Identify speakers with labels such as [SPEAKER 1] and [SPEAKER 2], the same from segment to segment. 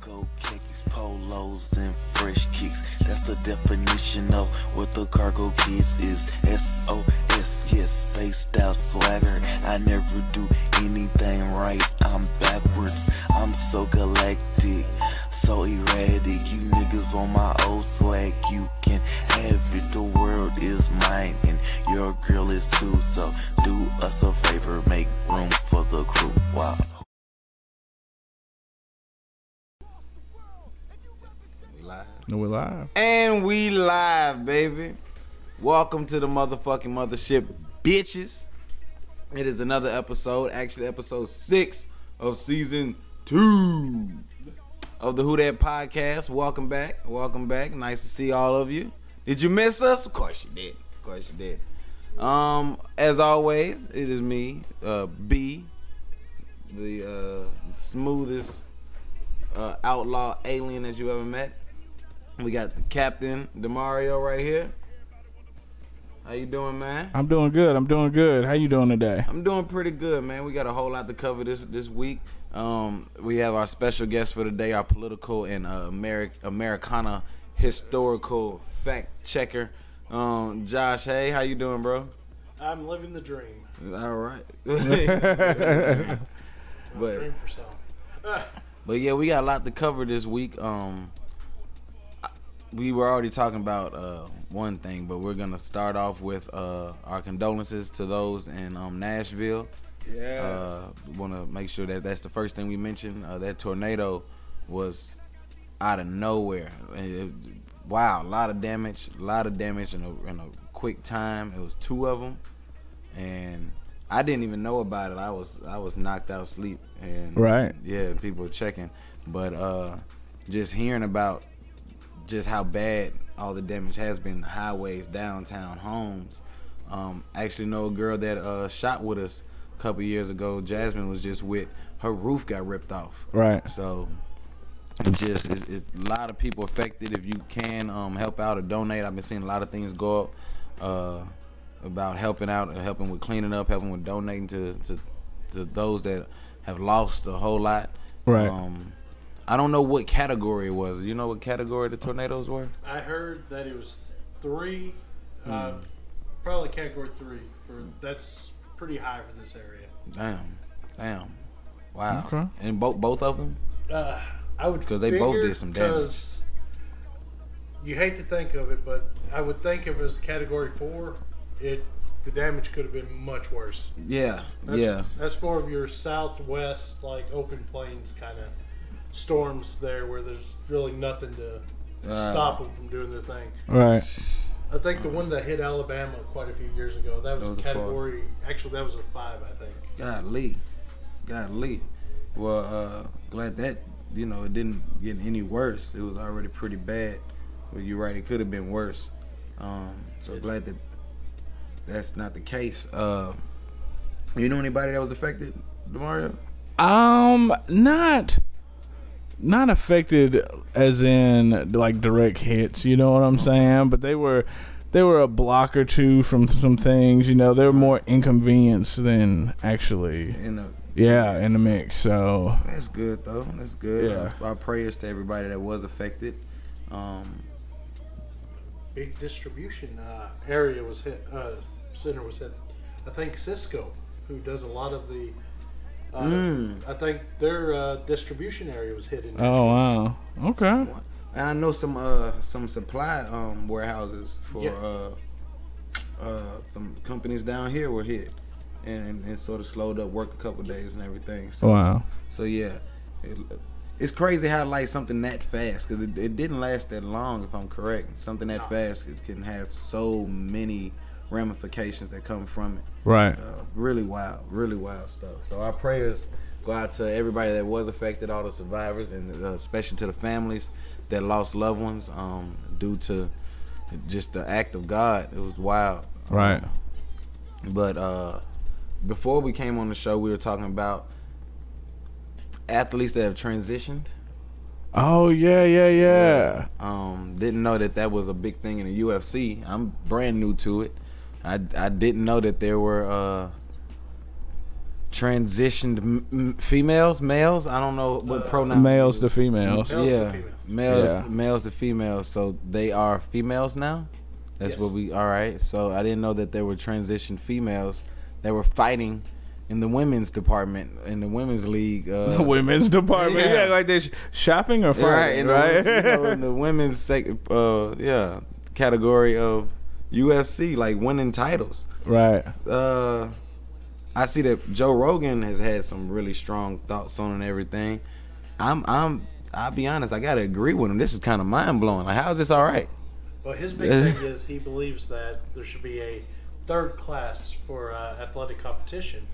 [SPEAKER 1] Go khakis, polos, and fresh kicks. That's the definition of what the cargo kids is. S-O-S, yes, spaced out swagger. I never do anything right, I'm backwards. I'm so galactic, so erratic. You niggas on my old swag, you can have it. The world is mine, and your girl is too. So do us a favor, make room for the crew. Wow.
[SPEAKER 2] No, we're live.
[SPEAKER 3] And we live, baby. Welcome to the motherfucking mothership, bitches. It is another episode, actually episode six of season two of the Who That podcast. Welcome back, welcome back. Nice to see all of you. Did you miss us? Of course you did. Of course you did. Um, as always, it is me, uh, B, the uh, smoothest uh, outlaw alien that you ever met. We got the Captain Demario right here. How you doing, man?
[SPEAKER 2] I'm doing good. I'm doing good. How you doing today?
[SPEAKER 3] I'm doing pretty good, man. We got a whole lot to cover this this week. Um, we have our special guest for today, our political and uh, Ameri- Americana historical fact checker, um, Josh. Hey, how you doing, bro?
[SPEAKER 4] I'm living the dream.
[SPEAKER 3] All right. but
[SPEAKER 4] Well, dream for some.
[SPEAKER 3] But yeah, we got a lot to cover this week. Um, I- we were already talking about uh, one thing, but we're gonna start off with uh, our condolences to those in um, Nashville.
[SPEAKER 4] Yeah.
[SPEAKER 3] Uh, Want to make sure that that's the first thing we mentioned. Uh, that tornado was out of nowhere. And it- wow, a lot of damage, a lot of damage in a, in a quick time. It was two of them, and I didn't even know about it. I was I was knocked out sleep, and
[SPEAKER 2] Right.
[SPEAKER 3] yeah, people were checking, but uh, just hearing about just how bad all the damage has been highways downtown homes um actually know a girl that uh shot with us a couple years ago jasmine was just with her roof got ripped off
[SPEAKER 2] Right.
[SPEAKER 3] so it just it's, it's a lot of people affected if you can um help out or donate i've been seeing a lot of things go up uh about helping out and helping with cleaning up helping with donating to to, to those that have lost a whole lot
[SPEAKER 2] Right.
[SPEAKER 3] um I don't know what category it was. You know what category the tornadoes were?
[SPEAKER 4] I heard that it was three, uh,
[SPEAKER 3] Hmm.
[SPEAKER 4] probably category three. For that's pretty high for this area.
[SPEAKER 3] Damn, damn, wow.
[SPEAKER 2] Okay.
[SPEAKER 3] And both both of them.
[SPEAKER 4] Uh, I would
[SPEAKER 3] 'Cause they both did some damage.
[SPEAKER 4] 'cause You hate to think of it, but I would think if it was category four, it the damage could have been much worse.
[SPEAKER 3] Yeah,
[SPEAKER 4] That's,
[SPEAKER 3] yeah,
[SPEAKER 4] That's more of your southwest, like open plains kind of storms there, where there's really nothing to
[SPEAKER 3] Uh,
[SPEAKER 4] stop them from doing their thing.
[SPEAKER 2] Right.
[SPEAKER 4] I think the one that hit Alabama quite a few years ago. That was,
[SPEAKER 3] That was a
[SPEAKER 4] a category. Actually, that was a five, I think.
[SPEAKER 3] Golly, golly. Well, uh, glad that you know it didn't get any worse. It was already pretty bad. But you're right, it could have been worse. Um, so glad that that's not the case. Uh, you know anybody that was affected, Demario?
[SPEAKER 2] Um, not not affected as in like direct hits. You know what I'm saying? But they were they were a block or two from some things. You know, they were more inconvenienced than actually.
[SPEAKER 3] In the
[SPEAKER 2] Yeah, in the mix. So
[SPEAKER 3] That's good though. That's good. Uh,
[SPEAKER 2] Yeah.
[SPEAKER 3] Our, our prayers to everybody that was affected. Um,
[SPEAKER 4] Big distribution uh, area was hit. Uh, center was hit. I think Cisco, who does a lot of the. Uh,
[SPEAKER 3] Mm.
[SPEAKER 4] I think their uh, distribution area was hit in.
[SPEAKER 2] oh wow. Okay.
[SPEAKER 3] and I know some uh some supply um warehouses for
[SPEAKER 4] Yeah.
[SPEAKER 3] uh uh some companies down here were hit, and and, and sort of slowed up work a couple days and everything. So
[SPEAKER 2] Wow.
[SPEAKER 3] so yeah, it, it's crazy how like something that fast because it, it didn't last that long if I'm correct. Something that fast it can have so many ramifications that come from it.
[SPEAKER 2] Right.
[SPEAKER 3] uh, really wild, really wild stuff. So our prayers go out to everybody that was affected, all the survivors, and uh, especially to the families that lost loved ones um, due to just the act of God. It was wild.
[SPEAKER 2] Right.
[SPEAKER 3] But uh, before we came on the show, we were talking about athletes that have transitioned.
[SPEAKER 2] Oh yeah, yeah, yeah.
[SPEAKER 3] Um, didn't know that that was a big thing in the UFC. I'm brand new to it. I, I didn't know that there were uh, transitioned m- m- females, males. I don't know what pronoun.
[SPEAKER 2] Males to females.
[SPEAKER 4] Males to
[SPEAKER 3] yeah,
[SPEAKER 4] females.
[SPEAKER 3] male
[SPEAKER 2] Yeah.
[SPEAKER 3] males to females. So they are females now. That's
[SPEAKER 4] Yes.
[SPEAKER 3] what we. All right. So I didn't know that there were transition females that were fighting in the women's department in the women's league. Uh,
[SPEAKER 2] The women's department.
[SPEAKER 3] Yeah.
[SPEAKER 2] Yeah, like they sh- shopping or
[SPEAKER 3] right,
[SPEAKER 2] fighting,
[SPEAKER 3] in
[SPEAKER 2] right?
[SPEAKER 3] The, you know, in the women's sec- uh, yeah category of UFC, like winning titles.
[SPEAKER 2] right.
[SPEAKER 3] uh, I see that Joe Rogan has had some really strong thoughts on it and everything. I'm, I'm, I'll be honest. I gotta agree with him. This is kind of mind blowing. Like, how is this all right?
[SPEAKER 4] Well, his big thing is he believes that there should be a third class for uh, athletic competition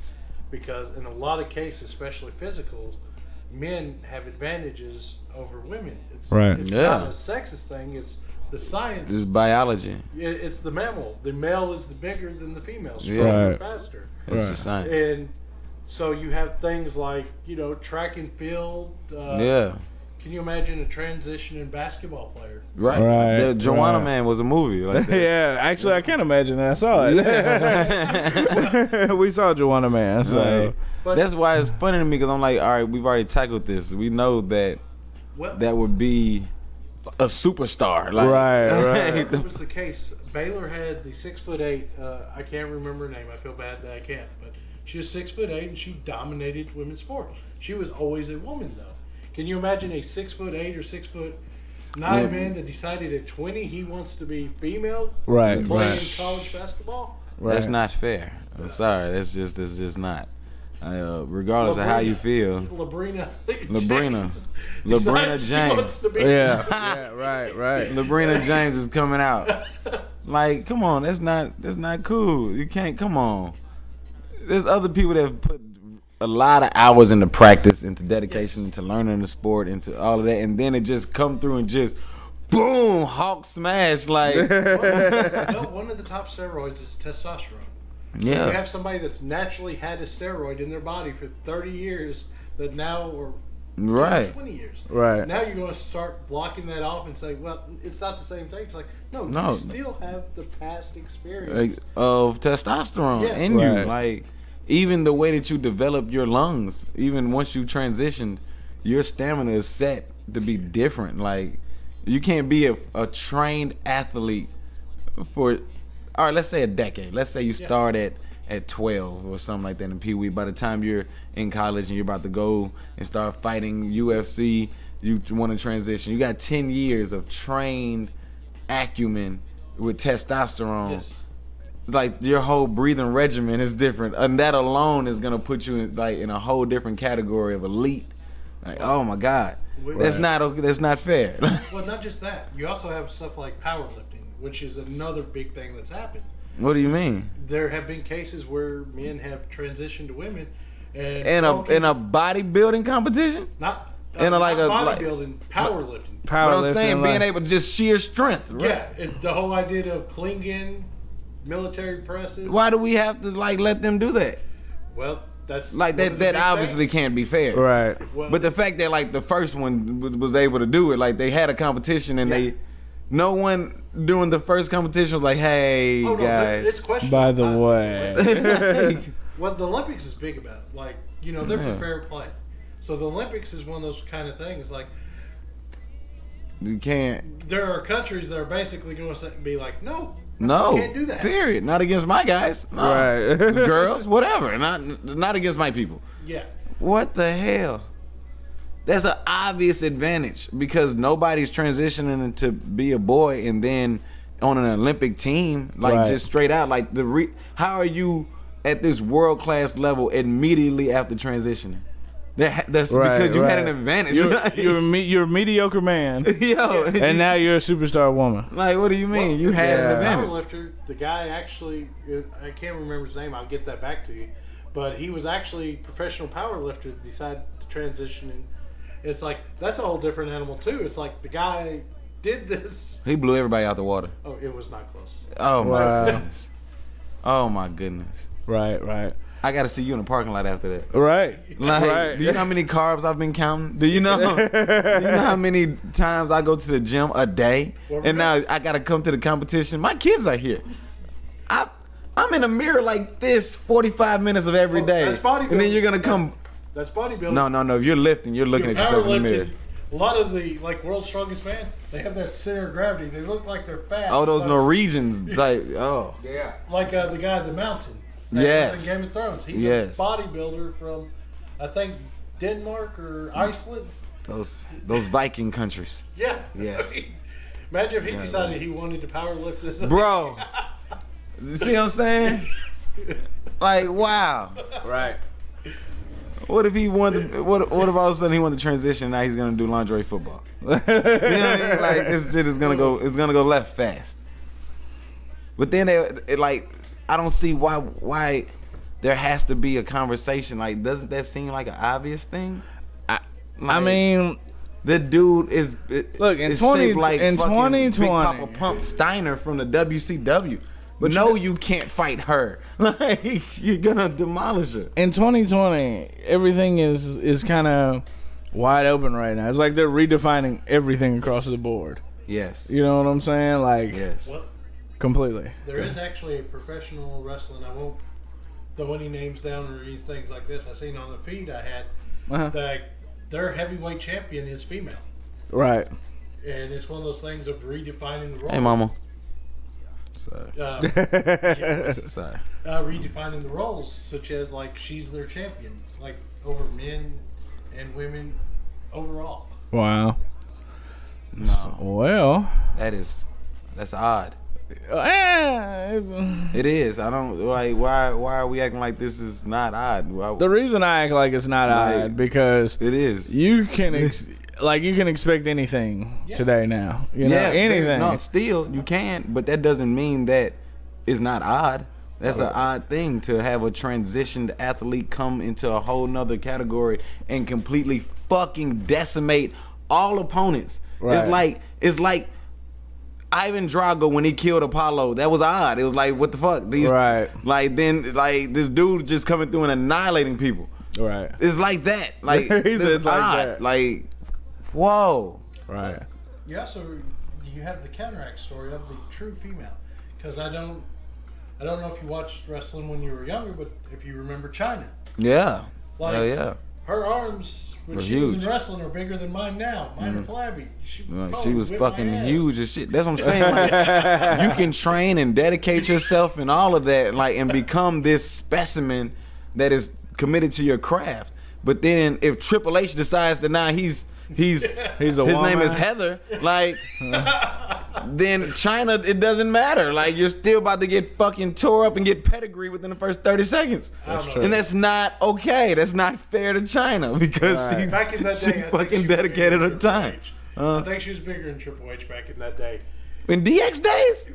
[SPEAKER 4] because, in a lot of cases, especially physicals, men have advantages over women. It's,
[SPEAKER 2] Right.
[SPEAKER 4] It's
[SPEAKER 3] Yeah.
[SPEAKER 4] not a sexist thing. It's the science.
[SPEAKER 3] This is biology.
[SPEAKER 4] It- It's the mammal. The male is the bigger than the female,
[SPEAKER 3] Yeah.
[SPEAKER 4] stronger,
[SPEAKER 2] Right.
[SPEAKER 4] faster.
[SPEAKER 3] It's
[SPEAKER 2] Right.
[SPEAKER 3] just science.
[SPEAKER 4] And so you have things like you know track and field. Uh,
[SPEAKER 3] yeah,
[SPEAKER 4] Can you imagine a transition in basketball player?
[SPEAKER 3] right.
[SPEAKER 2] Right,
[SPEAKER 3] The Joanna
[SPEAKER 2] right.
[SPEAKER 3] Man was a movie. Like that.
[SPEAKER 2] Yeah, actually, I can't imagine that. I saw it. we saw Joanna Man. So
[SPEAKER 3] Right. That's why it's funny to me because I'm like, all right, we've already tackled this. We know that
[SPEAKER 4] Well,
[SPEAKER 3] that would be a superstar. Like,
[SPEAKER 2] Right,
[SPEAKER 4] It
[SPEAKER 2] right.
[SPEAKER 4] was the case. Baylor had the six foot eight. Uh, I can't remember her name. I feel bad that I can't. But she was six foot eight, and she dominated women's sport. She was always a woman, though. Can you imagine a six foot eight or six foot nine
[SPEAKER 3] Yeah.
[SPEAKER 4] man that decided at twenty he wants to be female
[SPEAKER 2] Right,
[SPEAKER 4] playing
[SPEAKER 2] right.
[SPEAKER 4] college basketball?
[SPEAKER 2] right.
[SPEAKER 3] That's not fair. I'm sorry. That's just that's just not. Uh, regardless of how you
[SPEAKER 4] Labrina.
[SPEAKER 3] feel,
[SPEAKER 4] Labrina.
[SPEAKER 3] Labrina.
[SPEAKER 4] James
[SPEAKER 3] Labrina
[SPEAKER 4] decided she
[SPEAKER 3] James.
[SPEAKER 4] wants to be-
[SPEAKER 2] Yeah, yeah, right, right.
[SPEAKER 3] LeBrina James is coming out. Like, come on, that's not that's not cool. You can't come on. There's other people that have put a lot of hours into practice, into dedication, into learning the sport, into all of that, and then it just come through and just boom, Hawk smash. Like,
[SPEAKER 4] no, one of the top steroids is testosterone. You
[SPEAKER 3] yeah,
[SPEAKER 4] have somebody that's naturally had a steroid in their body for 30 years that now or
[SPEAKER 3] right.
[SPEAKER 4] 20 years.
[SPEAKER 2] Right.
[SPEAKER 4] Now you're going to start blocking that off and say, well, it's not the same thing. It's like, no,
[SPEAKER 3] No.
[SPEAKER 4] you still have the past
[SPEAKER 3] like,
[SPEAKER 4] experience.
[SPEAKER 3] of testosterone
[SPEAKER 4] Yeah.
[SPEAKER 3] in you.
[SPEAKER 2] Right.
[SPEAKER 3] Like even the way that you develop your lungs, even once you transitioned, your stamina is set to be different. Like you can't be a, a trained athlete for all right, let's say a decade. Let's say you start at at 12 or something like that in Pee Wee. By the time you're in college and you're about to go and start fighting UFC, you want to transition. You got 10 years of trained acumen with testosterone
[SPEAKER 4] Yes.
[SPEAKER 3] like your whole breathing regimen is different, and that alone is gonna put you in like in a whole different category of elite. Like, oh my god,
[SPEAKER 4] Right.
[SPEAKER 3] that's not okay. That's not fair.
[SPEAKER 4] Well, not just that. You also have stuff like powerlifting, which is another big thing that's happened.
[SPEAKER 3] what do you mean?
[SPEAKER 4] There have been cases where men have transitioned to women and
[SPEAKER 3] In a
[SPEAKER 4] broken-
[SPEAKER 3] in a bodybuilding competition?
[SPEAKER 4] not
[SPEAKER 3] in a, like, a- like-
[SPEAKER 4] bodybuilding, powerlifting.
[SPEAKER 3] But
[SPEAKER 2] Powerlifting,
[SPEAKER 3] I'm saying being
[SPEAKER 2] like-
[SPEAKER 3] able to just sheer strength. Right?
[SPEAKER 4] Yeah, it, the whole idea of clinging, military presses.
[SPEAKER 3] Why do we have to like let them do that?
[SPEAKER 4] Well, that's
[SPEAKER 3] Like
[SPEAKER 4] one
[SPEAKER 3] that
[SPEAKER 4] of the
[SPEAKER 3] that
[SPEAKER 4] big
[SPEAKER 3] obviously
[SPEAKER 4] things.
[SPEAKER 3] can't be fair.
[SPEAKER 2] Right.
[SPEAKER 4] Well,
[SPEAKER 3] But the fact that like the first one w- was able to do it, like they had a competition and
[SPEAKER 4] Yeah.
[SPEAKER 3] they, no one during the first competition was like, hey
[SPEAKER 4] oh, no,
[SPEAKER 3] guys.
[SPEAKER 4] it's questionable.
[SPEAKER 2] By the
[SPEAKER 4] I-
[SPEAKER 2] way,
[SPEAKER 4] what the Olympics is big about, like you know, they're
[SPEAKER 3] Yeah.
[SPEAKER 4] for fair play. So the Olympics is one of those kind of things. Like
[SPEAKER 3] You can't.
[SPEAKER 4] there are countries that are basically going to be like, no,
[SPEAKER 3] No.
[SPEAKER 4] can't do that.
[SPEAKER 3] Period. Not against my guys. No.
[SPEAKER 2] Right.
[SPEAKER 3] Girls, whatever. Not not against my people.
[SPEAKER 4] yeah,
[SPEAKER 3] What the hell? That's an obvious advantage because nobody's transitioning to be a boy and then on an Olympic team, like
[SPEAKER 2] Right.
[SPEAKER 3] just straight out, like the re- how are you at this world class level immediately after transitioning? That that's
[SPEAKER 2] Right,
[SPEAKER 3] because you had
[SPEAKER 2] right.
[SPEAKER 3] an advantage.
[SPEAKER 2] you're you're, me, you're a mediocre man,
[SPEAKER 3] Yo,
[SPEAKER 2] and now you're a superstar woman.
[SPEAKER 3] like what do you mean? you had
[SPEAKER 2] yeah.
[SPEAKER 3] an advantage.
[SPEAKER 4] powerlifter. The guy actually, I can't remember his name. I'll get that back to you. But he was actually a professional powerlifter. That decided to transition, and it's like that's a whole different animal too. It's like the guy did this.
[SPEAKER 3] He blew everybody out the water.
[SPEAKER 4] Oh, it was not close.
[SPEAKER 3] Oh my
[SPEAKER 2] Wow.
[SPEAKER 3] goodness. Oh my goodness.
[SPEAKER 2] Right, right,
[SPEAKER 3] I gotta see you in the parking lot after that.
[SPEAKER 2] right,
[SPEAKER 3] Like,
[SPEAKER 2] right.
[SPEAKER 3] do you know how many carbs I've been counting? Do you know? do you know how many times I go to the gym a day?
[SPEAKER 4] Well,
[SPEAKER 3] And now I gotta come to the competition. My kids are here. I, I'm I'm in a mirror like this 45 minutes of every
[SPEAKER 4] Well,
[SPEAKER 3] day,
[SPEAKER 4] that's bodybuilding.
[SPEAKER 3] and then you're gonna come.
[SPEAKER 4] That's bodybuilding.
[SPEAKER 3] No, no, no. If you're lifting, you're looking at yourself in the mirror.
[SPEAKER 4] Powerlifting. A lot of the like world's strongest man, they have that center of gravity. They look like they're fat.
[SPEAKER 3] All Oh, those
[SPEAKER 4] but-
[SPEAKER 3] Norwegians, like, oh,
[SPEAKER 5] Yeah.
[SPEAKER 4] like uh, the guy at the mountain. That
[SPEAKER 3] Yes.
[SPEAKER 4] was in Game of Thrones. He's
[SPEAKER 3] Yes.
[SPEAKER 4] a bodybuilder from, I think, Denmark or Iceland.
[SPEAKER 3] those those Viking countries,
[SPEAKER 4] Yeah.
[SPEAKER 3] Yes.
[SPEAKER 4] Imagine if he decided he wanted to power lift this.
[SPEAKER 3] bro. you see what I'm saying? Like, wow.
[SPEAKER 5] Right.
[SPEAKER 3] What if he wanted? To, what What if all of a sudden he wanted to transition? Now he's gonna do lingerie football. You know what I mean? Like this shit is gonna go. It's gonna go left fast. But then they it like I don't see why why there has to be a conversation. Like doesn't that seem like an obvious thing?
[SPEAKER 2] I, I
[SPEAKER 3] Like,
[SPEAKER 2] mean,
[SPEAKER 3] the dude is it-
[SPEAKER 2] Look, in
[SPEAKER 3] is
[SPEAKER 2] 20
[SPEAKER 3] shaped like
[SPEAKER 2] in
[SPEAKER 3] fucking
[SPEAKER 2] 2020.
[SPEAKER 3] Big Papa Pump Steiner from the WCW. But no, you can't fight her. Like you're gonna demolish her.
[SPEAKER 2] in 2020, everything is is kind of wide open right now. It's like they're redefining everything across the board.
[SPEAKER 3] Yes.
[SPEAKER 2] You know what I'm saying? Like
[SPEAKER 3] Yes.
[SPEAKER 4] Well,
[SPEAKER 2] completely.
[SPEAKER 4] there is actually a professional wrestling. I won't throw any names down or any things like this. I seen on the feed I had
[SPEAKER 2] Uh-huh.
[SPEAKER 4] that their heavyweight champion is female,
[SPEAKER 2] Right.
[SPEAKER 4] and it's one of those things of redefining the role.
[SPEAKER 3] Hey, mama. Sorry.
[SPEAKER 4] Uh,
[SPEAKER 3] Sorry.
[SPEAKER 4] uh, redefining the roles, such as like she's their champion, like over men and women overall.
[SPEAKER 2] Wow.
[SPEAKER 3] No,
[SPEAKER 2] Well,
[SPEAKER 3] that is that's odd.
[SPEAKER 2] eh,
[SPEAKER 3] It is. I don't like why. Why are we acting like this is not odd? Why,
[SPEAKER 2] the reason I act like it's not
[SPEAKER 3] Like-
[SPEAKER 2] odd because
[SPEAKER 3] it is.
[SPEAKER 2] you can ex- like you can expect anything
[SPEAKER 4] Yes.
[SPEAKER 2] today now. You know
[SPEAKER 3] there-
[SPEAKER 2] anything.
[SPEAKER 3] No, still you can, but that doesn't mean that it's not odd. That's an odd thing to have a transitioned athlete come into a whole nother category and completely fucking decimate all opponents.
[SPEAKER 2] Right.
[SPEAKER 3] It's like it's like Ivan Drago when he killed Apollo. That was odd. It was like what the fuck? These
[SPEAKER 2] Right.
[SPEAKER 3] like then like this dude just coming through and annihilating people.
[SPEAKER 2] Right.
[SPEAKER 3] It's like that. Like
[SPEAKER 2] He
[SPEAKER 3] this
[SPEAKER 2] said
[SPEAKER 3] is
[SPEAKER 2] it's like
[SPEAKER 3] odd.
[SPEAKER 2] that.
[SPEAKER 3] Like whoa.
[SPEAKER 2] Right.
[SPEAKER 4] You also you have the counteract story of the true female, because I don't I don't know if you watched wrestling when you were younger, but if you remember China,
[SPEAKER 3] Yeah.
[SPEAKER 4] Like-
[SPEAKER 3] Hell yeah.
[SPEAKER 4] her arms when
[SPEAKER 3] Were
[SPEAKER 4] she was in
[SPEAKER 3] huge.
[SPEAKER 4] wrestling are bigger than mine now. Mine are flabby. She,
[SPEAKER 3] Like,
[SPEAKER 4] probably
[SPEAKER 3] she was
[SPEAKER 4] whipped my
[SPEAKER 3] fucking
[SPEAKER 4] ass.
[SPEAKER 3] huge as shit. That's what I'm saying. Like, you can train and dedicate yourself and all of that, like, and become this specimen that is committed to your craft. But then, if Triple H decides that now he's he's
[SPEAKER 2] He's a
[SPEAKER 3] his name is
[SPEAKER 2] woman.
[SPEAKER 3] Heather, like, then China, it doesn't matter. Like, you're still about to get fucking tore up and get pedigree within the first 30 seconds.
[SPEAKER 4] I don't know.
[SPEAKER 2] true.
[SPEAKER 3] And that's not okay. That's not fair to China because
[SPEAKER 2] Right.
[SPEAKER 3] she,
[SPEAKER 4] Back in that
[SPEAKER 3] she
[SPEAKER 4] day, I think
[SPEAKER 3] fucking
[SPEAKER 4] she was
[SPEAKER 3] dedicated
[SPEAKER 4] bigger
[SPEAKER 3] her
[SPEAKER 4] than
[SPEAKER 3] time.
[SPEAKER 4] Triple H.
[SPEAKER 3] Uh.
[SPEAKER 4] I think she was bigger than Triple H back in that day.
[SPEAKER 3] In DX days?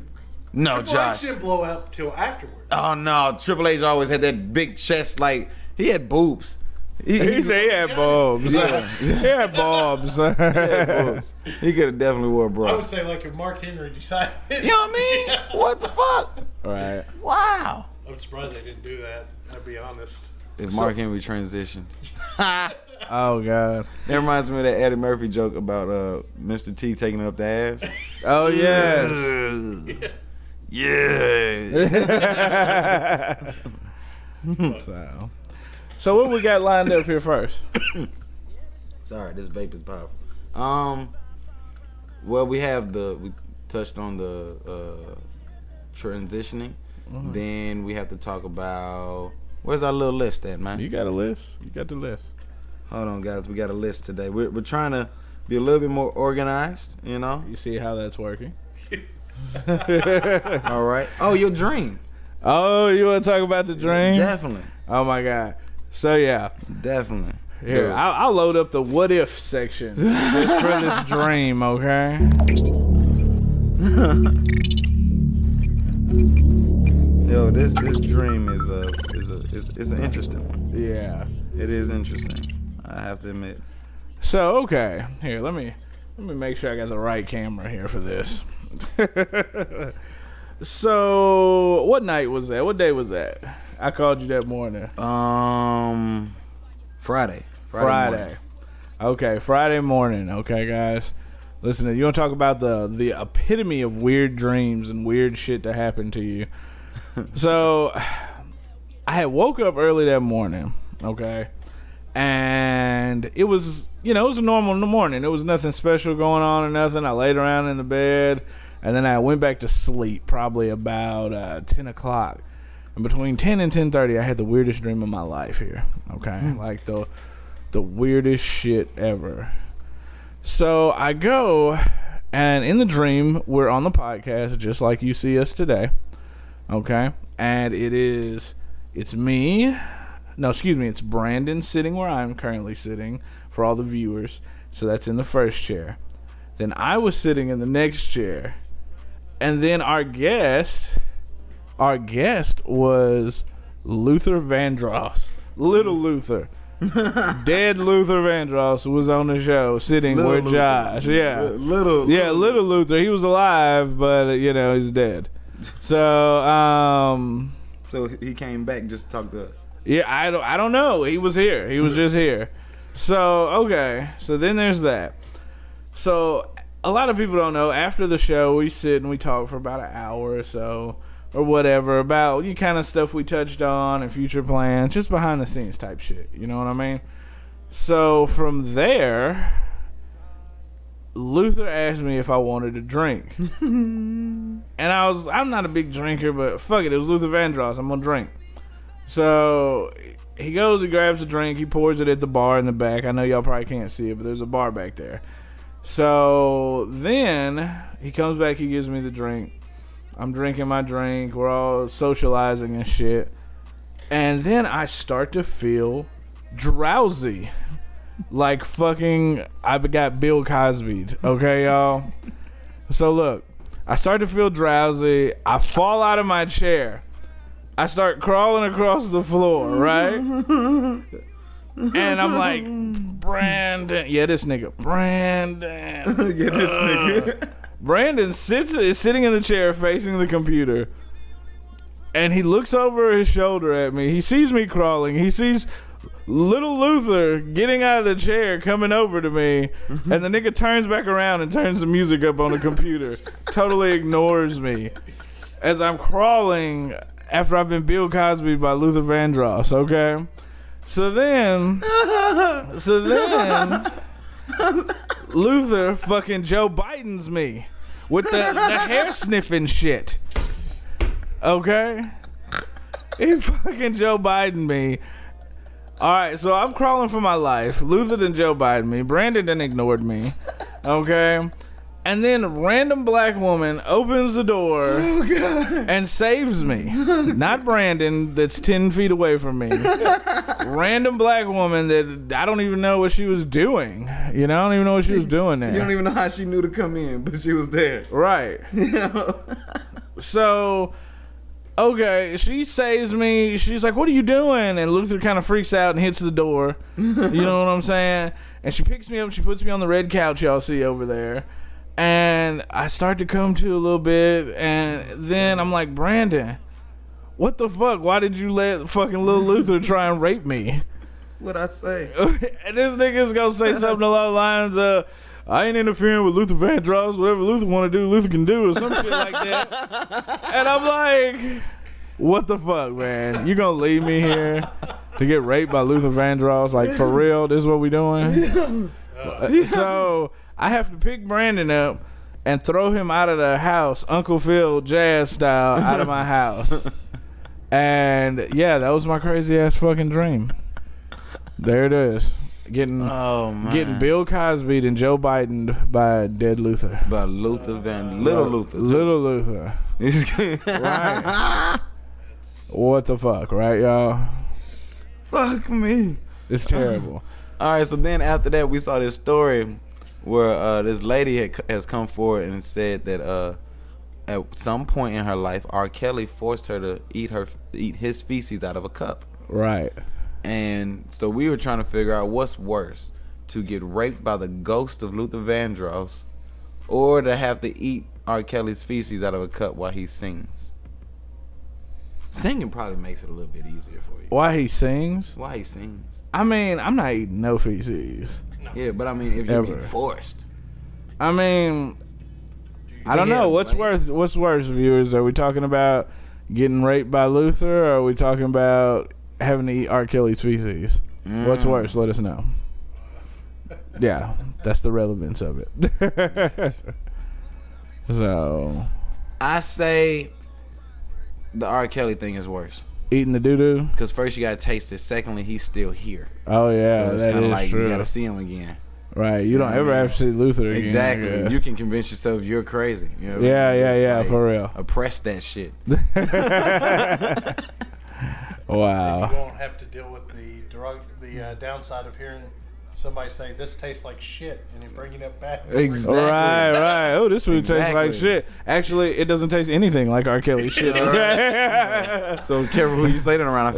[SPEAKER 3] No,
[SPEAKER 4] Triple H
[SPEAKER 3] Oh, Josh.
[SPEAKER 4] didn't blow up till afterwards.
[SPEAKER 3] Oh no, Triple H always had that big chest. Like he had boobs. He,
[SPEAKER 2] He said he had bulbs.
[SPEAKER 3] Yeah.
[SPEAKER 2] he had bulbs.
[SPEAKER 3] boobs. He could have definitely wore a
[SPEAKER 4] I
[SPEAKER 3] bra.
[SPEAKER 4] would say like if Mark Henry decided.
[SPEAKER 3] you know what I mean? What the fuck?
[SPEAKER 2] right.
[SPEAKER 3] Wow.
[SPEAKER 4] I'm surprised they didn't do that. I'll be honest.
[SPEAKER 3] If Mark Henry transitioned,
[SPEAKER 2] Oh god.
[SPEAKER 3] that reminds me of that Eddie Murphy joke about uh, Mr. T taking up the ass.
[SPEAKER 2] Oh yes.
[SPEAKER 3] yeah.
[SPEAKER 2] so, so what we got lined up here first?
[SPEAKER 3] Sorry, this vape is powerful. Um, well, we have the we touched on the uh, transitioning.
[SPEAKER 2] Mm-hmm.
[SPEAKER 3] Then we have to talk about where's our little list at, man?
[SPEAKER 2] You got a list? You got the list.
[SPEAKER 3] Hold on, guys, we got a list today. We're we're trying to be a little bit more organized, you know.
[SPEAKER 2] You see how that's working?
[SPEAKER 3] All right. Oh, your dream.
[SPEAKER 2] Oh, you want to talk about the dream?
[SPEAKER 3] Definitely,
[SPEAKER 2] Oh my god. So yeah,
[SPEAKER 3] definitely.
[SPEAKER 2] here
[SPEAKER 3] Dude.
[SPEAKER 2] I'll, I'll load up the what if section just for this dream, okay?
[SPEAKER 3] Yo, this this dream is a is a is, is an interesting one.
[SPEAKER 2] Yeah.
[SPEAKER 3] It is interesting. I have to admit.
[SPEAKER 2] So okay, here let me let me make sure I got the right camera here for this. so what night was that? What day was that? I called you that morning.
[SPEAKER 3] Um, Friday.
[SPEAKER 2] Friday.
[SPEAKER 3] morning.
[SPEAKER 2] Okay, Friday morning. Okay, guys. Listen, you want to talk about the the epitome of weird dreams and weird shit to happen to you? so I had woke up early that morning, okay, and it was you know it was a normal morning. It was nothing special going on or nothing. I laid around in the bed, and then I went back to sleep probably about uh, ten o'clock. And between ten and ten thirty, I had the weirdest dream of my life here. Okay, like the the weirdest shit ever. So I go, and in the dream, we're on the podcast just like you see us today. Okay, and it is it's me. No, excuse me. It's Brandon sitting where I'm currently sitting for all the viewers. So that's in the first chair. Then I was sitting in the next chair, and then our guest, our guest was Luther Vandross, Little Luther. Dead Luther Vandross was on the show, sitting
[SPEAKER 3] Little
[SPEAKER 2] where
[SPEAKER 3] Luther.
[SPEAKER 2] Josh. Yeah,
[SPEAKER 3] Li- little.
[SPEAKER 2] yeah, little Luther. He was alive, but uh, you know he's dead. So, um,
[SPEAKER 3] So he came back just to talk to us.
[SPEAKER 2] yeah, I don't, I don't know. He was here. He was just here. So okay. So then there's that. So a lot of people don't know. After the show, we sit and we talk for about an hour or so, or whatever, about you kind of stuff we touched on and future plans, just behind the scenes type shit. You know what I mean? So from there, Luther asked me if I wanted a drink, and I was I'm not a big drinker, but fuck it, it was Luther Vandross. I'm gonna drink. So he goes, he grabs a drink, he pours it at the bar in the back. I know y'all probably can't see it, but there's a bar back there. So then he comes back, he gives me the drink. I'm drinking my drink. We're all socializing and shit. And then I start to feel drowsy. Like fucking, I got Bill Cosby. Okay, y'all. So look, I start to feel drowsy. I fall out of my chair. I start crawling across the floor, right? and I'm like, Brandon. Yeah, this nigga. Brandon.
[SPEAKER 3] Look at this nigga.
[SPEAKER 2] Brandon sits is sitting in the chair facing the computer. And he looks over his shoulder at me. He sees me crawling. He sees little Luther getting out of the chair, coming over to me. And the nigga turns back around and turns the music up on the computer. totally ignores me. As I'm crawling after I've been Bill Cosby by Luther Vandross, okay? So then, so then, Luther fucking Joe Biden's me with the, the hair sniffing shit. Okay? He fucking Joe Biden me. Alright, so I'm crawling for my life. Luther didn't Joe Biden me. Brandon didn't ignored me. Okay? And then random black woman opens the door
[SPEAKER 3] Oh,
[SPEAKER 2] and saves me. Not Brandon, that's ten feet away from me. random black woman that I don't even know what she was doing. You know, I don't even know what she was doing there.
[SPEAKER 3] You don't even know how she knew to come in, but she was there.
[SPEAKER 2] Right. so, okay, she saves me. She's like, "What are you doing?" And Luther kind of freaks out and hits the door. you know what I'm saying? And she picks me up. She puts me on the red couch y'all see over there. And I start to come to a little bit, and then I'm like, Brandon, what the fuck? Why did you let fucking little Luther try and rape me?
[SPEAKER 3] What I say?
[SPEAKER 2] and this nigga's gonna say something along the lines of, "I ain't interfering with Luther Vandross. Whatever Luther want to do, Luther can do," or some shit like that. And I'm like, "What the fuck, man? You gonna leave me here to get raped by Luther Vandross? Like for real? This is what we doing?" Uh, so I have to pick Brandon up. And throw him out of the house, Uncle Phil jazz style, out of my house. and yeah, that was my crazy ass fucking dream. There it is. Getting
[SPEAKER 3] Oh man.
[SPEAKER 2] getting Bill Cosby and Joe Biden by Dead Luther.
[SPEAKER 3] by Luther Van Little Luther. too.
[SPEAKER 2] Little Luther. Right. what the fuck, right, y'all?
[SPEAKER 3] Fuck me.
[SPEAKER 2] It's terrible.
[SPEAKER 3] All right, so then after that, we saw this story where uh, this lady had, c- has come forward and said that uh, at some point in her life, R. Kelly forced her to eat her eat his feces out of a cup,
[SPEAKER 2] right.
[SPEAKER 3] and so we were trying to figure out what's worse: to get raped by the ghost of Luther Vandross, or to have to eat R. Kelly's feces out of a cup while he sings. Singing probably makes it a little bit easier for you.
[SPEAKER 2] Why he sings?
[SPEAKER 3] Why he sings?
[SPEAKER 2] I mean, I'm not eating no feces.
[SPEAKER 3] Yeah, but I mean, if you're being
[SPEAKER 2] Ever.
[SPEAKER 3] forced.
[SPEAKER 2] I mean, I don't know
[SPEAKER 3] Yeah,
[SPEAKER 2] what's
[SPEAKER 3] like-
[SPEAKER 2] worse. What's worse, viewers? Are we talking about getting raped by Luther, or are we talking about having to eat R. Kelly's feces? What's
[SPEAKER 3] Mm.
[SPEAKER 2] worse? Let us know. Yeah, that's the relevance of it. so,
[SPEAKER 3] I say the R. Kelly thing is worse
[SPEAKER 2] eating the doo doo.
[SPEAKER 3] because first you gotta taste it. Secondly, he's still here.
[SPEAKER 2] Oh yeah,
[SPEAKER 3] so it's
[SPEAKER 2] that
[SPEAKER 3] kind
[SPEAKER 2] is
[SPEAKER 3] of like
[SPEAKER 2] true.
[SPEAKER 3] you gotta see him again.
[SPEAKER 2] right, you don't ever have to see Luther again. I
[SPEAKER 3] Exactly.
[SPEAKER 2] guess.
[SPEAKER 3] You can convince yourself you're crazy. You know what I
[SPEAKER 2] yeah,
[SPEAKER 3] mean?
[SPEAKER 2] yeah,
[SPEAKER 3] Just,
[SPEAKER 2] yeah,
[SPEAKER 3] like,
[SPEAKER 2] for real.
[SPEAKER 3] Oppress that shit.
[SPEAKER 4] You
[SPEAKER 2] Wow.
[SPEAKER 4] won't have to deal with the derog- the uh, downside of hearing somebody say this tastes like shit and you bring it up back.
[SPEAKER 3] Exactly.
[SPEAKER 2] Right, right. Oh, this food
[SPEAKER 3] Exactly.
[SPEAKER 2] tastes like shit. Actually, it doesn't taste anything like R. Kelly shit. Okay.
[SPEAKER 3] So careful who you say that around. I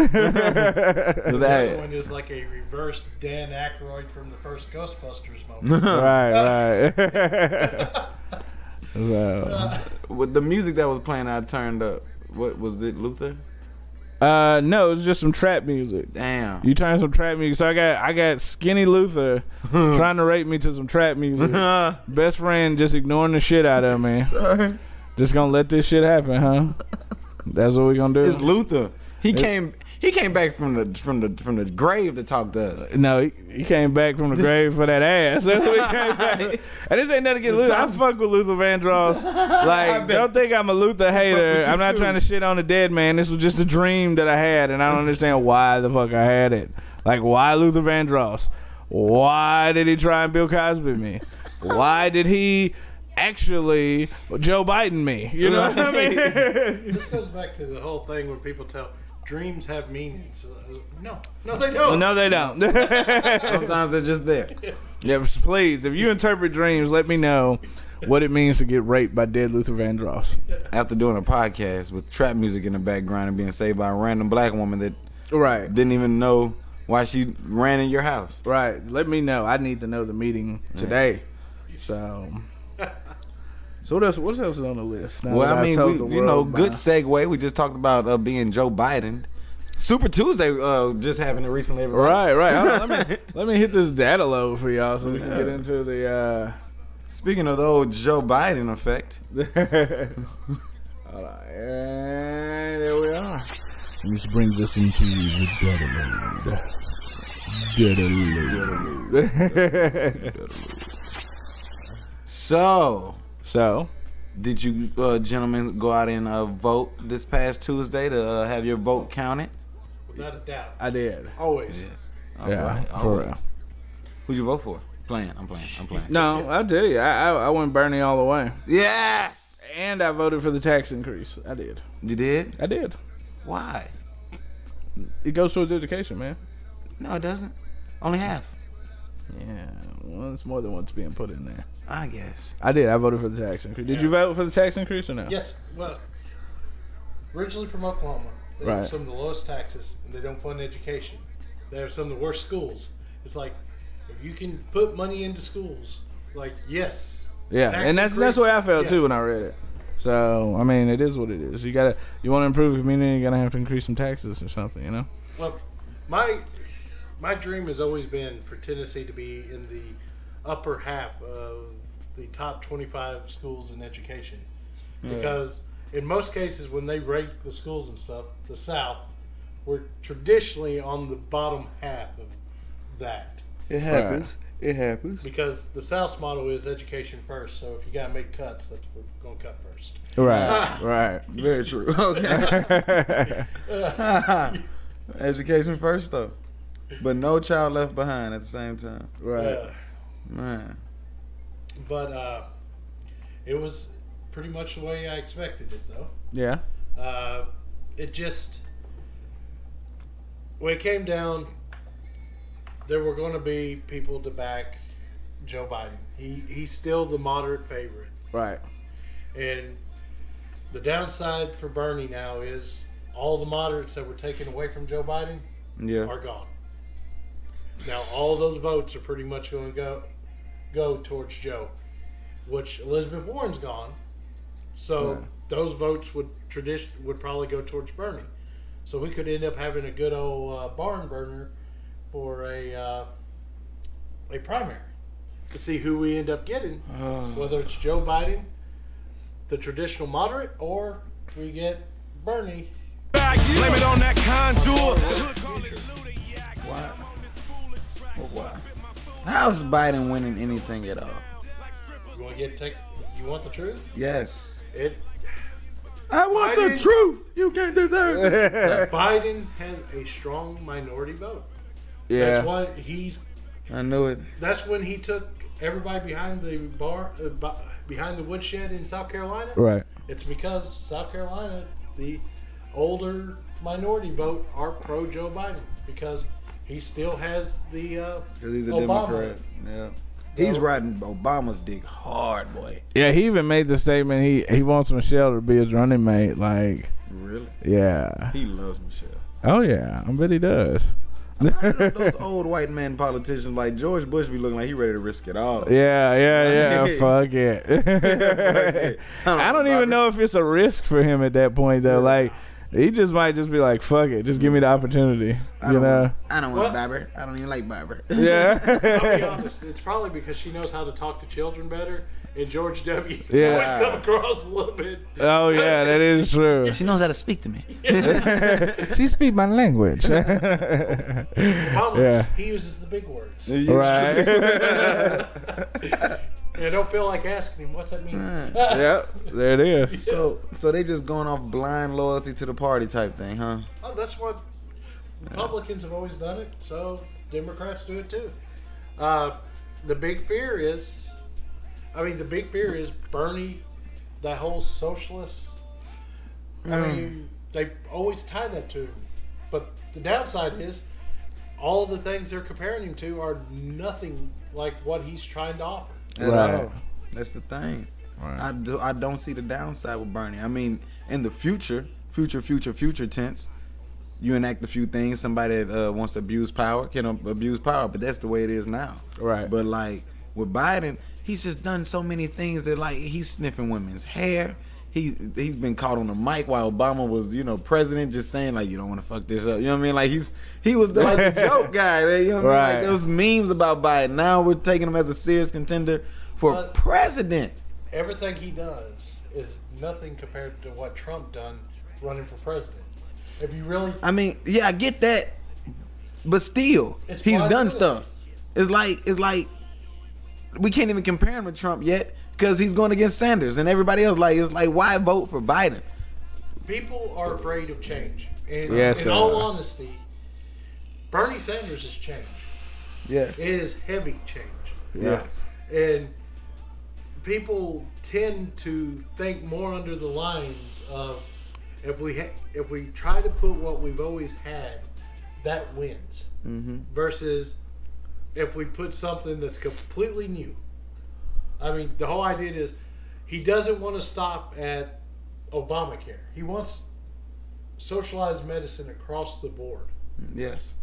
[SPEAKER 3] feel triggered.
[SPEAKER 2] Uh,
[SPEAKER 4] That
[SPEAKER 3] That-
[SPEAKER 4] one is like a reverse Dan Aykroyd from the first Ghostbusters moment.
[SPEAKER 2] right, right. so,
[SPEAKER 3] with the music that was playing, I turned up. What was it, Luther?
[SPEAKER 2] uh, no, it's just some trap music.
[SPEAKER 3] Damn.
[SPEAKER 2] You turn some trap music. So I got I got Skinny Luther trying to rape me to some trap music. Best friend just ignoring the shit out of me. Just gonna let this shit happen, huh? That's what we gonna do.
[SPEAKER 3] It's Luther. He came. He came back from the from the from the grave to talk to us.
[SPEAKER 2] No, he, he came back from the grave for that ass. That's what he came back. And this ain't nothing against Luther. I fuck with Luther Vandross. Like,
[SPEAKER 3] bet.
[SPEAKER 2] don't think I'm a Luther hater.
[SPEAKER 3] with you
[SPEAKER 2] I'm not
[SPEAKER 3] too.
[SPEAKER 2] trying to shit on the dead man. This was just a dream that I had, and I don't understand why the fuck I had it. Like, why Luther Vandross? Why did he try and Bill Cosby me? Why did he actually Joe Biden me? You know what I mean?
[SPEAKER 4] this goes back to the whole thing where people tell dreams have meanings. Uh, No, no, they don't.
[SPEAKER 2] no, they don't.
[SPEAKER 3] Sometimes they're just there.
[SPEAKER 2] Yes, please. If you interpret dreams, let me know what it means to get raped by dead Luther Vandross.
[SPEAKER 3] After doing a podcast with trap music in the background and being saved by a random black woman that
[SPEAKER 2] Right.
[SPEAKER 3] didn't even know why she ran in your house.
[SPEAKER 2] Right. Let me know. I need to know the meeting today. So. So what else? What else is on the list? Now
[SPEAKER 3] Well,
[SPEAKER 2] that
[SPEAKER 3] I
[SPEAKER 2] I've
[SPEAKER 3] mean,
[SPEAKER 2] told
[SPEAKER 3] we,
[SPEAKER 2] the
[SPEAKER 3] you know,
[SPEAKER 2] world
[SPEAKER 3] good
[SPEAKER 2] my-
[SPEAKER 3] segue. We just talked about uh, being Joe Biden. Super Tuesday uh, just happened recently. everybody.
[SPEAKER 2] Right, right. Hold on, let me let me hit this data load for y'all so we can get into the. uh
[SPEAKER 3] Speaking of the old Joe Biden effect,
[SPEAKER 2] Hold on, and there we are.
[SPEAKER 1] This brings us into the dead
[SPEAKER 3] so
[SPEAKER 2] so
[SPEAKER 3] Did you uh, gentlemen go out and uh, vote this past Tuesday to uh, have your vote counted?
[SPEAKER 4] Without a doubt.
[SPEAKER 2] I did.
[SPEAKER 4] Always.
[SPEAKER 3] All
[SPEAKER 2] yeah,
[SPEAKER 3] right, all
[SPEAKER 2] for
[SPEAKER 3] right.
[SPEAKER 2] real.
[SPEAKER 3] Who'd you vote for? Playing. I'm playing. I'm playing.
[SPEAKER 2] No, I'll tell you, I, I I went Bernie all the way,
[SPEAKER 3] Yes.
[SPEAKER 2] and I voted for the tax increase. I did.
[SPEAKER 3] You did?
[SPEAKER 2] I did.
[SPEAKER 3] Why?
[SPEAKER 2] It goes towards education, man.
[SPEAKER 3] No, it doesn't. Only half.
[SPEAKER 2] Yeah, well, it's more than what's being put in there.
[SPEAKER 3] I guess.
[SPEAKER 2] I did. I voted for the tax increase. Did you vote for the tax increase or no?
[SPEAKER 4] Yes. Well, originally from Oklahoma, they
[SPEAKER 2] Right.
[SPEAKER 4] have some of the lowest taxes, and they don't fund education. They have some of the worst schools. It's like if you can put money into schools, like yes.
[SPEAKER 2] Yeah,
[SPEAKER 4] tax
[SPEAKER 2] and that's that's
[SPEAKER 4] increase,
[SPEAKER 2] the way I felt
[SPEAKER 4] yeah.
[SPEAKER 2] too when I read it. So I mean, it is what it is. You gotta you want to improve the community, you're gonna have to increase some taxes or something, you know?
[SPEAKER 4] Well, my my dream has always been for Tennessee to be in the upper half of the top 25 schools in education, because in most cases when they rate the schools and stuff, the South we're traditionally on the bottom half of that
[SPEAKER 5] It happens. It happens.
[SPEAKER 4] because the South's motto is education first. So if you gotta make cuts, that's what we're gonna cut first.
[SPEAKER 2] Right, right.
[SPEAKER 3] Very true. Okay. Education first, though. But no child left behind at the same time.
[SPEAKER 2] Right.
[SPEAKER 4] Uh,
[SPEAKER 3] Man.
[SPEAKER 4] but uh, it was pretty much the way I expected it though.
[SPEAKER 2] Yeah.
[SPEAKER 4] uh, it just when it came down there were going to be people to back joe biden he he's still the moderate favorite
[SPEAKER 2] Right.
[SPEAKER 4] and the downside for bernie now is all the moderates that were taken away from joe biden
[SPEAKER 3] Yeah.
[SPEAKER 4] are gone now all those votes are pretty much going to go go towards joe which elizabeth warren's gone so those votes would tradition would probably go towards bernie so we could end up having a good old uh, barn burner for a uh, a primary to see who we end up getting whether it's joe biden the traditional moderate or we get Bernie.
[SPEAKER 6] Blame it on that contour.
[SPEAKER 3] Why? Well, why? Oh, How is Biden winning anything at all?
[SPEAKER 4] You want to get tech? You want the truth?
[SPEAKER 3] Yes.
[SPEAKER 4] It.
[SPEAKER 3] I want the
[SPEAKER 4] Biden-
[SPEAKER 3] truth. You can't deserve it.
[SPEAKER 4] Biden has a strong minority vote.
[SPEAKER 3] Yeah.
[SPEAKER 4] That's why he's.
[SPEAKER 3] I knew it.
[SPEAKER 4] That's when he took everybody behind the bar, uh, bu- behind the woodshed in South Carolina.
[SPEAKER 2] Right.
[SPEAKER 4] It's because South Carolina, the older minority vote are pro Joe Biden because he still has the uh,
[SPEAKER 3] Because he's a
[SPEAKER 4] Obama.
[SPEAKER 3] Democrat. Yeah. He's riding Obama's dick hard, boy.
[SPEAKER 2] Yeah, he even made the statement he he wants Michelle to be his running mate. Like,
[SPEAKER 3] Really?
[SPEAKER 2] yeah.
[SPEAKER 3] He loves Michelle.
[SPEAKER 2] Oh yeah, I bet he does.
[SPEAKER 3] Those old white man politicians like George Bush be looking like he ready to risk it all.
[SPEAKER 2] Yeah, yeah, yeah.
[SPEAKER 3] Right.
[SPEAKER 2] Fuck it.
[SPEAKER 3] it.
[SPEAKER 2] I don't even know if it's a risk for him at that point though. Like he just might just be like, "Fuck it, just give me the opportunity."
[SPEAKER 3] I
[SPEAKER 2] You
[SPEAKER 3] don't,
[SPEAKER 2] know?
[SPEAKER 3] I don't want
[SPEAKER 4] Well-
[SPEAKER 3] Bobber. I don't even like Bobber.
[SPEAKER 2] Yeah.
[SPEAKER 3] Oh,
[SPEAKER 4] I'll be honest, it's probably because she knows how to talk to children better. And George W.
[SPEAKER 2] Yeah.
[SPEAKER 4] always come across a little bit.
[SPEAKER 2] oh yeah, that is true.
[SPEAKER 3] She knows how to speak to me.
[SPEAKER 2] she speak my language.
[SPEAKER 4] Problem,
[SPEAKER 2] Yeah.
[SPEAKER 4] He uses the big words.
[SPEAKER 2] right.
[SPEAKER 4] And I don't feel like asking him, what's that mean?
[SPEAKER 2] yep. There it is.
[SPEAKER 3] So, so they just going off blind loyalty to the party type thing, huh?
[SPEAKER 4] Oh, that's what Republicans have always done it, so Democrats do it too. Uh, the big fear is, I mean, the big fear is Bernie, that whole socialist. I mean, they always tie that to him. But the downside is, all the things they're comparing him to are nothing like what he's trying to offer.
[SPEAKER 3] At
[SPEAKER 2] Right.
[SPEAKER 3] all. That's the thing. I, do, I don't see the downside with Bernie. I mean, in the future, future, future, future tense, you enact a few things. Somebody that uh, wants to abuse power can ab- abuse power, but that's the way it is now.
[SPEAKER 2] Right.
[SPEAKER 3] But like with Biden, he's just done so many things that like he's sniffing women's hair. He he's been caught on the mic while Obama was you know president, just saying like you don't want to fuck this up. You know what I mean? Like he's he was the, like the joke guy. You know what I mean? Like
[SPEAKER 2] Right.
[SPEAKER 3] there was memes about Biden. Now we're taking him as a serious contender for
[SPEAKER 4] Uh,
[SPEAKER 3] president.
[SPEAKER 4] Everything he does is nothing compared to what Trump done running for president. If you really
[SPEAKER 3] I mean, yeah, I get that, but still,
[SPEAKER 4] It's
[SPEAKER 3] he's done
[SPEAKER 4] possibility.
[SPEAKER 3] stuff. It's like it's like we can't even compare him to Trump yet because he's going against Sanders and everybody else. Like it's like why vote for Biden?
[SPEAKER 4] People are afraid of change. And
[SPEAKER 2] Yes,
[SPEAKER 4] in
[SPEAKER 2] they
[SPEAKER 4] all
[SPEAKER 2] are.
[SPEAKER 4] honesty, Bernie Sanders is change.
[SPEAKER 5] Yes.
[SPEAKER 4] It is heavy change.
[SPEAKER 5] yes.
[SPEAKER 4] And people tend to think more under the lines of if we ha- if we try to put what we've always had, that wins. Versus if we put something that's completely new. I mean, the whole idea is he doesn't want to stop at Obamacare. He wants socialized medicine across the board.
[SPEAKER 3] Yes,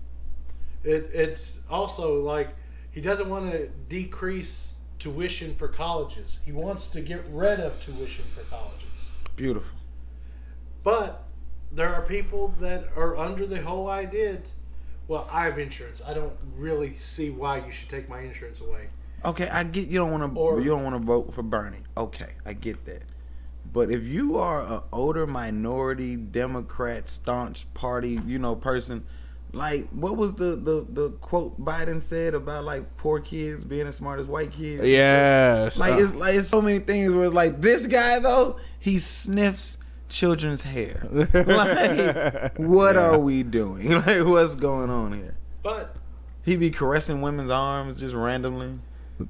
[SPEAKER 4] It, it's also like he doesn't want to decrease tuition for colleges. He wants to get rid of tuition for colleges.
[SPEAKER 3] beautiful.
[SPEAKER 4] But there are people that are under the whole idea. Well, I have insurance. I don't really see why you should take my insurance away.
[SPEAKER 3] Okay, I get you don't want
[SPEAKER 4] Or-
[SPEAKER 3] to you don't want to vote for Bernie. Okay, I get that. But if you are a older minority Democrat staunch party, you know, person, like what was the the the quote Biden said about like poor kids being as smart as white kids?
[SPEAKER 2] Yes.
[SPEAKER 3] Like
[SPEAKER 2] Uh,
[SPEAKER 3] it's like it's so many things where it's like this guy though he sniffs children's hair. like what are we doing? Like what's going on here?
[SPEAKER 4] But
[SPEAKER 3] He be caressing women's arms just randomly.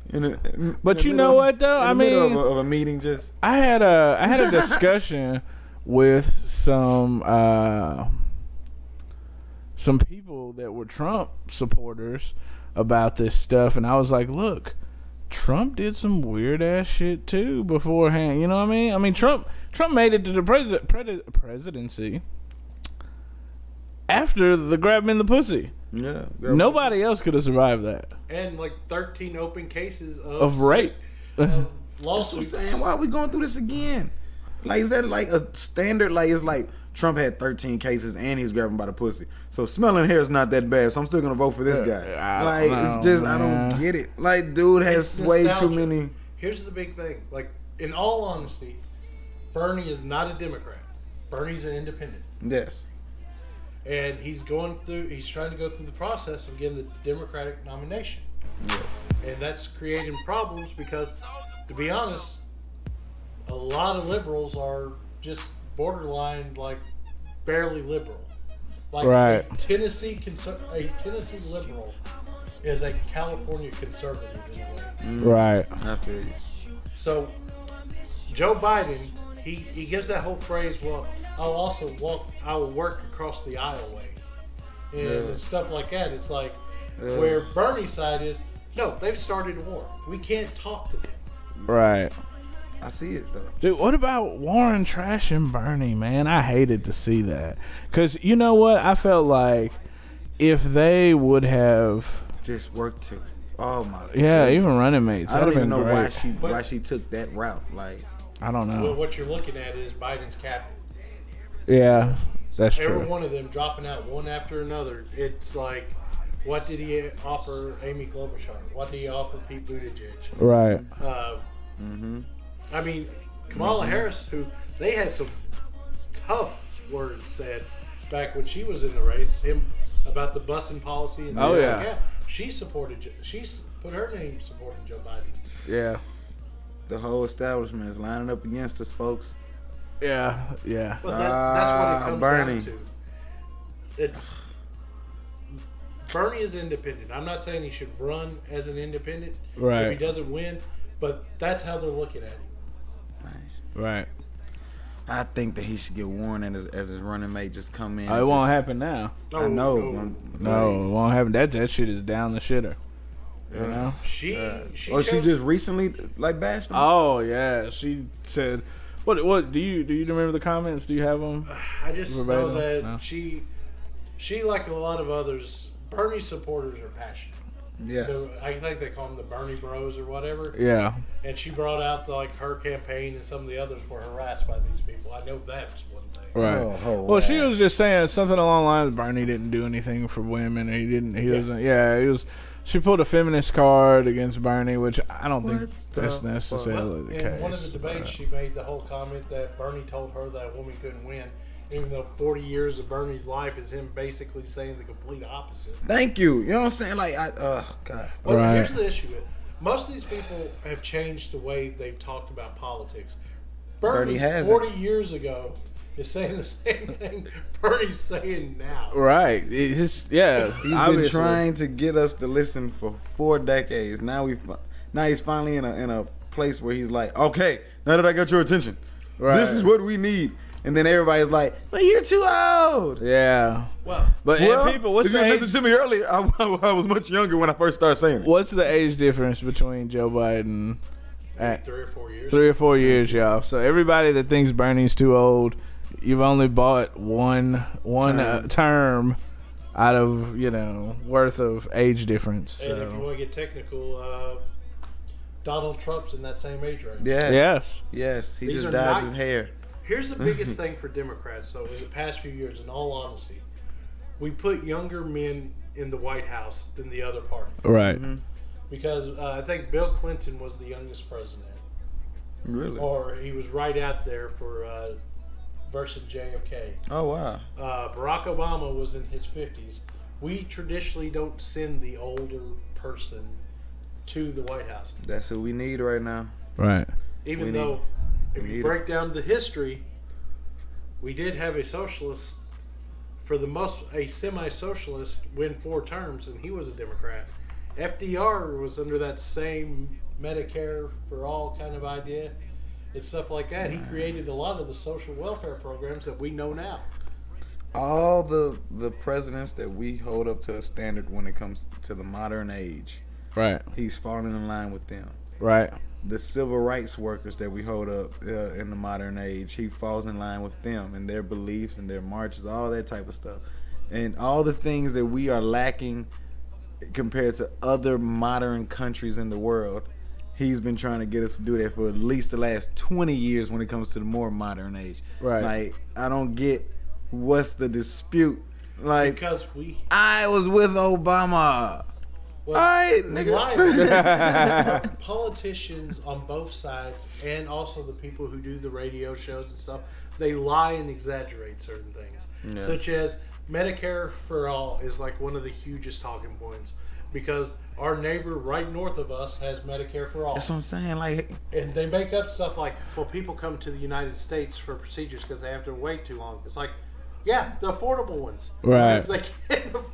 [SPEAKER 3] In a- in
[SPEAKER 2] But
[SPEAKER 3] the
[SPEAKER 2] you
[SPEAKER 3] middle-
[SPEAKER 2] know what, though?
[SPEAKER 3] in the
[SPEAKER 2] I
[SPEAKER 3] middle
[SPEAKER 2] mean-
[SPEAKER 3] of a, of a meeting, just
[SPEAKER 2] I had a I had a discussion with some uh, some people that were Trump supporters about this stuff, and I was like, look. Trump did some weird ass shit too beforehand. You know what I mean? I mean, Trump Trump made it to the pres- pres- presidency after the grab him in the pussy.
[SPEAKER 3] yeah.
[SPEAKER 2] Nobody else could have survived that
[SPEAKER 4] and like thirteen open cases of,
[SPEAKER 2] of rape.
[SPEAKER 4] of
[SPEAKER 3] I'm
[SPEAKER 4] lawsuits.
[SPEAKER 3] saying why are we going through this again? Like is that like a standard? Like it's like Trump had 13 cases and he's grabbing by the pussy. So smelling hair is not that bad. So I'm still gonna vote for this guy.
[SPEAKER 2] I don't
[SPEAKER 3] like
[SPEAKER 2] know,
[SPEAKER 3] it's just I
[SPEAKER 2] man.
[SPEAKER 3] don't get it. Like dude has
[SPEAKER 4] It's
[SPEAKER 3] way too
[SPEAKER 4] nostalgia.
[SPEAKER 3] many.
[SPEAKER 4] Here's the big thing. Like, in all honesty, Bernie is not a Democrat. Bernie's an independent,
[SPEAKER 3] Yes.
[SPEAKER 4] and he's going through. He's trying to go through the process of getting the Democratic nomination,
[SPEAKER 3] Yes.
[SPEAKER 4] and that's creating problems because, to be honest, a lot of liberals are just borderline like barely liberal. Like
[SPEAKER 2] Right.
[SPEAKER 4] a Tennessee conser- a Tennessee liberal is a California conservative in a way.
[SPEAKER 2] Right.
[SPEAKER 3] I feel you.
[SPEAKER 4] So Joe Biden, he, he gives that whole phrase, well, I'll also walk I will work across the aisleway. And stuff like that. It's like where Bernie's side is, no, they've started a war. We can't talk to them.
[SPEAKER 2] Right.
[SPEAKER 3] I see it though.
[SPEAKER 2] Dude, what about Warren Trash and Bernie, man? I hated to see that. Because you know what? I felt like if they would have,
[SPEAKER 3] Just work to it. Oh my.
[SPEAKER 2] yeah,
[SPEAKER 3] goodness.
[SPEAKER 2] even running mates,
[SPEAKER 3] I don't
[SPEAKER 2] that'd have
[SPEAKER 3] even know
[SPEAKER 2] been
[SPEAKER 3] why
[SPEAKER 2] great.
[SPEAKER 3] she
[SPEAKER 4] But-
[SPEAKER 3] why she took that route. Like
[SPEAKER 2] I don't
[SPEAKER 4] Well,
[SPEAKER 2] know.
[SPEAKER 4] what you're looking at is Biden's cabinet.
[SPEAKER 2] Yeah, that's
[SPEAKER 4] Every
[SPEAKER 2] true.
[SPEAKER 4] one of them dropping out one after another. It's like, what did he offer Amy Klobuchar? What did he offer Pete Buttigieg?
[SPEAKER 2] Right.
[SPEAKER 4] Uh,
[SPEAKER 3] Mm-hmm.
[SPEAKER 4] I mean, Kamala Harris, who they had some tough words said back when she was in the race, him about the busing policy and
[SPEAKER 3] Oh,
[SPEAKER 4] stuff
[SPEAKER 3] yeah.
[SPEAKER 4] like that. She supported. Jo- She s- put her name supporting Joe Biden.
[SPEAKER 3] yeah, the whole establishment is lining up against us, folks.
[SPEAKER 2] Yeah, yeah.
[SPEAKER 4] But that, that's
[SPEAKER 3] Ah,
[SPEAKER 4] what it comes
[SPEAKER 3] Bernie.
[SPEAKER 4] down to. It's Bernie is independent. I'm not saying he should run as an independent if he
[SPEAKER 2] Right.
[SPEAKER 4] doesn't win, but that's how they're looking at him.
[SPEAKER 2] Right.
[SPEAKER 3] I think that he should get Warren as, as his running mate. Just come in.
[SPEAKER 2] Oh, it
[SPEAKER 3] and
[SPEAKER 2] won't
[SPEAKER 3] just-
[SPEAKER 2] happen now.
[SPEAKER 4] Oh,
[SPEAKER 3] I know. I'm-
[SPEAKER 2] No, it won't happen. That that shit is down the shitter. You know?
[SPEAKER 4] She, she,
[SPEAKER 3] Oh, she
[SPEAKER 4] chose-
[SPEAKER 3] just recently like bashed him.
[SPEAKER 2] Oh yeah, she said. What what do you do? You remember the comments? Do you have them?
[SPEAKER 4] I just know
[SPEAKER 2] Verbatim?
[SPEAKER 4] that
[SPEAKER 2] No.
[SPEAKER 4] she, she like a lot of others, Bernie supporters are passionate.
[SPEAKER 3] yes.
[SPEAKER 4] The- I think they call them the Bernie Bros or whatever.
[SPEAKER 2] Yeah.
[SPEAKER 4] And she brought out the, like her campaign, and some of the others were harassed by these people. I know that's one thing.
[SPEAKER 2] Right.
[SPEAKER 3] Oh, her
[SPEAKER 2] well, she
[SPEAKER 3] ass.
[SPEAKER 2] was just saying something along the lines. Bernie didn't do anything for women. He didn't. He doesn't. Yeah. He was. She pulled a feminist card against Bernie, which I don't think
[SPEAKER 3] What
[SPEAKER 2] that's
[SPEAKER 3] the
[SPEAKER 2] necessarily the
[SPEAKER 4] in
[SPEAKER 2] case.
[SPEAKER 4] one of the debates, she made the whole comment that Bernie told her that a woman couldn't win, even though 40 years of Bernie's life is him basically saying the complete opposite.
[SPEAKER 3] Thank you. You know what I'm saying? Like I. Oh God.
[SPEAKER 4] Well,
[SPEAKER 2] Right.
[SPEAKER 4] here's the issue: with- most of these people have changed the way they've talked about politics. Bernie,
[SPEAKER 3] Bernie hasn't.
[SPEAKER 4] forty years ago is saying the same thing Bernie's saying now.
[SPEAKER 2] Right. It's just yeah.
[SPEAKER 3] He's
[SPEAKER 2] obviously.
[SPEAKER 3] been trying to get us to listen for four decades. Now we, fi- now he's finally in a in a place where he's like, okay, now that I got your attention, this
[SPEAKER 2] Right.
[SPEAKER 3] is what we need. And then everybody's like, well, you're too old.
[SPEAKER 2] Yeah.
[SPEAKER 4] Well,
[SPEAKER 2] But and
[SPEAKER 3] Well,
[SPEAKER 2] people, what's
[SPEAKER 3] if you
[SPEAKER 2] the
[SPEAKER 3] had
[SPEAKER 2] age,
[SPEAKER 3] listened to me earlier, I, I was much younger when I first started saying it.
[SPEAKER 2] what's the age difference between Joe Biden at
[SPEAKER 4] three or four years.
[SPEAKER 2] three or four years, y'all? So everybody that thinks Bernie's too old, you've only bought one one term, uh, term out of you know worth of age difference.
[SPEAKER 4] and if you
[SPEAKER 2] So.
[SPEAKER 4] want to get technical, uh, Donald Trump's in that same age range.
[SPEAKER 3] Yes.
[SPEAKER 2] Yes.
[SPEAKER 3] Yes. He
[SPEAKER 4] These
[SPEAKER 3] just
[SPEAKER 4] are
[SPEAKER 3] dyes
[SPEAKER 4] not-
[SPEAKER 3] his hair.
[SPEAKER 4] Here's the biggest thing for Democrats, though, in the past few years, in all honesty, we put younger men in the White House than the other party
[SPEAKER 2] Right.
[SPEAKER 4] Mm-hmm. because uh, I think Bill Clinton was the youngest president.
[SPEAKER 3] Really? Oh,
[SPEAKER 4] or he was right out there for uh, versus JFK.
[SPEAKER 3] Oh, wow.
[SPEAKER 4] Uh, Barack Obama was in his 50s. We traditionally don't send the older person to the White House,
[SPEAKER 3] That's who we need right now.
[SPEAKER 2] Right.
[SPEAKER 4] even
[SPEAKER 3] We need-
[SPEAKER 4] though if
[SPEAKER 3] we
[SPEAKER 4] you
[SPEAKER 3] need
[SPEAKER 4] break down the history, we did have a socialist for the most a semi-socialist win four terms, and he was a Democrat. FDR was under that same Medicare for all kind of idea and stuff like that. He created a lot of the social welfare programs that we know now.
[SPEAKER 3] all the the presidents that we hold up to a standard when it comes to the modern age,
[SPEAKER 2] Right.
[SPEAKER 3] he's falling in line with them.
[SPEAKER 2] Right.
[SPEAKER 3] The civil rights workers that we hold up uh, in the modern age, he falls in line with them and their beliefs and their marches, all that type of stuff, and all the things that we are lacking compared to other modern countries in the world. He's been trying to get us to do that for at least the last 20 years when it comes to the more modern age.
[SPEAKER 2] Right.
[SPEAKER 3] Like, I don't get what's the dispute. Like,
[SPEAKER 4] Because we
[SPEAKER 3] I was with Obama.
[SPEAKER 4] well,
[SPEAKER 3] Alright,
[SPEAKER 4] we
[SPEAKER 3] nigga.
[SPEAKER 4] lied. politicians on both sides and also the people who do the radio shows and stuff they lie and exaggerate certain things, such as Medicare for all is like one of the hugest talking points because our neighbor right north of us has Medicare for all.
[SPEAKER 3] That's what I'm saying. Like,
[SPEAKER 4] And they make up stuff like, well, people come to the United States for procedures because they have to wait too long. It's like, yeah, the affordable ones.
[SPEAKER 2] Right.
[SPEAKER 4] Because They can't aff-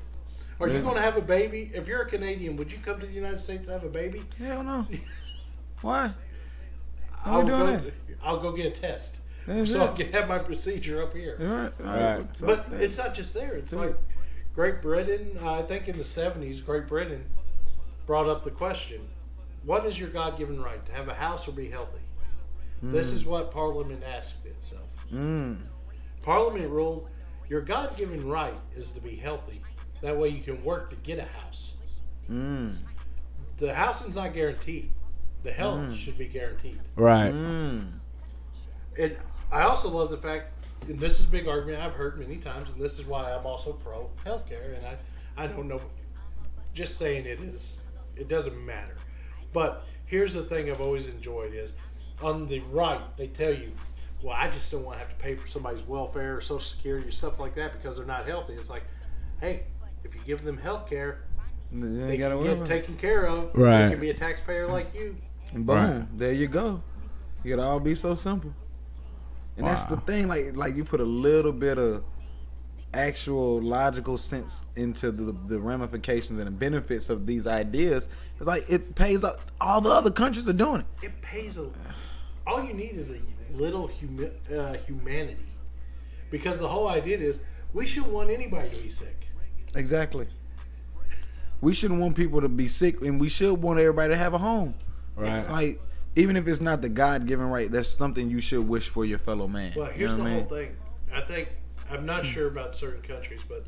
[SPEAKER 4] Are you going to have a baby? If you're a Canadian, would you come to the United States to have a baby?
[SPEAKER 3] hell no. Why?
[SPEAKER 4] I'll
[SPEAKER 3] we
[SPEAKER 4] go.
[SPEAKER 3] doing
[SPEAKER 4] I'll go get a test,
[SPEAKER 3] That's
[SPEAKER 4] so I
[SPEAKER 3] it.
[SPEAKER 4] can have my procedure up here.
[SPEAKER 3] Right.
[SPEAKER 2] Right.
[SPEAKER 4] But it's not just there. It's like Great Britain. Uh, I think in the '70s, Great Britain brought up the question: What is your God-given right to have a house or be healthy?
[SPEAKER 3] Hmm.
[SPEAKER 4] This is what Parliament asked itself.
[SPEAKER 3] Mm,
[SPEAKER 4] Parliament ruled: Your God-given right is to be healthy. That way, you can work to get a house.
[SPEAKER 3] mm,
[SPEAKER 4] The housing's not guaranteed. The health
[SPEAKER 3] Hmm.
[SPEAKER 4] should be guaranteed.
[SPEAKER 2] Right.
[SPEAKER 3] mm.
[SPEAKER 4] And I also love the fact, and this is a big argument I've heard many times, and this is why I'm also pro healthcare. And I, I don't know, just saying it is, it doesn't matter. But here's the thing I've always enjoyed is, on the right they tell you, well I just don't want to have to pay for somebody's welfare or social security or stuff like that because they're not healthy. It's like, hey, if you give them healthcare,
[SPEAKER 3] You
[SPEAKER 4] they
[SPEAKER 3] ain't gotta
[SPEAKER 4] can
[SPEAKER 3] worry
[SPEAKER 4] get
[SPEAKER 3] about it.
[SPEAKER 4] taken care of.
[SPEAKER 2] Right.
[SPEAKER 4] They can be a taxpayer like you.
[SPEAKER 3] Boom.
[SPEAKER 2] Right.
[SPEAKER 3] There you go. It'd all be so simple. And that's the thing, like like you put a little bit of actual logical sense into the, the ramifications and the benefits of these ideas. It's like it pays up all the other countries are doing it.
[SPEAKER 4] it pays a all you need is a little humi- uh, humanity because the whole idea is we shouldn't want anybody to be sick
[SPEAKER 3] Exactly. We shouldn't want people to be sick and we should want everybody to have a home.
[SPEAKER 2] Right.
[SPEAKER 3] Like even if it's not the God given right, that's something you should wish for your fellow man.
[SPEAKER 4] well here's
[SPEAKER 3] you know
[SPEAKER 4] the
[SPEAKER 3] what I
[SPEAKER 4] whole
[SPEAKER 3] mean?
[SPEAKER 4] thing i think i'm not sure about certain countries but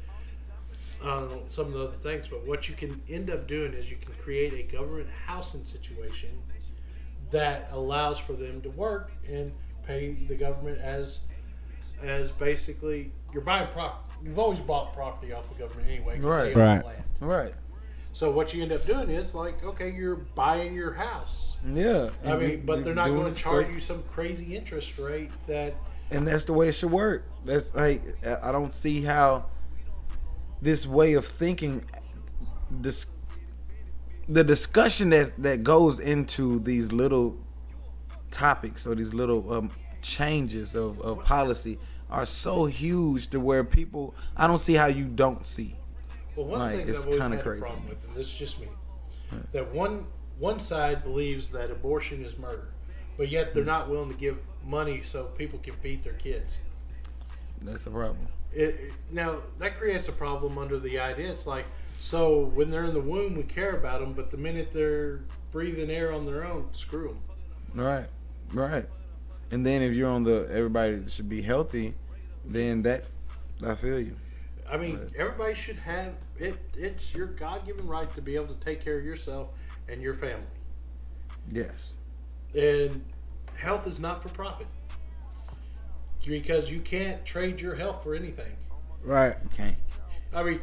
[SPEAKER 4] uh, some of the other things but what you can end up doing is you can create a government housing situation that allows for them to work and pay the government as as basically you're buying property you've always bought property off the government anyway 'cause
[SPEAKER 3] Right.
[SPEAKER 4] they own the
[SPEAKER 2] Right.
[SPEAKER 4] land.
[SPEAKER 3] Right.
[SPEAKER 4] So what you end up doing is like, okay, you're buying your house.
[SPEAKER 3] Yeah.
[SPEAKER 4] I
[SPEAKER 3] And you-
[SPEAKER 4] mean, but
[SPEAKER 3] you
[SPEAKER 4] they're not
[SPEAKER 3] doing
[SPEAKER 4] going
[SPEAKER 3] it
[SPEAKER 4] to charge
[SPEAKER 3] straight.
[SPEAKER 4] you some crazy interest rate that
[SPEAKER 3] and that's the way it should work. That's like I I don't see how this way of thinking, this the discussion that that goes into these little topics or these little um, changes of, of policy are so huge to where people I don't see how you don't see.
[SPEAKER 4] Well, one
[SPEAKER 3] Like,
[SPEAKER 4] thing
[SPEAKER 3] it's
[SPEAKER 4] I've always
[SPEAKER 3] kinda
[SPEAKER 4] had
[SPEAKER 3] crazy.
[SPEAKER 4] a problem with, and this is just me, that one one side believes that abortion is murder, but yet
[SPEAKER 3] Hmm.
[SPEAKER 4] they're not willing to give money so people can feed their kids.
[SPEAKER 3] That's a problem.
[SPEAKER 4] It, it- now that creates a problem under the idea. It's like, so when they're in the womb, we care about them, but the minute they're breathing air on their own, screw them.
[SPEAKER 3] Right, right. And then if you're on the everybody should be healthy, then that I feel you.
[SPEAKER 4] I mean, everybody should have it. It's your God-given right to be able to take care of yourself and your family.
[SPEAKER 3] Yes.
[SPEAKER 4] And health is not for profit because you can't trade your health for anything.
[SPEAKER 2] Right.
[SPEAKER 3] Okay.
[SPEAKER 4] I mean,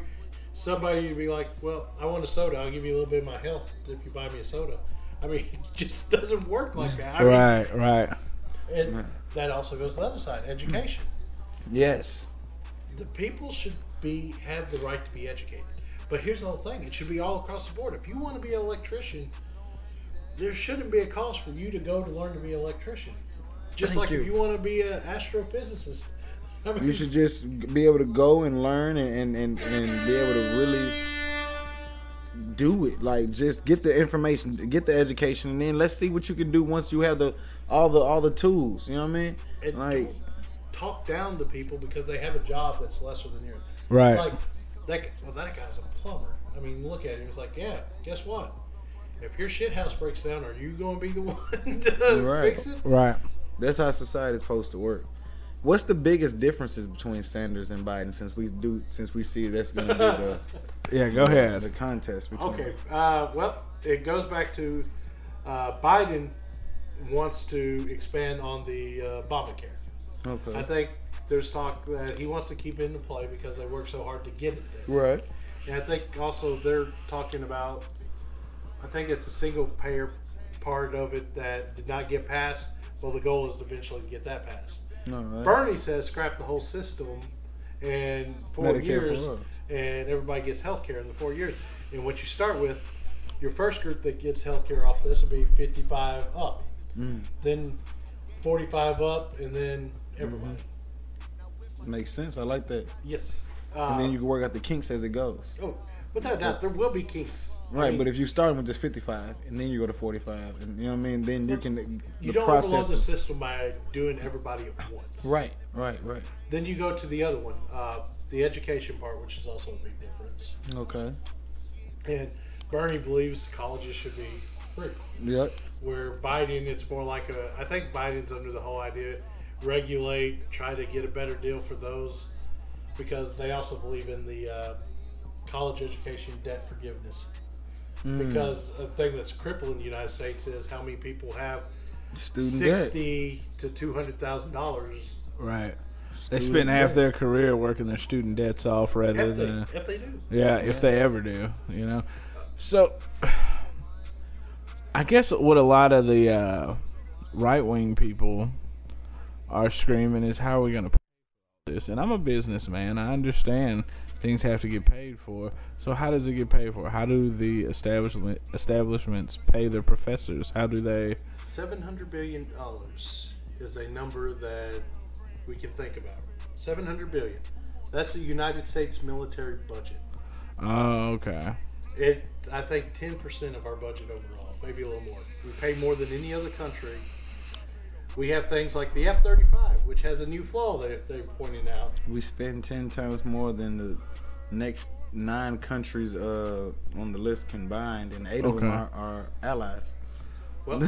[SPEAKER 4] somebody would be like, "Well, I want a soda. I'll give you a little bit of my health if you buy me a soda." I mean, it just doesn't work like that. I mean,
[SPEAKER 2] Right. Right.
[SPEAKER 4] And that also goes to the other side, education.
[SPEAKER 3] Yes.
[SPEAKER 4] the people should be have the right to be educated. But here's the whole thing: it should be all across the board. If you want to be an electrician, there shouldn't be a cost for you to go to learn to be an electrician. Just
[SPEAKER 3] Thank
[SPEAKER 4] like if
[SPEAKER 3] you.
[SPEAKER 4] you want to be an astrophysicist, I mean,
[SPEAKER 3] You should just g- be able to go and learn and, and, and, and be able to really do it. Like just get the information, get the education, and then let's see what you can do once you have the all the all the tools. You know what I mean?
[SPEAKER 4] and
[SPEAKER 3] Like
[SPEAKER 4] don't talk down to people because they have a job that's lesser than yours.
[SPEAKER 2] Right.
[SPEAKER 4] Like that. g- Well, that guy's a plumber. I mean, look at him. It's like, yeah. Guess what? If your shit house breaks down, are you going to be the one to
[SPEAKER 3] Right.
[SPEAKER 4] fix it?
[SPEAKER 2] Right.
[SPEAKER 3] that's how society's supposed to work. What's the biggest differences between Sanders and Biden since we do since we see that's going to
[SPEAKER 2] Yeah. Go
[SPEAKER 3] be the
[SPEAKER 2] ahead.
[SPEAKER 3] the contest between?
[SPEAKER 4] Okay. Uh, well, it goes back to uh, Biden wants to expand on the uh, Obamacare. I
[SPEAKER 3] Okay.
[SPEAKER 4] think there's talk that he wants to keep it into play because they worked so hard to get it there.
[SPEAKER 3] Right.
[SPEAKER 4] And I think also they're talking about, I think it's the single payer part of it that did not get passed. Well, the goal is to eventually get that passed. Bernie says scrap the whole system and four
[SPEAKER 5] Medicare for
[SPEAKER 4] years,
[SPEAKER 5] all.
[SPEAKER 4] and everybody gets health care in the four years. And what you start with, your first group that gets health care off this will be 55 up,
[SPEAKER 3] Mm.
[SPEAKER 4] then 45 up, and then everybody.
[SPEAKER 3] Mm-hmm. Makes sense. I like that.
[SPEAKER 4] Yes.
[SPEAKER 3] And
[SPEAKER 4] Uh,
[SPEAKER 3] then you can work out the kinks as it goes.
[SPEAKER 4] oh, without a doubt, there will be kinks. I
[SPEAKER 3] Right,
[SPEAKER 4] mean,
[SPEAKER 3] but if you starting with just 55 and then you go to 45, and you know what I mean, then you can the
[SPEAKER 4] you don't overload the
[SPEAKER 3] processes.
[SPEAKER 4] system by doing everybody at once.
[SPEAKER 3] Right, right, right.
[SPEAKER 4] Then you go to the other one, uh, the education part, which is also a big difference.
[SPEAKER 3] Okay.
[SPEAKER 4] And Bernie believes colleges should be free.
[SPEAKER 3] Yep.
[SPEAKER 4] Where Biden, it's more like a. I think Biden's under the whole idea regulate, try to get a better deal for those, because they also believe in the uh, college education debt forgiveness.
[SPEAKER 3] Hmm.
[SPEAKER 4] Because a thing that's crippling the United States is how many people have
[SPEAKER 3] Student debt.
[SPEAKER 4] sixty to two hundred thousand dollars
[SPEAKER 2] Right. They spend half their career working their student debts off rather
[SPEAKER 4] if they,
[SPEAKER 2] than
[SPEAKER 3] uh,
[SPEAKER 4] if they do.
[SPEAKER 2] yeah, if they ever do, you know. So I guess what a lot of the uh, right wing people are screaming is how are we going to pay for this? And I'm a businessman. I understand things have to get paid for. So how does it get paid for? How do the establishment establishments pay their professors? How do they
[SPEAKER 4] Seven hundred billion dollars is a number that we can think about. Seven hundred billion. That's the United States military budget.
[SPEAKER 2] Oh, okay.
[SPEAKER 4] It, I think, ten percent of our budget overall, maybe a little more. We pay more than any other country. We have things like the F thirty five, which has a new flaw that if they're pointing out.
[SPEAKER 3] We spend 10 times more than the next nine countries uh, on the list combined, and eight of
[SPEAKER 2] Okay.
[SPEAKER 3] them are, are allies.
[SPEAKER 4] Well,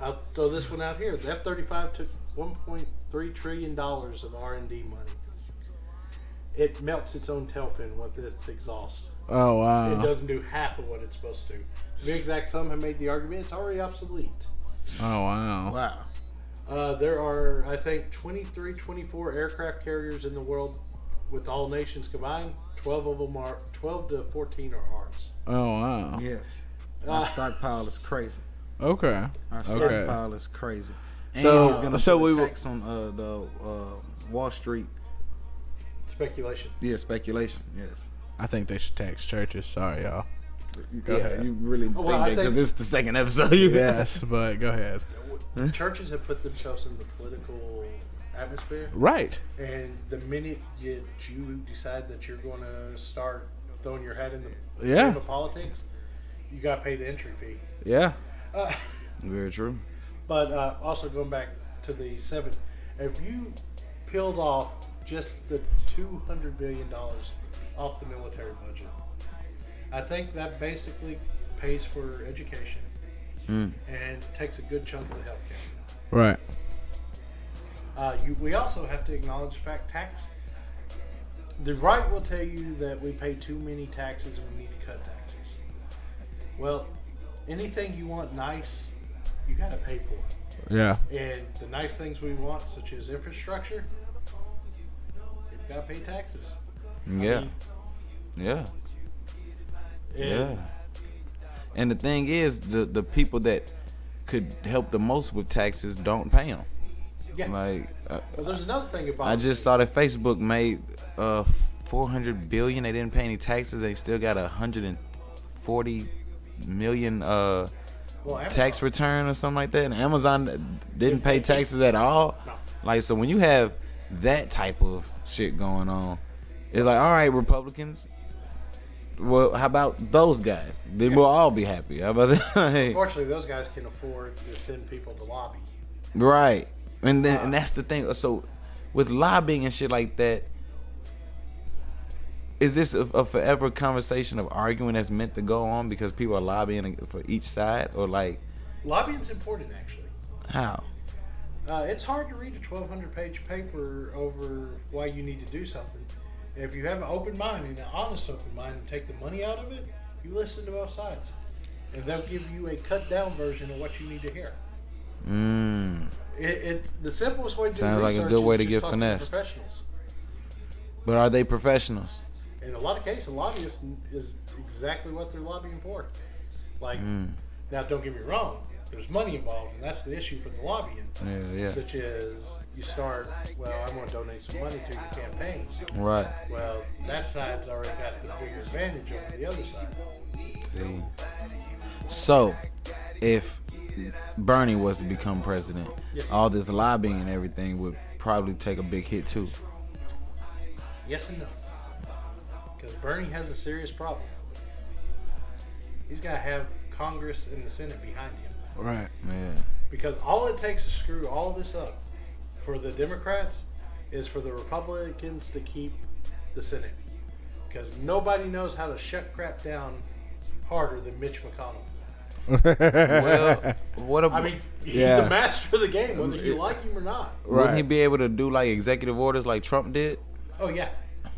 [SPEAKER 4] I'll throw this one out here. The F thirty five took one point three trillion dollars of R and D money. It melts its own tail fin with its exhaust.
[SPEAKER 2] Oh wow.
[SPEAKER 4] It doesn't do half of what it's supposed to. To be exact, some have made the argument it's already obsolete.
[SPEAKER 2] Oh wow.
[SPEAKER 3] Wow.
[SPEAKER 4] Uh, there are, I think, 23, 24 aircraft carriers in the world with all nations combined. 12 of them are, 12 to 14 are ours. Ah,
[SPEAKER 2] Oh wow.
[SPEAKER 3] Yes.
[SPEAKER 4] Uh,
[SPEAKER 3] Our stockpile is crazy.
[SPEAKER 2] Okay.
[SPEAKER 3] Our
[SPEAKER 2] Okay.
[SPEAKER 3] stockpile is crazy. And
[SPEAKER 2] So-
[SPEAKER 3] he's gonna
[SPEAKER 2] so
[SPEAKER 3] put a
[SPEAKER 2] we will-
[SPEAKER 3] tax on uh, the uh, Wall Street.
[SPEAKER 4] Speculation.
[SPEAKER 3] Yeah, speculation. Yes.
[SPEAKER 2] I think they should tax churches. Sorry, y'all.
[SPEAKER 3] Go
[SPEAKER 2] ahead.
[SPEAKER 3] You really
[SPEAKER 4] Oh,
[SPEAKER 3] think
[SPEAKER 4] well, I
[SPEAKER 3] that because
[SPEAKER 4] think-
[SPEAKER 3] it's the second episode. You
[SPEAKER 2] Yes, but go ahead.
[SPEAKER 4] Churches have put themselves in the political atmosphere,
[SPEAKER 2] Right.
[SPEAKER 4] and the minute you, you decide that you're going to start throwing your head in the
[SPEAKER 2] Yeah.
[SPEAKER 4] into politics, you got to pay the entry fee.
[SPEAKER 2] Yeah.
[SPEAKER 3] Uh, Very true.
[SPEAKER 4] But uh, also going back to the seven, if you peeled off just the two hundred billion dollars off the military budget, I think that basically pays for education and takes a good chunk of the healthcare.
[SPEAKER 2] Right.
[SPEAKER 4] Uh, you, we also have to acknowledge the fact tax. The right will tell you that we pay too many taxes and we need to cut taxes. Well, anything you want nice, you got to pay for it.
[SPEAKER 2] Yeah.
[SPEAKER 4] And the nice things we want, such as infrastructure, you've got to pay taxes.
[SPEAKER 3] Yeah. Yeah.
[SPEAKER 4] And
[SPEAKER 3] Yeah. And the thing is, the the people that could help the most with taxes don't pay them.
[SPEAKER 4] yeah.
[SPEAKER 3] Like, uh,
[SPEAKER 4] well, there's another thing about
[SPEAKER 3] I just saw that Facebook made uh 400 billion. They didn't pay any taxes. They still got 140 million uh
[SPEAKER 4] well, Amazon-
[SPEAKER 3] tax return or something like that. And Amazon didn't pay taxes at all.
[SPEAKER 4] No.
[SPEAKER 3] Like so, when you have that type of shit going on, it's like, all right, Republicans. Well, how about those guys? Then we'll all be happy. How about that?
[SPEAKER 4] Unfortunately, those guys can afford to send people to lobby.
[SPEAKER 3] Right. And then and that's the thing. So with lobbying and shit like that, is this a, a forever conversation of arguing that's meant to go on because people are lobbying for each side or like
[SPEAKER 4] Lobbying's important, actually.
[SPEAKER 3] how?
[SPEAKER 4] Uh, it's hard to read a 1,200 page paper over why you need to do something. If you have an open mind and an honest open mind and take the money out of it, you listen to both sides. And they'll give you a cut down version of what you need to hear.
[SPEAKER 3] Mm.
[SPEAKER 4] It, it's the simplest way to do
[SPEAKER 3] Sounds like a
[SPEAKER 4] research
[SPEAKER 3] good
[SPEAKER 4] is
[SPEAKER 3] way to
[SPEAKER 4] just
[SPEAKER 3] get
[SPEAKER 4] talk the
[SPEAKER 3] finessed.
[SPEAKER 4] Professionals.
[SPEAKER 3] But are they professionals?
[SPEAKER 4] in a lot of cases, a
[SPEAKER 3] Hmm.
[SPEAKER 4] lobbyist is exactly what they're lobbying for. Like, now don't get me wrong, there's money involved, and that's the issue for the lobbying.
[SPEAKER 3] Yeah,
[SPEAKER 4] Such as you start, well, I'm going to donate some money to your campaign.
[SPEAKER 3] Right.
[SPEAKER 4] Well, that side's already got the bigger advantage over the other side.
[SPEAKER 3] See. So, if Bernie was to become president,
[SPEAKER 4] Yes.
[SPEAKER 3] all this lobbying and everything would probably take a big hit too.
[SPEAKER 4] Yes and no. Because Bernie has a serious problem. He's got to have Congress and the Senate behind him.
[SPEAKER 2] Right.
[SPEAKER 3] Yeah.
[SPEAKER 4] Because all it takes to screw all this up for the Democrats is for the Republicans to keep the Senate. Because nobody knows how to shut crap down harder than Mitch McConnell.
[SPEAKER 3] Well, what a,
[SPEAKER 4] I mean, he's
[SPEAKER 2] Yeah.
[SPEAKER 4] a master of the game, whether you like him or not.
[SPEAKER 3] wouldn't he
[SPEAKER 2] Right.
[SPEAKER 3] be able to do like executive orders like Trump did?
[SPEAKER 4] Oh, yeah.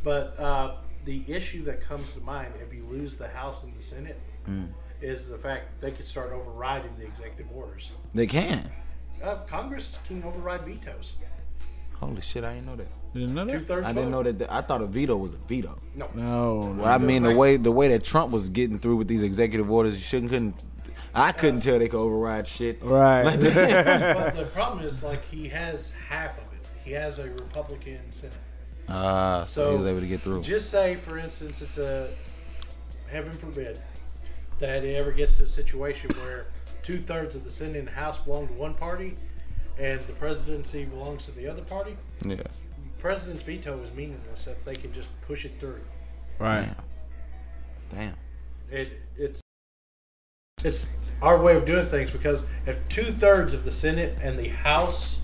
[SPEAKER 4] But uh, the issue that comes to mind if you lose the House and the Senate
[SPEAKER 3] Mm.
[SPEAKER 4] is the fact they could start overriding the executive orders.
[SPEAKER 3] They can.
[SPEAKER 4] Uh, Congress can override vetoes.
[SPEAKER 3] Holy shit! I didn't know that.
[SPEAKER 2] Didn't know
[SPEAKER 4] Two
[SPEAKER 2] that?
[SPEAKER 4] thirds.
[SPEAKER 3] I didn't know that. I thought a veto was a veto.
[SPEAKER 4] No.
[SPEAKER 2] No. no.
[SPEAKER 3] Well, I mean the way the way that Trump was getting through with these executive orders, you shouldn't couldn't. I couldn't tell they could override shit.
[SPEAKER 2] Right.
[SPEAKER 4] but the problem is, like, he has half of it. He has a Republican Senate.
[SPEAKER 3] Ah, so, he
[SPEAKER 4] So,
[SPEAKER 3] was able to get through.
[SPEAKER 4] Just say, for instance, it's a heaven forbid that it ever gets to a situation where two thirds of the Senate and House belong to one party, and the presidency belongs to the other party.
[SPEAKER 3] yeah.
[SPEAKER 4] President's veto is meaningless if they can just push it through.
[SPEAKER 2] right.
[SPEAKER 3] Damn.
[SPEAKER 4] It it's it's our way of doing things because if two thirds of the Senate and the House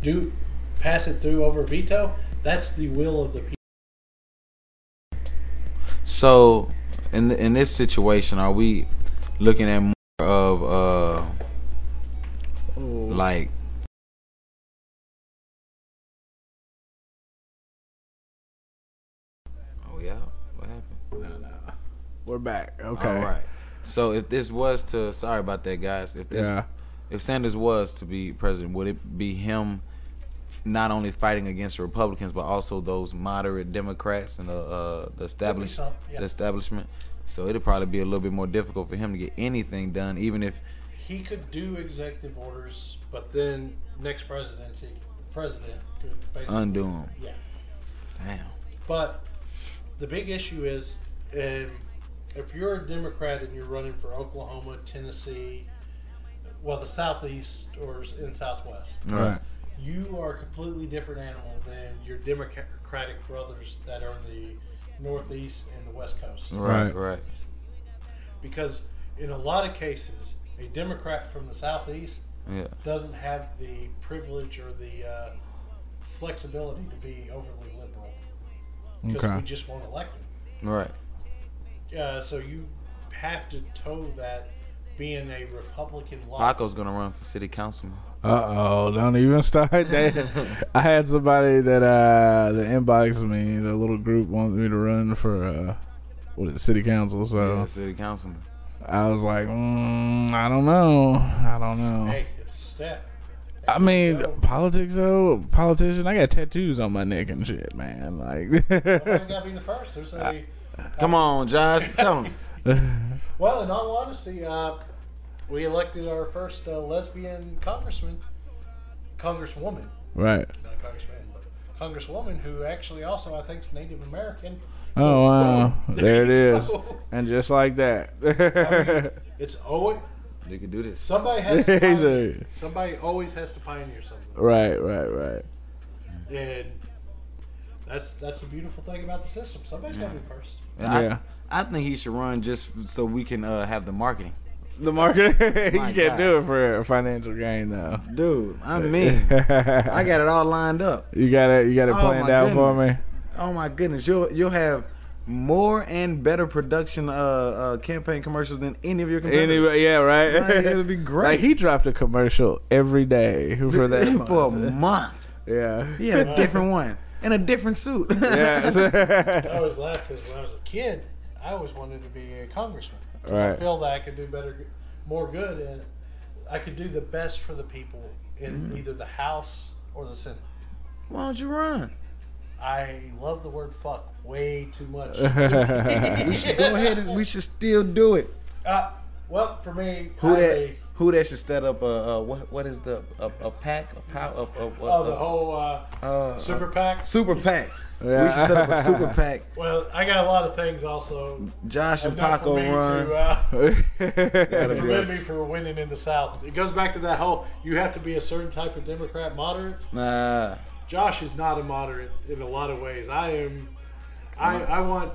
[SPEAKER 4] do pass it through over veto, that's the will of the people.
[SPEAKER 3] So, in th- in this situation, are we looking at more of uh like oh yeah, what happened?
[SPEAKER 2] We're back. Okay.
[SPEAKER 3] All right. So if this was to sorry about that guys, if this
[SPEAKER 2] Yeah.
[SPEAKER 3] if Sanders was to be president, would it be him not only fighting against the Republicans but also those moderate Democrats and the uh, the established
[SPEAKER 4] some, yeah.
[SPEAKER 3] the establishment? So it'd probably be a little bit more difficult for him to get anything done, even if
[SPEAKER 4] He could do executive orders, but then next presidency president could basically
[SPEAKER 3] undo him.
[SPEAKER 4] yeah.
[SPEAKER 3] Damn.
[SPEAKER 4] But the big issue is um, if you're a Democrat and you're running for Oklahoma, Tennessee, well, the Southeast or in Southwest,
[SPEAKER 2] Right.
[SPEAKER 4] you are a completely different animal than your Democratic brothers that are in the Northeast and the West Coast.
[SPEAKER 3] Right.
[SPEAKER 2] Right.
[SPEAKER 3] Right.
[SPEAKER 4] Because in a lot of cases, a Democrat from the Southeast
[SPEAKER 3] Yeah.
[SPEAKER 4] doesn't have the privilege or the uh, flexibility to be overly liberal because
[SPEAKER 2] Okay.
[SPEAKER 4] we just won't elect them.
[SPEAKER 3] Right.
[SPEAKER 4] Uh, so you have to toe that being a Republican law.
[SPEAKER 3] Paco's gonna run for city councilman.
[SPEAKER 2] Uh oh, don't even start that. I had somebody that uh that inboxed me, the little group wanted me to run for uh what is it, city council,
[SPEAKER 3] Yeah,
[SPEAKER 2] so
[SPEAKER 3] city councilman.
[SPEAKER 2] I was like, mm, I don't know. I don't know.
[SPEAKER 4] Hey, it's a step.
[SPEAKER 2] I mean,
[SPEAKER 4] go.
[SPEAKER 2] politics though, politician, I got tattoos on my neck and shit, man. Like
[SPEAKER 4] Somebody's got to be the first. There's a,
[SPEAKER 3] Come on, Josh. Tell him.
[SPEAKER 4] well, in all honesty, uh, we elected our first uh, lesbian congressman, congresswoman,
[SPEAKER 2] Right.
[SPEAKER 4] not congressman, but congresswoman who actually also I think is Native American.
[SPEAKER 2] Oh wow. There it
[SPEAKER 4] you
[SPEAKER 2] is.
[SPEAKER 4] go.
[SPEAKER 2] And just like that.
[SPEAKER 4] It's always
[SPEAKER 3] They can do this.
[SPEAKER 4] somebody has to
[SPEAKER 2] He's
[SPEAKER 4] pioneer,
[SPEAKER 2] a-
[SPEAKER 4] somebody always has to pioneer something.
[SPEAKER 2] right, right, right.
[SPEAKER 4] And that's that's the beautiful thing about the system. Somebody's got to
[SPEAKER 2] Mm.
[SPEAKER 4] be first.
[SPEAKER 2] Yeah.
[SPEAKER 3] I, I think he should run just so we can uh, have the marketing.
[SPEAKER 2] The market you
[SPEAKER 3] My
[SPEAKER 2] can't
[SPEAKER 3] God.
[SPEAKER 2] do it for a financial gain though.
[SPEAKER 3] Dude, I mean, I got it all lined up.
[SPEAKER 2] You got it. You got it
[SPEAKER 3] Oh,
[SPEAKER 2] planned
[SPEAKER 3] my
[SPEAKER 2] out for me.
[SPEAKER 3] goodness. Oh my goodness, you'll you'll have more and better production uh, uh campaign commercials than any of your competitors.
[SPEAKER 2] Anyway, yeah, right.
[SPEAKER 3] Like, it'll be great.
[SPEAKER 2] Like he dropped a commercial every day for that.
[SPEAKER 3] for a
[SPEAKER 2] month.
[SPEAKER 3] month,
[SPEAKER 2] yeah.
[SPEAKER 3] he had a different one and a different suit.
[SPEAKER 2] Yeah.
[SPEAKER 4] I always laugh because when I was a kid, I always wanted to be a congressman. 'Cause I
[SPEAKER 2] Right.
[SPEAKER 4] feel that I could do better, more good, and I could do the best for the people in
[SPEAKER 3] Mm-hmm.
[SPEAKER 4] either the House or the Senate.
[SPEAKER 3] Why don't you run?
[SPEAKER 4] I love the word "fuck" way too much.
[SPEAKER 3] Go ahead, and we should still do it.
[SPEAKER 4] uh, well, for me,
[SPEAKER 3] Who
[SPEAKER 4] I'm
[SPEAKER 3] that?
[SPEAKER 4] a-
[SPEAKER 3] Who that should set up a, a what? What is the a, a pack? A pow? A, a, a,
[SPEAKER 4] Oh,
[SPEAKER 3] a-
[SPEAKER 4] the whole uh,
[SPEAKER 3] Uh-huh.
[SPEAKER 4] super PAC.
[SPEAKER 3] super pack.
[SPEAKER 2] Yeah.
[SPEAKER 3] We should set up a super pack.
[SPEAKER 4] Well, I got a lot of things also.
[SPEAKER 3] Josh and
[SPEAKER 4] Enough
[SPEAKER 3] Paco
[SPEAKER 4] for me
[SPEAKER 3] run.
[SPEAKER 4] to uh,
[SPEAKER 3] That'd be
[SPEAKER 4] prevent
[SPEAKER 3] us.
[SPEAKER 4] me from winning in the South. It goes back to that whole you have to be a certain type of Democrat moderate.
[SPEAKER 3] Nah.
[SPEAKER 4] Josh is not a moderate in a lot of ways. I am. I, I want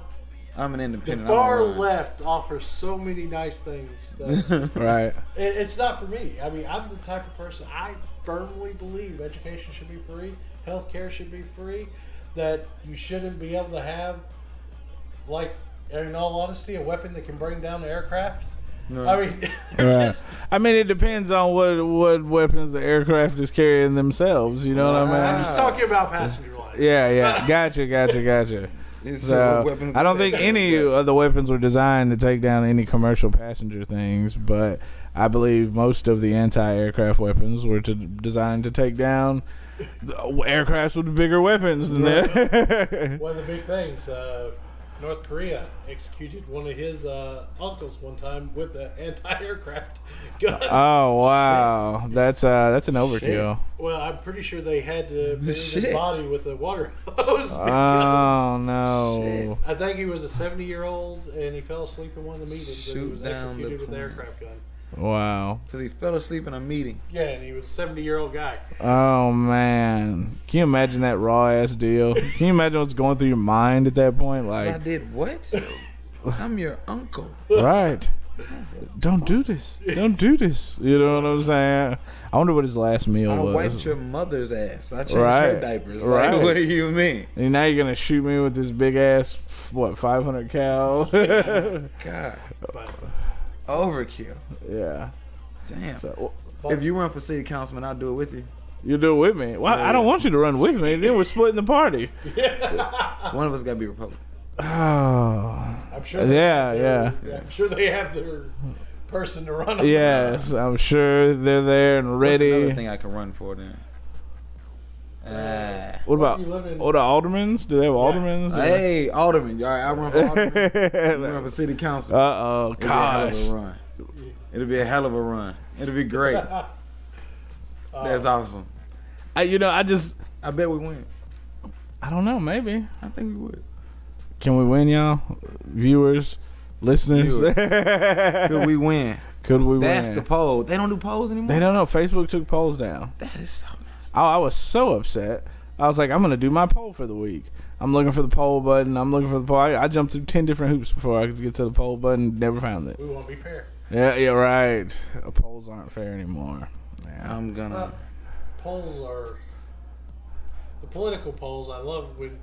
[SPEAKER 3] I'm an
[SPEAKER 4] the
[SPEAKER 3] independent. I don't
[SPEAKER 4] far
[SPEAKER 3] run.
[SPEAKER 4] left offers so many nice things. That
[SPEAKER 2] Right.
[SPEAKER 4] it, it's not for me. I mean, I'm the type of person I firmly believe education should be free, healthcare should be free, that you shouldn't be able to have, like, in all honesty, a weapon that can bring down an aircraft. I mean, they're
[SPEAKER 2] Right.
[SPEAKER 4] just-
[SPEAKER 2] I mean, it depends on what what weapons the aircraft is carrying themselves. You know what I
[SPEAKER 4] I'm
[SPEAKER 2] mean?
[SPEAKER 4] just talking about passenger life.
[SPEAKER 2] Yeah, yeah. Gotcha, gotcha, gotcha. So I don't think any of the weapons were designed to take down any commercial passenger things, but I believe most of the anti-aircraft weapons were to, designed to take down the aircrafts with bigger weapons than that.
[SPEAKER 4] One of the big things, uh, North Korea executed one of his uh, uncles one time with an anti-aircraft gun.
[SPEAKER 3] Uh,
[SPEAKER 2] oh wow, that's uh that's an overkill.
[SPEAKER 4] well, I'm pretty sure they had to bury his
[SPEAKER 3] Shit.
[SPEAKER 4] body with a water hose. because
[SPEAKER 2] Oh no.
[SPEAKER 4] I think he was a 70 year old and he fell asleep in one of the meetings and he
[SPEAKER 3] Shoot
[SPEAKER 4] was
[SPEAKER 3] down the
[SPEAKER 4] executed with an
[SPEAKER 3] plane.
[SPEAKER 4] aircraft gun.
[SPEAKER 2] Wow.
[SPEAKER 3] Cause he fell asleep in a meeting.
[SPEAKER 4] Yeah, and he was a 70 year old guy.
[SPEAKER 2] Oh man, can you imagine that raw ass deal? Can you imagine what's going through your mind at that point?
[SPEAKER 3] I
[SPEAKER 2] Like,
[SPEAKER 3] did what? I'm your uncle.
[SPEAKER 2] right? Don't do this. Don't do this. You know what I'm saying? I wonder what his last meal
[SPEAKER 3] I wiped
[SPEAKER 2] was.
[SPEAKER 3] your mother's ass. I changed
[SPEAKER 2] Right.
[SPEAKER 3] her diapers.
[SPEAKER 2] Right.
[SPEAKER 3] Like, what do you mean?
[SPEAKER 2] And now you're gonna shoot me with this big ass what 500 cal?
[SPEAKER 3] God,
[SPEAKER 4] But
[SPEAKER 3] overkill.
[SPEAKER 2] yeah.
[SPEAKER 3] Damn.
[SPEAKER 2] So
[SPEAKER 3] if you run for city councilman, I'll do it with you.
[SPEAKER 2] you do it with me. Well, I don't want you to run with me. Then we're splitting the party. Ah.
[SPEAKER 3] One of us gotta be Republican.
[SPEAKER 2] Oh.
[SPEAKER 4] I'm sure.
[SPEAKER 2] Yeah,
[SPEAKER 4] they-
[SPEAKER 2] yeah.
[SPEAKER 4] I'm sure they have their person to run. on.
[SPEAKER 2] Yes, I'm sure they're there and
[SPEAKER 3] What's
[SPEAKER 2] ready.
[SPEAKER 3] another thing I can run for then? Ah.
[SPEAKER 2] What about
[SPEAKER 4] You live in-
[SPEAKER 2] oh the aldermans? Do they have aldermans?
[SPEAKER 3] hey, alderman. All right, I run for alderman. I run for city
[SPEAKER 2] uh
[SPEAKER 3] council.
[SPEAKER 2] oh,
[SPEAKER 3] It'll be a hell
[SPEAKER 2] gosh.
[SPEAKER 3] of a run. It'll be a hell of a run. It'll be great.
[SPEAKER 4] Uh,
[SPEAKER 3] That's awesome.
[SPEAKER 2] I, you know, I just
[SPEAKER 3] I bet we win.
[SPEAKER 2] I don't know. Maybe
[SPEAKER 3] I think we would.
[SPEAKER 2] can we win, y'all? Viewers, listeners,
[SPEAKER 3] Could we win?
[SPEAKER 2] could we
[SPEAKER 3] That's
[SPEAKER 2] win?
[SPEAKER 3] the poll. They don't do polls anymore.
[SPEAKER 2] they don't know. Facebook took polls down.
[SPEAKER 3] That is so messed.
[SPEAKER 2] Oh, I was so upset. I was like, I'm gonna do my poll for the week. I'm looking for the poll button. I'm looking for the poll. I, I jumped through ten different hoops before I could get to the poll button. Never found it.
[SPEAKER 4] We won't be fair.
[SPEAKER 2] Yeah, yeah, right. Uh, polls aren't fair anymore. Yeah.
[SPEAKER 3] I'm gonna.
[SPEAKER 4] polls are the political polls. I love when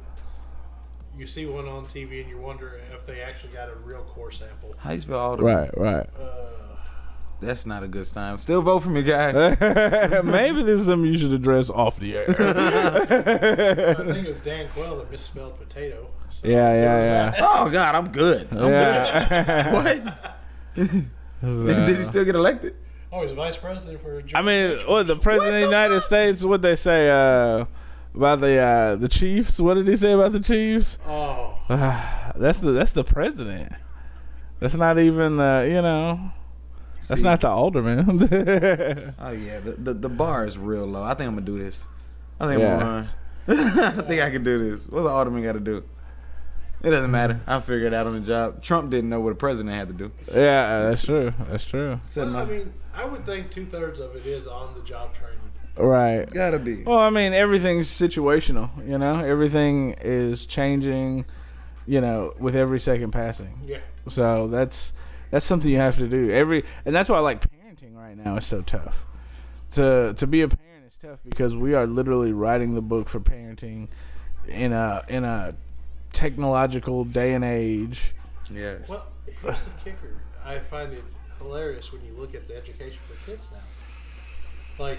[SPEAKER 4] you see one on TV and you wonder if they actually got a real core sample.
[SPEAKER 3] How you spell alderman?
[SPEAKER 2] Right, right.
[SPEAKER 3] That's not a good sign. Still vote for me, guys.
[SPEAKER 2] Maybe this is something you should address off the air.
[SPEAKER 4] I think it was Dan Quayle that misspelled potato. So
[SPEAKER 2] yeah, yeah,
[SPEAKER 3] oh God, I'm good.
[SPEAKER 2] yeah. yeah.
[SPEAKER 3] What?
[SPEAKER 2] So-
[SPEAKER 3] Did he still get elected?
[SPEAKER 4] Oh, he was vice president for.
[SPEAKER 2] I mean, what the president of the United States? What they say uh, about the uh, the Chiefs? What did he say about the Chiefs?
[SPEAKER 4] oh,
[SPEAKER 2] That's the that's the president. That's not even the you know. That's
[SPEAKER 3] See.
[SPEAKER 2] not the alderman.
[SPEAKER 3] Oh yeah, the, the the bar is real low. I think I'm gonna do this. I think I'm
[SPEAKER 2] Yeah.
[SPEAKER 3] gonna run. I think I can do this. What's an alderman got to do? It doesn't matter. I figured out on the job. Trump didn't know what a president had to do.
[SPEAKER 2] yeah, that's true. That's true.
[SPEAKER 3] Said
[SPEAKER 4] I
[SPEAKER 3] my,
[SPEAKER 4] mean, I would think two thirds of it is on the job training.
[SPEAKER 2] Right.
[SPEAKER 3] gotta be.
[SPEAKER 2] Well, I mean, everything's situational, you know? Everything is changing, you know, with every second passing.
[SPEAKER 4] Yeah.
[SPEAKER 2] So that's that's something you have to do. Every and that's why I like parenting right now is so tough. To to be a parent is tough because we are literally writing the book for parenting in a in a technological day and age.
[SPEAKER 3] Yes.
[SPEAKER 4] Well, here's the kicker. I find it hilarious when you look at the education for kids now. Like,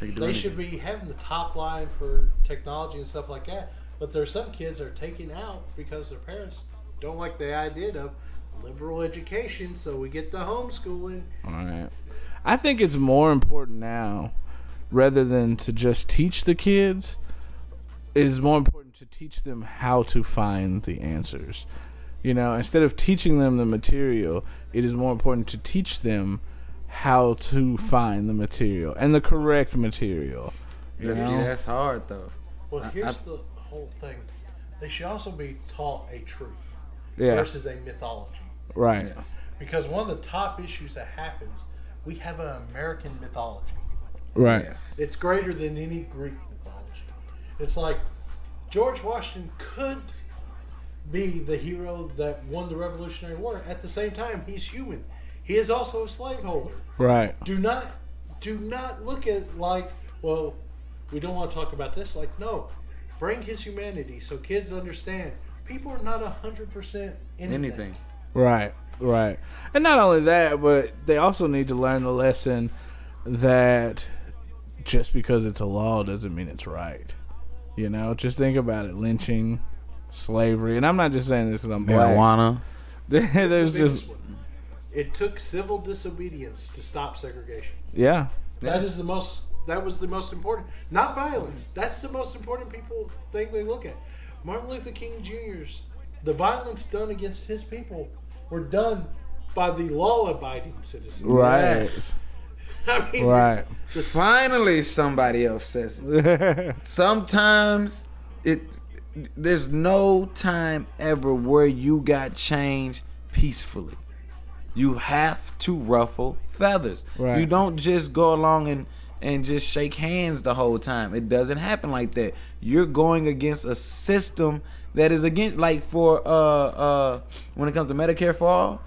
[SPEAKER 3] They can do
[SPEAKER 4] they
[SPEAKER 3] anything.
[SPEAKER 4] should be having the top line for technology and stuff like that. But there's some kids that are taken out because their parents don't like the idea of liberal education, so we get the homeschooling.
[SPEAKER 2] All right. I think it's more important now, rather than to just teach the kids, is more important to teach them how to find the answers. You know, instead of teaching them the material, it is more important to teach them how to find the material and the correct material.
[SPEAKER 3] Let's see, that's hard though.
[SPEAKER 4] Well,
[SPEAKER 3] I-
[SPEAKER 4] here's
[SPEAKER 3] I-
[SPEAKER 4] the whole thing. They should also be taught a truth
[SPEAKER 2] Yeah,
[SPEAKER 4] versus a mythology.
[SPEAKER 2] right.
[SPEAKER 3] Yes.
[SPEAKER 4] Because one of the top issues that happens, we have an American mythology.
[SPEAKER 2] Right.
[SPEAKER 3] Yes.
[SPEAKER 4] It's greater than any Greek mythology. It's like George Washington could be the hero that won the Revolutionary War. At the same time, he's human. He is also a slaveholder.
[SPEAKER 2] Right.
[SPEAKER 4] Do not do not look at like, well, we don't want to talk about this. Like, no. Bring his humanity so kids understand people are not hundred percent
[SPEAKER 3] Anything.
[SPEAKER 2] Right, right. And not only that, but they also need to learn the lesson that just because it's a law doesn't mean it's right. You know, just think about it lynching, slavery. And I'm not just saying this because I'm black.
[SPEAKER 3] Marijuana.
[SPEAKER 2] There's
[SPEAKER 4] biggest
[SPEAKER 2] just,
[SPEAKER 4] one. It took civil disobedience to stop segregation.
[SPEAKER 2] yeah.
[SPEAKER 4] That is the most. That was the most important. Not violence. That's the most important people thing they look at. Martin Luther King Jr.'s the violence done against his people were done by the law-abiding citizens.
[SPEAKER 2] Right.
[SPEAKER 3] Yes.
[SPEAKER 4] I mean,
[SPEAKER 2] Right.
[SPEAKER 4] the-
[SPEAKER 3] Finally, somebody else says it. sometimes it there's no time ever where you got change peacefully you have to ruffle feathers
[SPEAKER 2] Right.
[SPEAKER 3] you don't just go along and and just shake hands the whole time it doesn't happen like that you're going against a system that is against like for uh uh when it comes to medicare for all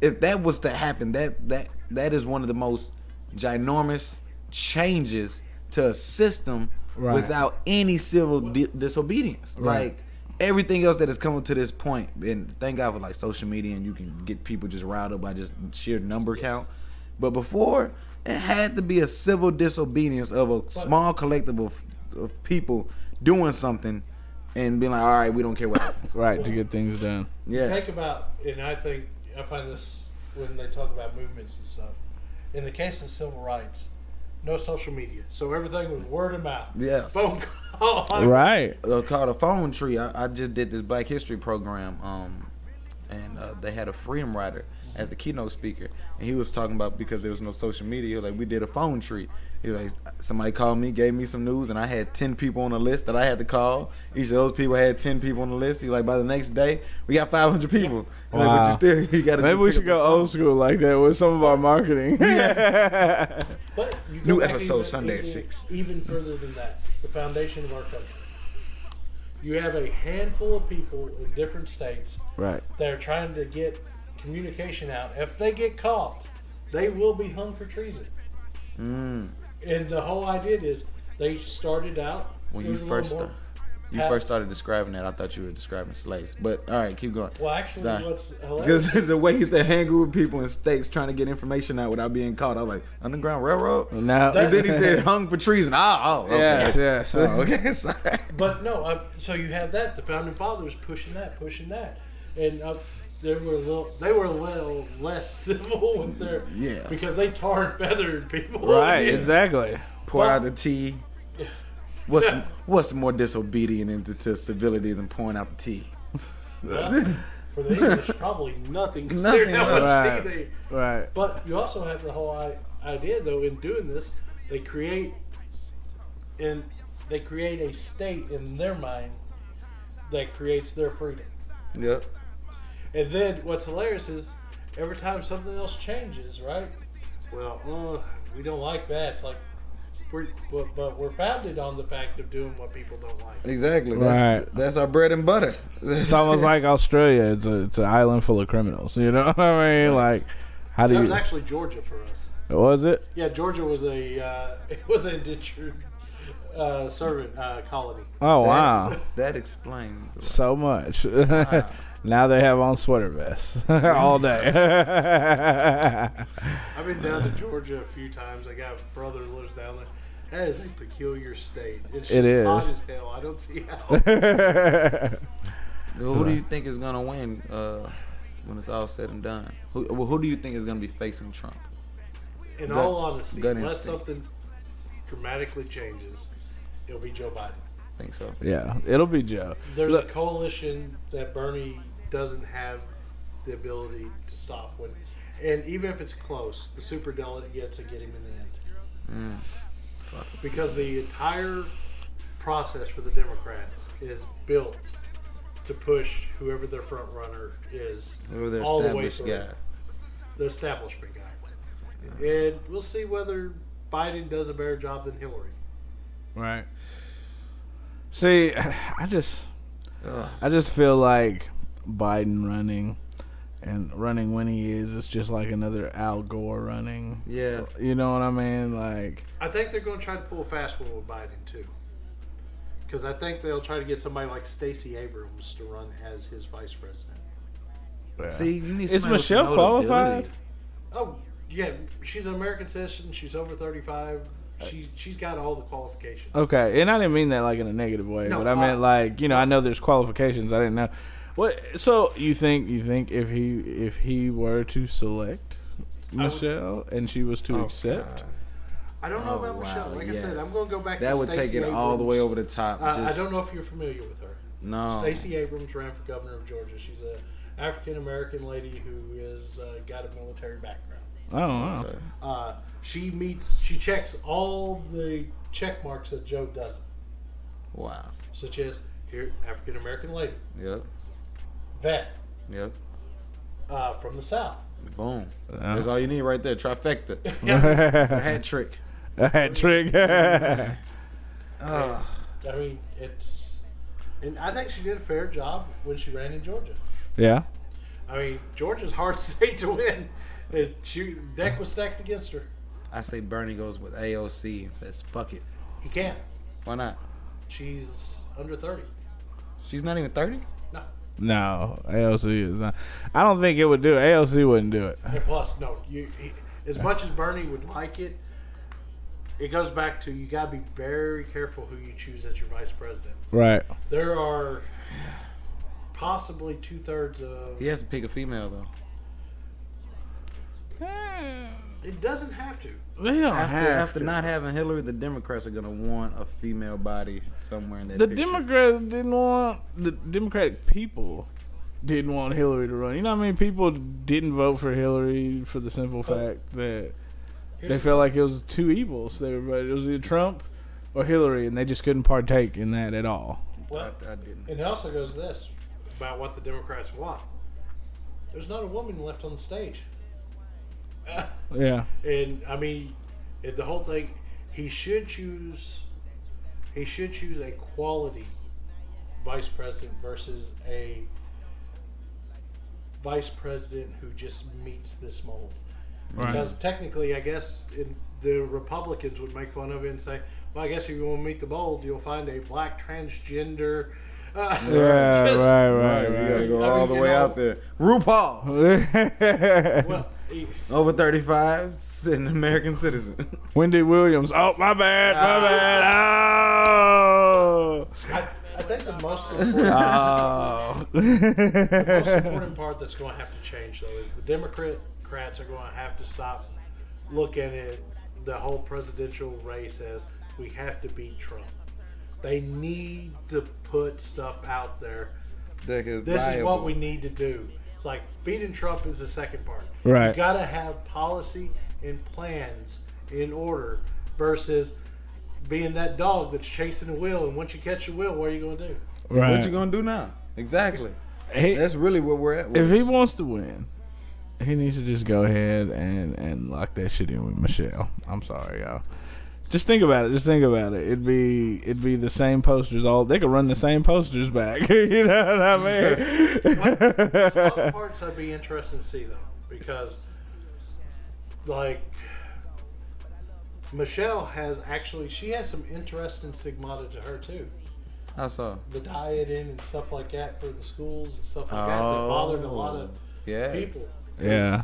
[SPEAKER 3] if that was to happen that that that is one of the most ginormous changes to a system
[SPEAKER 2] Right.
[SPEAKER 3] without any civil di- disobedience
[SPEAKER 2] Right.
[SPEAKER 3] like everything else that has come up to this point, and thank God for like social media, and you can get people just riled up by just sheer number count. But before, it had to be a civil disobedience of a small collective of, of people doing something and being like, all right, we don't care what happens.
[SPEAKER 2] Right, to get things done.
[SPEAKER 3] yes.
[SPEAKER 4] Think about, and I think I find this when they talk about movements and stuff. In the case of civil rights, no social media, so everything was word of mouth.
[SPEAKER 3] Yes.
[SPEAKER 4] Phone call.
[SPEAKER 2] Right.
[SPEAKER 3] uh, called a phone tree. I, I just did this Black History program, um, and uh, they had a freedom rider as the keynote speaker, and he was talking about because there was no social media. he was Like we did a phone tree. He was like somebody called me, gave me some news, and I had ten people on the list that I had to call. Each of those people had ten people on the list. He like by the next day we got five hundred people. He's Like, but
[SPEAKER 2] Wow.
[SPEAKER 3] you still you got
[SPEAKER 2] Maybe we should go old school like that with some of our marketing.
[SPEAKER 4] But you go
[SPEAKER 3] New
[SPEAKER 4] back
[SPEAKER 3] episode
[SPEAKER 4] even-
[SPEAKER 3] Sunday at
[SPEAKER 4] even-
[SPEAKER 3] 6.
[SPEAKER 4] Even further than that, the foundation of our country. You have a handful of people in different states
[SPEAKER 2] right.
[SPEAKER 4] that are trying to get communication out. If they get caught, they will be hung for treason.
[SPEAKER 3] Hmm.
[SPEAKER 4] And the whole idea is they started out
[SPEAKER 3] When
[SPEAKER 4] there
[SPEAKER 3] you
[SPEAKER 4] was a little
[SPEAKER 3] first
[SPEAKER 4] more-
[SPEAKER 3] start, you first started describing that, I thought you were describing slaves. But all right, keep going.
[SPEAKER 4] Well, actually,
[SPEAKER 3] Sorry.
[SPEAKER 4] what's hilarious?
[SPEAKER 3] Because the way he said hang group people in states trying to get information out without being caught, I was like, Underground Railroad?
[SPEAKER 2] Now,
[SPEAKER 3] And then he said hung for treason. Ah, oh, okay.
[SPEAKER 2] Yes, yes.
[SPEAKER 3] Oh, okay, sorry.
[SPEAKER 4] But no, I, so you have that. The founding fathers pushing that, pushing that, and uh, they were a little, they were a little less civil with their
[SPEAKER 3] Yeah.
[SPEAKER 4] because they tar and feathered people.
[SPEAKER 2] Right,
[SPEAKER 4] Yeah.
[SPEAKER 2] exactly.
[SPEAKER 3] Pour out the tea. What's what's more disobedient into to civility than pouring out the tea?
[SPEAKER 4] Nothing. Uh, For the English, probably nothing. Nothing. How much
[SPEAKER 2] Right.
[SPEAKER 4] tea they,
[SPEAKER 2] Right.
[SPEAKER 4] But you also have the whole i- idea, though, in doing this, they create and they create a state in their mind that creates their freedom.
[SPEAKER 3] Yep.
[SPEAKER 4] And then what's hilarious is every time something else changes, right? Well, uh, we don't like that. It's like, we're, but, but we're founded on the fact of doing what people don't like.
[SPEAKER 3] Exactly.
[SPEAKER 2] That's-
[SPEAKER 3] that's our bread and butter.
[SPEAKER 2] It's almost like Australia. It's a, it's an island full of criminals. You know what I mean? Like, how do
[SPEAKER 4] That
[SPEAKER 2] you?
[SPEAKER 4] was actually Georgia for us.
[SPEAKER 2] was it?
[SPEAKER 4] Yeah, Georgia was a uh, it was an indentured uh, servant uh, colony.
[SPEAKER 2] Oh wow,
[SPEAKER 3] That explains. a lot.
[SPEAKER 2] so much. now they have on sweater vests all day.
[SPEAKER 4] I've been down to Georgia a few times. I got a brother who lives down there. That is a peculiar state. It's just
[SPEAKER 2] It
[SPEAKER 4] hot
[SPEAKER 2] is.
[SPEAKER 4] as hell. I don't see how.
[SPEAKER 3] Who do you think is gonna win uh, when it's all said and done? Who well, who do you think is gonna be facing Trump?
[SPEAKER 4] In
[SPEAKER 3] Gut-
[SPEAKER 4] all honesty,
[SPEAKER 3] gut
[SPEAKER 4] unless
[SPEAKER 3] instinct.
[SPEAKER 4] something dramatically changes, it'll be Joe Biden.
[SPEAKER 3] I think so.
[SPEAKER 2] yeah, it'll be Joe.
[SPEAKER 4] There's a coalition that Bernie doesn't have the ability to stop when And even if it's close, the super delegates will get him in the end. because the entire process for the Democrats is built to push whoever their front runner is
[SPEAKER 3] Over there,
[SPEAKER 4] all the way
[SPEAKER 3] established
[SPEAKER 4] through
[SPEAKER 3] guy.
[SPEAKER 4] the establishment guy. And we'll see whether Biden does a better job than Hillary.
[SPEAKER 2] Right. See, I just, I just feel like Biden running, and running when he is, it's just like another Al Gore running.
[SPEAKER 3] Yeah.
[SPEAKER 2] You know what I mean? Like,
[SPEAKER 4] I think they're going to try to pull a fast one with Biden too, because I think they'll try to get somebody like Stacey Abrams to run as his vice president.
[SPEAKER 3] See, you need
[SPEAKER 2] Is
[SPEAKER 3] somebody with some
[SPEAKER 2] Michelle
[SPEAKER 3] notability.
[SPEAKER 2] qualified?
[SPEAKER 4] Oh yeah, she's an American citizen. She's over thirty-five.
[SPEAKER 3] Uh,
[SPEAKER 4] She she's got all the qualifications.
[SPEAKER 3] oh,
[SPEAKER 2] okay, and I didn't mean that like in a negative way,
[SPEAKER 4] No,
[SPEAKER 2] but I meant
[SPEAKER 4] I-
[SPEAKER 2] like, you know, I know there's qualifications. I didn't know. What? So you think you think if he if he were to select Michelle and she was to accept?
[SPEAKER 4] I don't know
[SPEAKER 3] Oh,
[SPEAKER 4] about Michelle.
[SPEAKER 3] wow,
[SPEAKER 4] Like I said,
[SPEAKER 3] yes.
[SPEAKER 4] I'm going to go back.
[SPEAKER 3] That
[SPEAKER 4] to
[SPEAKER 3] would
[SPEAKER 4] Stacey
[SPEAKER 3] take it all the way
[SPEAKER 4] Abrams.
[SPEAKER 3] over the top.
[SPEAKER 4] I- I
[SPEAKER 3] Just, Oh.
[SPEAKER 4] don't know if you're familiar with her.
[SPEAKER 3] No.
[SPEAKER 4] Stacey Abrams ran for governor of Georgia. She's a African American lady who has uh, got a military background.
[SPEAKER 2] Oh, wow.
[SPEAKER 4] Uh, she meets, she checks all the check marks that Joe doesn't,
[SPEAKER 3] Wow.
[SPEAKER 4] such as here African American lady,
[SPEAKER 3] Yep.
[SPEAKER 4] vet
[SPEAKER 3] Yep.
[SPEAKER 4] uh, from the South.
[SPEAKER 3] Boom.
[SPEAKER 2] Uh-huh.
[SPEAKER 3] That's all you need right there. Trifecta. it's a hat trick.
[SPEAKER 2] a hat trick. yeah,
[SPEAKER 4] I mean, it's, and I think she did a fair job when she ran in Georgia. I mean, Georgia's a hard state to win. It, she deck was stacked against her.
[SPEAKER 3] I say Bernie goes with AOC and says, fuck it.
[SPEAKER 4] He can't.
[SPEAKER 3] Why not?
[SPEAKER 4] She's under thirty.
[SPEAKER 3] She's not even 30?
[SPEAKER 4] No.
[SPEAKER 2] no, AOC is not. I don't think it would do. it. AOC wouldn't do it.
[SPEAKER 4] And plus, no, you as much as Bernie would like it, it goes back to you got to be very careful who you choose as your vice president.
[SPEAKER 2] Right.
[SPEAKER 4] There are possibly two thirds of
[SPEAKER 3] He has to pick a female, though.
[SPEAKER 4] it doesn't have to.
[SPEAKER 2] They don't
[SPEAKER 3] After,
[SPEAKER 2] have
[SPEAKER 3] after not having Hillary, the Democrats are going to want a female body somewhere in that
[SPEAKER 2] the
[SPEAKER 3] picture.
[SPEAKER 2] Democrats didn't want the Democratic people didn't want Hillary to run. You know what I mean? People didn't vote for Hillary for the
[SPEAKER 3] Oh.
[SPEAKER 2] simple fact that they
[SPEAKER 4] Here's-
[SPEAKER 2] felt like it was two evils. They were it was either Trump or Hillary, and they just couldn't partake in that at all.
[SPEAKER 4] Well,
[SPEAKER 3] I, I didn't.
[SPEAKER 4] and it also goes to this about what the Democrats want. There's not a woman left on the stage,
[SPEAKER 2] Yeah.
[SPEAKER 4] and I mean, and the whole thing. He should choose. He should choose a quality vice president versus a vice president who just meets this mold. Because technically, I guess in, the Republicans would make fun of it and say, "Well, I guess if you want to meet the mold, you'll find a black transgender." Uh,
[SPEAKER 2] Yeah.
[SPEAKER 4] just-
[SPEAKER 2] right.
[SPEAKER 3] Right, you got to
[SPEAKER 2] Right.
[SPEAKER 3] go
[SPEAKER 4] I
[SPEAKER 3] all
[SPEAKER 4] mean,
[SPEAKER 3] the
[SPEAKER 4] you
[SPEAKER 3] way
[SPEAKER 4] know-
[SPEAKER 3] out there. RuPaul,
[SPEAKER 2] Right.
[SPEAKER 4] Well, he-
[SPEAKER 3] over 35, s- an American citizen.
[SPEAKER 2] Wendy Williams. Oh, my bad, my
[SPEAKER 3] Ah.
[SPEAKER 2] bad. Oh.
[SPEAKER 4] I, I think the most important,
[SPEAKER 3] Ah.
[SPEAKER 4] most important part that's going to have to change, though, is the Democrats are going to have to stop looking at the whole presidential race as we have to beat Trump. They need to put stuff out there.
[SPEAKER 5] That is
[SPEAKER 4] This is
[SPEAKER 5] viable.
[SPEAKER 4] what we need to do. It's like beating Trump is the second part. You
[SPEAKER 2] Right.
[SPEAKER 4] got to have policy and plans in order versus being that dog that's chasing the wheel. And once you catch the wheel, what are you going to do?
[SPEAKER 3] What
[SPEAKER 2] Right.
[SPEAKER 3] you going to do now? Exactly.
[SPEAKER 2] He-
[SPEAKER 3] That's really where we're at. with
[SPEAKER 2] if he wants to win, he needs to just go ahead and, and lock that shit in with Michelle. I'm sorry, y'all. Just think about it. Just think about it. It'd be it'd be the same posters all. They could run the same posters back. you know what I mean?
[SPEAKER 4] other parts I'd be interested to see though, because like Michelle has actually she has some interesting stigmata to her too.
[SPEAKER 3] I saw.
[SPEAKER 4] The dieting and stuff like that for the schools and stuff like that that
[SPEAKER 3] Oh.
[SPEAKER 4] bothered a lot of
[SPEAKER 2] Oh,
[SPEAKER 3] Yeah.
[SPEAKER 4] people.
[SPEAKER 2] yeah.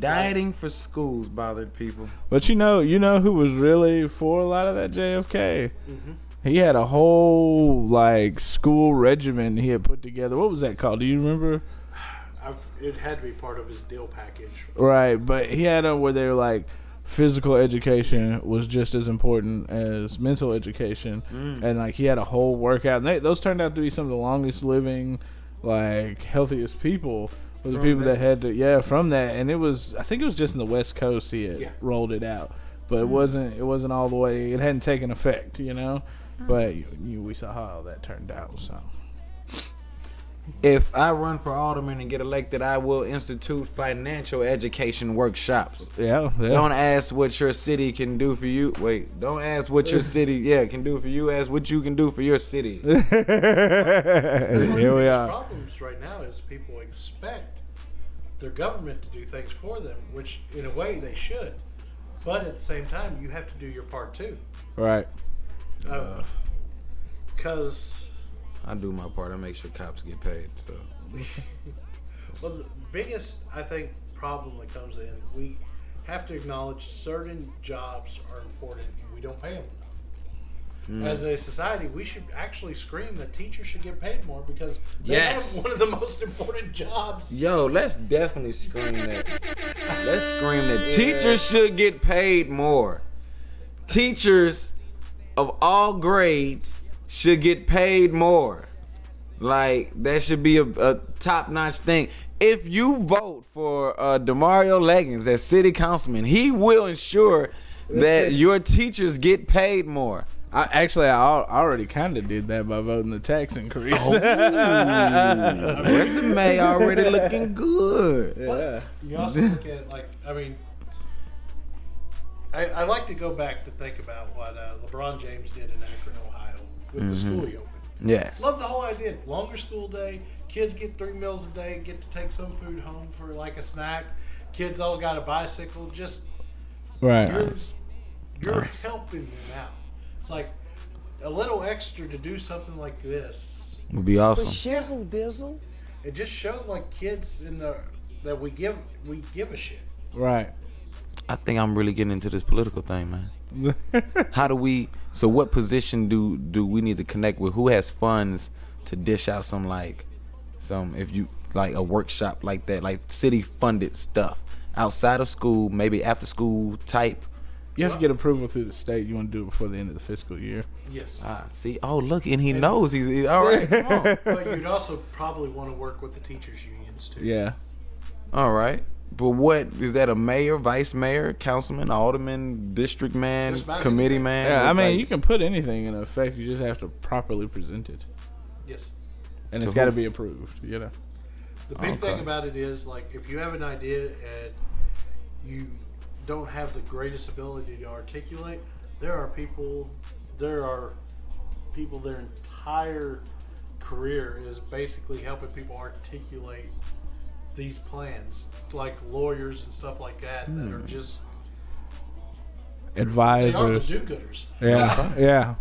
[SPEAKER 3] Dieting for schools bothered people.
[SPEAKER 2] But you know, you know who was really for a lot of that JFK. He had a whole like school regimen he had put together. What was that called? Do you remember?
[SPEAKER 4] I've, it had to be part of his deal package.
[SPEAKER 2] Right, but he had them where they were like physical education was just as important as mental education, and like he had a whole workout. And they, those turned out to be some of the longest living, like healthiest people was the people that had to yeah from that, and it was I think it was just in the West Coast he had
[SPEAKER 4] Yeah.
[SPEAKER 2] rolled it out, but it wasn't it wasn't all the way it hadn't taken effect, you know. But you, you, we saw how that turned out. So
[SPEAKER 3] If I run for alderman and get elected, I will institute financial education workshops.
[SPEAKER 2] yeah, yeah.
[SPEAKER 3] Don't ask what your city can do for you. Wait, don't ask what your city yeah can do for you. Ask what you can do for your city.
[SPEAKER 2] here we are.
[SPEAKER 4] Problems right now is people expect their government to do things for them, which in a way they should, but at the same time you have to do your part too,
[SPEAKER 2] Right.
[SPEAKER 4] Uh, because.
[SPEAKER 3] I do my part. I make sure cops get paid. So
[SPEAKER 4] Well, the biggest, I think, problem that comes in, we have to acknowledge certain jobs are important and we don't pay them enough. As a society, we should actually scream that teachers should get paid more because they
[SPEAKER 3] Yes.
[SPEAKER 4] have one of the most important jobs.
[SPEAKER 3] yo, let's definitely scream that. Let's scream that. Teachers should get paid more. Teachers of all grades should get paid more. Like that should be a, a top notch thing. If you vote for uh, Demario Leggings as city councilman, he will ensure that your teachers get paid more.
[SPEAKER 2] I actually I al- I already kind of did that by voting the tax increase.
[SPEAKER 3] Oh. Resume already looking good.
[SPEAKER 2] yeah.
[SPEAKER 4] You also look at, like, I mean, I, I like to go back to think about what uh, LeBron James did in Akron, Ohio with the school year open.
[SPEAKER 3] Yes.
[SPEAKER 4] Love the whole idea. Longer school day. Kids get three meals a day. Get to take some food home for like a snack. Kids all got a bicycle. Just you're,
[SPEAKER 2] Right.
[SPEAKER 4] you're helping them out. It's like a little extra to do something like this.
[SPEAKER 3] Would be awesome.
[SPEAKER 7] Shizzle dizzle.
[SPEAKER 4] It just showed like kids in the that we give we give a shit.
[SPEAKER 2] Right.
[SPEAKER 3] I think I'm really getting into this political thing, man. How do we? So, what position do do we need to connect with? Who has funds to dish out some like some if you like a workshop like that, like city funded stuff outside of school, maybe after school type?
[SPEAKER 2] You have to get approval through the state. You want to do it before the end of the fiscal year.
[SPEAKER 4] Yes.
[SPEAKER 3] Ah, see, oh look, and he knows he's, he's all right. Come on.
[SPEAKER 4] but you'd also probably want to work with the teachers unions too.
[SPEAKER 2] Yeah.
[SPEAKER 3] All right. But what is that? A mayor, vice mayor, councilman, alderman, district man,
[SPEAKER 4] Just about
[SPEAKER 3] committee
[SPEAKER 4] anything.
[SPEAKER 3] man?
[SPEAKER 2] Yeah. I mean,
[SPEAKER 3] like-
[SPEAKER 2] you can put anything in effect. You just have to properly present it,
[SPEAKER 4] Yes.
[SPEAKER 2] and
[SPEAKER 3] To
[SPEAKER 2] it's got to
[SPEAKER 3] who?
[SPEAKER 2] be approved. You know.
[SPEAKER 4] The big
[SPEAKER 3] Okay.
[SPEAKER 4] thing about it is like if you have an idea and you don't have the greatest ability to articulate, there are people there are people their entire career is basically helping people articulate these plans. Like lawyers and stuff like that that are just they are the
[SPEAKER 2] Advisors.
[SPEAKER 4] do gooders.
[SPEAKER 2] Yeah. Yeah.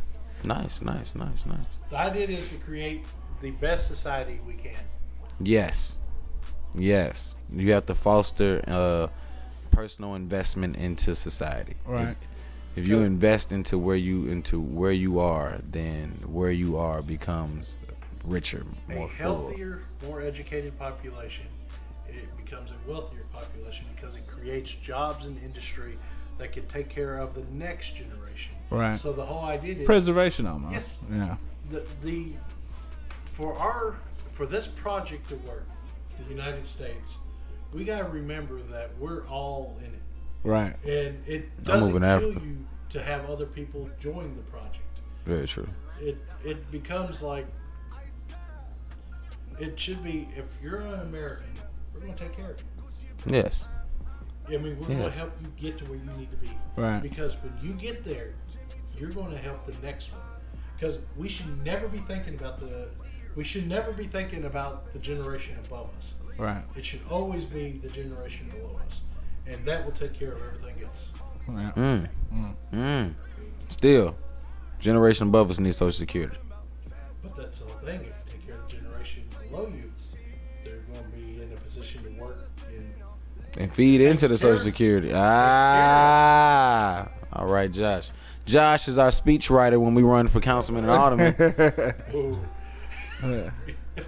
[SPEAKER 3] nice, nice, nice, nice.
[SPEAKER 4] The idea is to create the best society we can.
[SPEAKER 3] Yes. Yes. You have to foster uh, personal investment into society.
[SPEAKER 2] Right.
[SPEAKER 3] If you invest into where you into where you are, then where you are becomes richer,
[SPEAKER 4] a
[SPEAKER 3] more full.
[SPEAKER 4] healthier, more educated population, it becomes a wealthier population because it creates jobs and industry that can take care of the next generation.
[SPEAKER 2] Right.
[SPEAKER 4] So the whole idea is
[SPEAKER 2] Preservation almost.
[SPEAKER 4] Yes.
[SPEAKER 2] Yeah.
[SPEAKER 4] the, the for our for this project to work, the United States, we got to remember that we're all in it.
[SPEAKER 2] Right.
[SPEAKER 4] And it doesn't
[SPEAKER 3] moving
[SPEAKER 4] kill
[SPEAKER 3] to Africa.
[SPEAKER 4] you to have other people join the project.
[SPEAKER 3] Very true.
[SPEAKER 4] It it becomes like it should be if you're an American, we're gonna take care of you.
[SPEAKER 3] Yes.
[SPEAKER 4] I mean, we're gonna
[SPEAKER 3] Yes.
[SPEAKER 4] help you get to where you need to be.
[SPEAKER 2] Right.
[SPEAKER 4] Because when you get there, you're gonna help the next one. Because we should never be thinking about the we should never be thinking about the generation above us.
[SPEAKER 2] Right.
[SPEAKER 4] It should always be the generation below us, and that will take care of everything else.
[SPEAKER 2] Yeah.
[SPEAKER 3] Mm. Still, generation above us needs social security.
[SPEAKER 4] But that's the whole thing. If you take care of the generation below you, they're going to be in a position to work. In,
[SPEAKER 3] And feed into the
[SPEAKER 4] Takes care.
[SPEAKER 3] social security. Ah. All right, Josh. Josh is our speechwriter when we run for councilman and alderman.
[SPEAKER 4] ooh,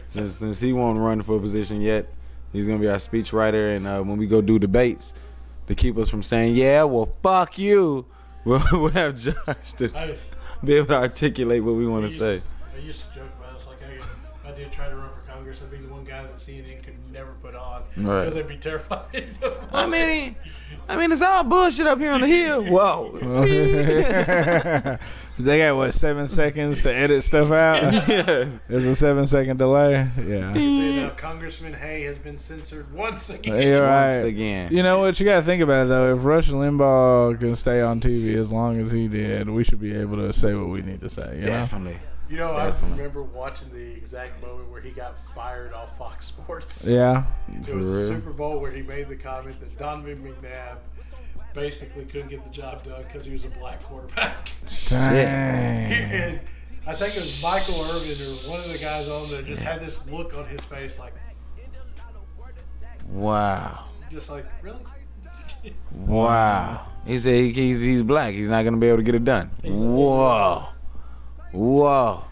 [SPEAKER 3] since, since he won't run for a position yet, he's gonna be our speechwriter. And uh, when we go do debates, to keep us from saying, "Yeah, well, fuck you," we'll, we'll have Josh to
[SPEAKER 4] I,
[SPEAKER 3] be able to articulate what we
[SPEAKER 4] I
[SPEAKER 3] want to
[SPEAKER 4] used,
[SPEAKER 3] say.
[SPEAKER 4] I used to joke about it. It's like I, I did try to run for Congress. I'd be the one guy that CNN could never put on
[SPEAKER 3] Right.
[SPEAKER 4] because they'd be terrified.
[SPEAKER 3] I mean, I mean, it's all bullshit up here on the hill. Whoa.
[SPEAKER 2] they got what seven seconds to edit stuff out. There's a seven second delay. Yeah,
[SPEAKER 4] Saying, uh, Congressman Hay has been censored once again.
[SPEAKER 2] you're right.
[SPEAKER 3] Once again.
[SPEAKER 2] You know what? You got to think about it though. If Rush Limbaugh can stay on TV as long as he did, we should be able to say what we need to say. You know?
[SPEAKER 3] Definitely.
[SPEAKER 4] You know, I
[SPEAKER 3] Definitely.
[SPEAKER 4] remember watching the exact moment where he got fired off Fox Sports.
[SPEAKER 2] Yeah.
[SPEAKER 4] It was the Super Bowl where he made the comment that Donovan McNabb basically couldn't get the job done because he was a black quarterback.
[SPEAKER 2] Dang.
[SPEAKER 4] and I think it was Michael Irvin or one of the guys on there just had this look on his face like,
[SPEAKER 3] Wow.
[SPEAKER 4] just like, really?
[SPEAKER 3] Wow. He said he, he's, he's black. He's not gonna be able to get it done. Whoa. Whoa.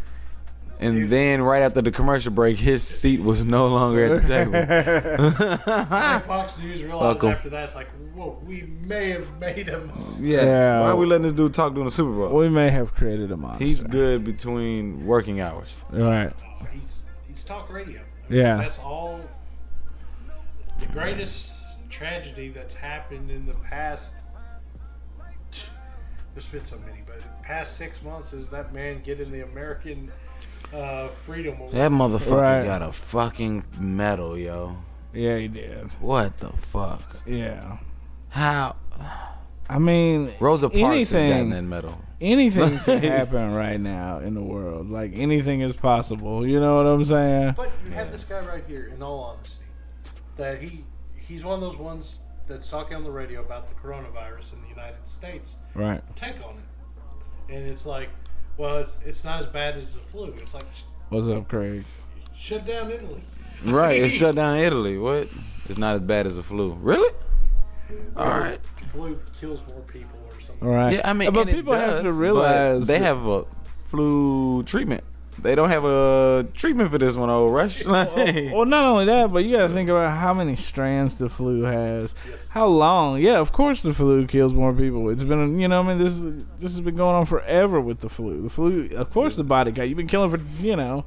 [SPEAKER 3] And then right after the commercial break, his seat was no longer at the table.
[SPEAKER 4] And Fox News realized
[SPEAKER 3] Buckle.
[SPEAKER 4] after that, it's like, whoa, we may have made a mistake.
[SPEAKER 3] Yes.
[SPEAKER 2] Yeah.
[SPEAKER 3] Why are we letting this dude talk during the Super Bowl?
[SPEAKER 2] We may have created a monster.
[SPEAKER 3] He's good between working hours.
[SPEAKER 2] Right.
[SPEAKER 4] He's, he's talk radio. I
[SPEAKER 2] Yeah.
[SPEAKER 4] That's all. The greatest tragedy that's happened in the past. There's been so many, but the past six months is that man getting the American uh, Freedom Award.
[SPEAKER 3] That motherfucker
[SPEAKER 2] Right.
[SPEAKER 3] got a fucking medal, yo.
[SPEAKER 2] Yeah, he did.
[SPEAKER 3] What the fuck?
[SPEAKER 2] Yeah.
[SPEAKER 3] How?
[SPEAKER 2] I mean,
[SPEAKER 3] Rosa Parks has gotten
[SPEAKER 2] anything,
[SPEAKER 3] that medal.
[SPEAKER 2] anything can happen right now in the world. Like anything is possible. You know what I'm saying?
[SPEAKER 4] But you have this guy right here, in all honesty, that he he's one of those ones that's talking on the radio about the coronavirus in the United States.
[SPEAKER 2] Right.
[SPEAKER 4] Take on it, and it's like, well, it's it's not as bad as the flu. It's like sh-
[SPEAKER 2] What's up, Craig?
[SPEAKER 4] shut down Italy.
[SPEAKER 3] Right, it shut down Italy. What? It's not as bad as the flu. Really? All right.
[SPEAKER 4] Flu kills more people or something.
[SPEAKER 2] All right.
[SPEAKER 3] Yeah, I mean,
[SPEAKER 2] but
[SPEAKER 3] and it
[SPEAKER 2] people have to
[SPEAKER 3] does, but
[SPEAKER 2] realize
[SPEAKER 3] they
[SPEAKER 2] that-
[SPEAKER 3] have a flu treatment. They don't have a treatment for this one, old Rush. Like,
[SPEAKER 2] Well, not only that, but you got to think about how many strands the flu has. How long? Yeah, of course the flu kills more people. It's been, you know, I mean, this this has been going on forever with the flu. The flu, of course, the body got you've been killing for, you know,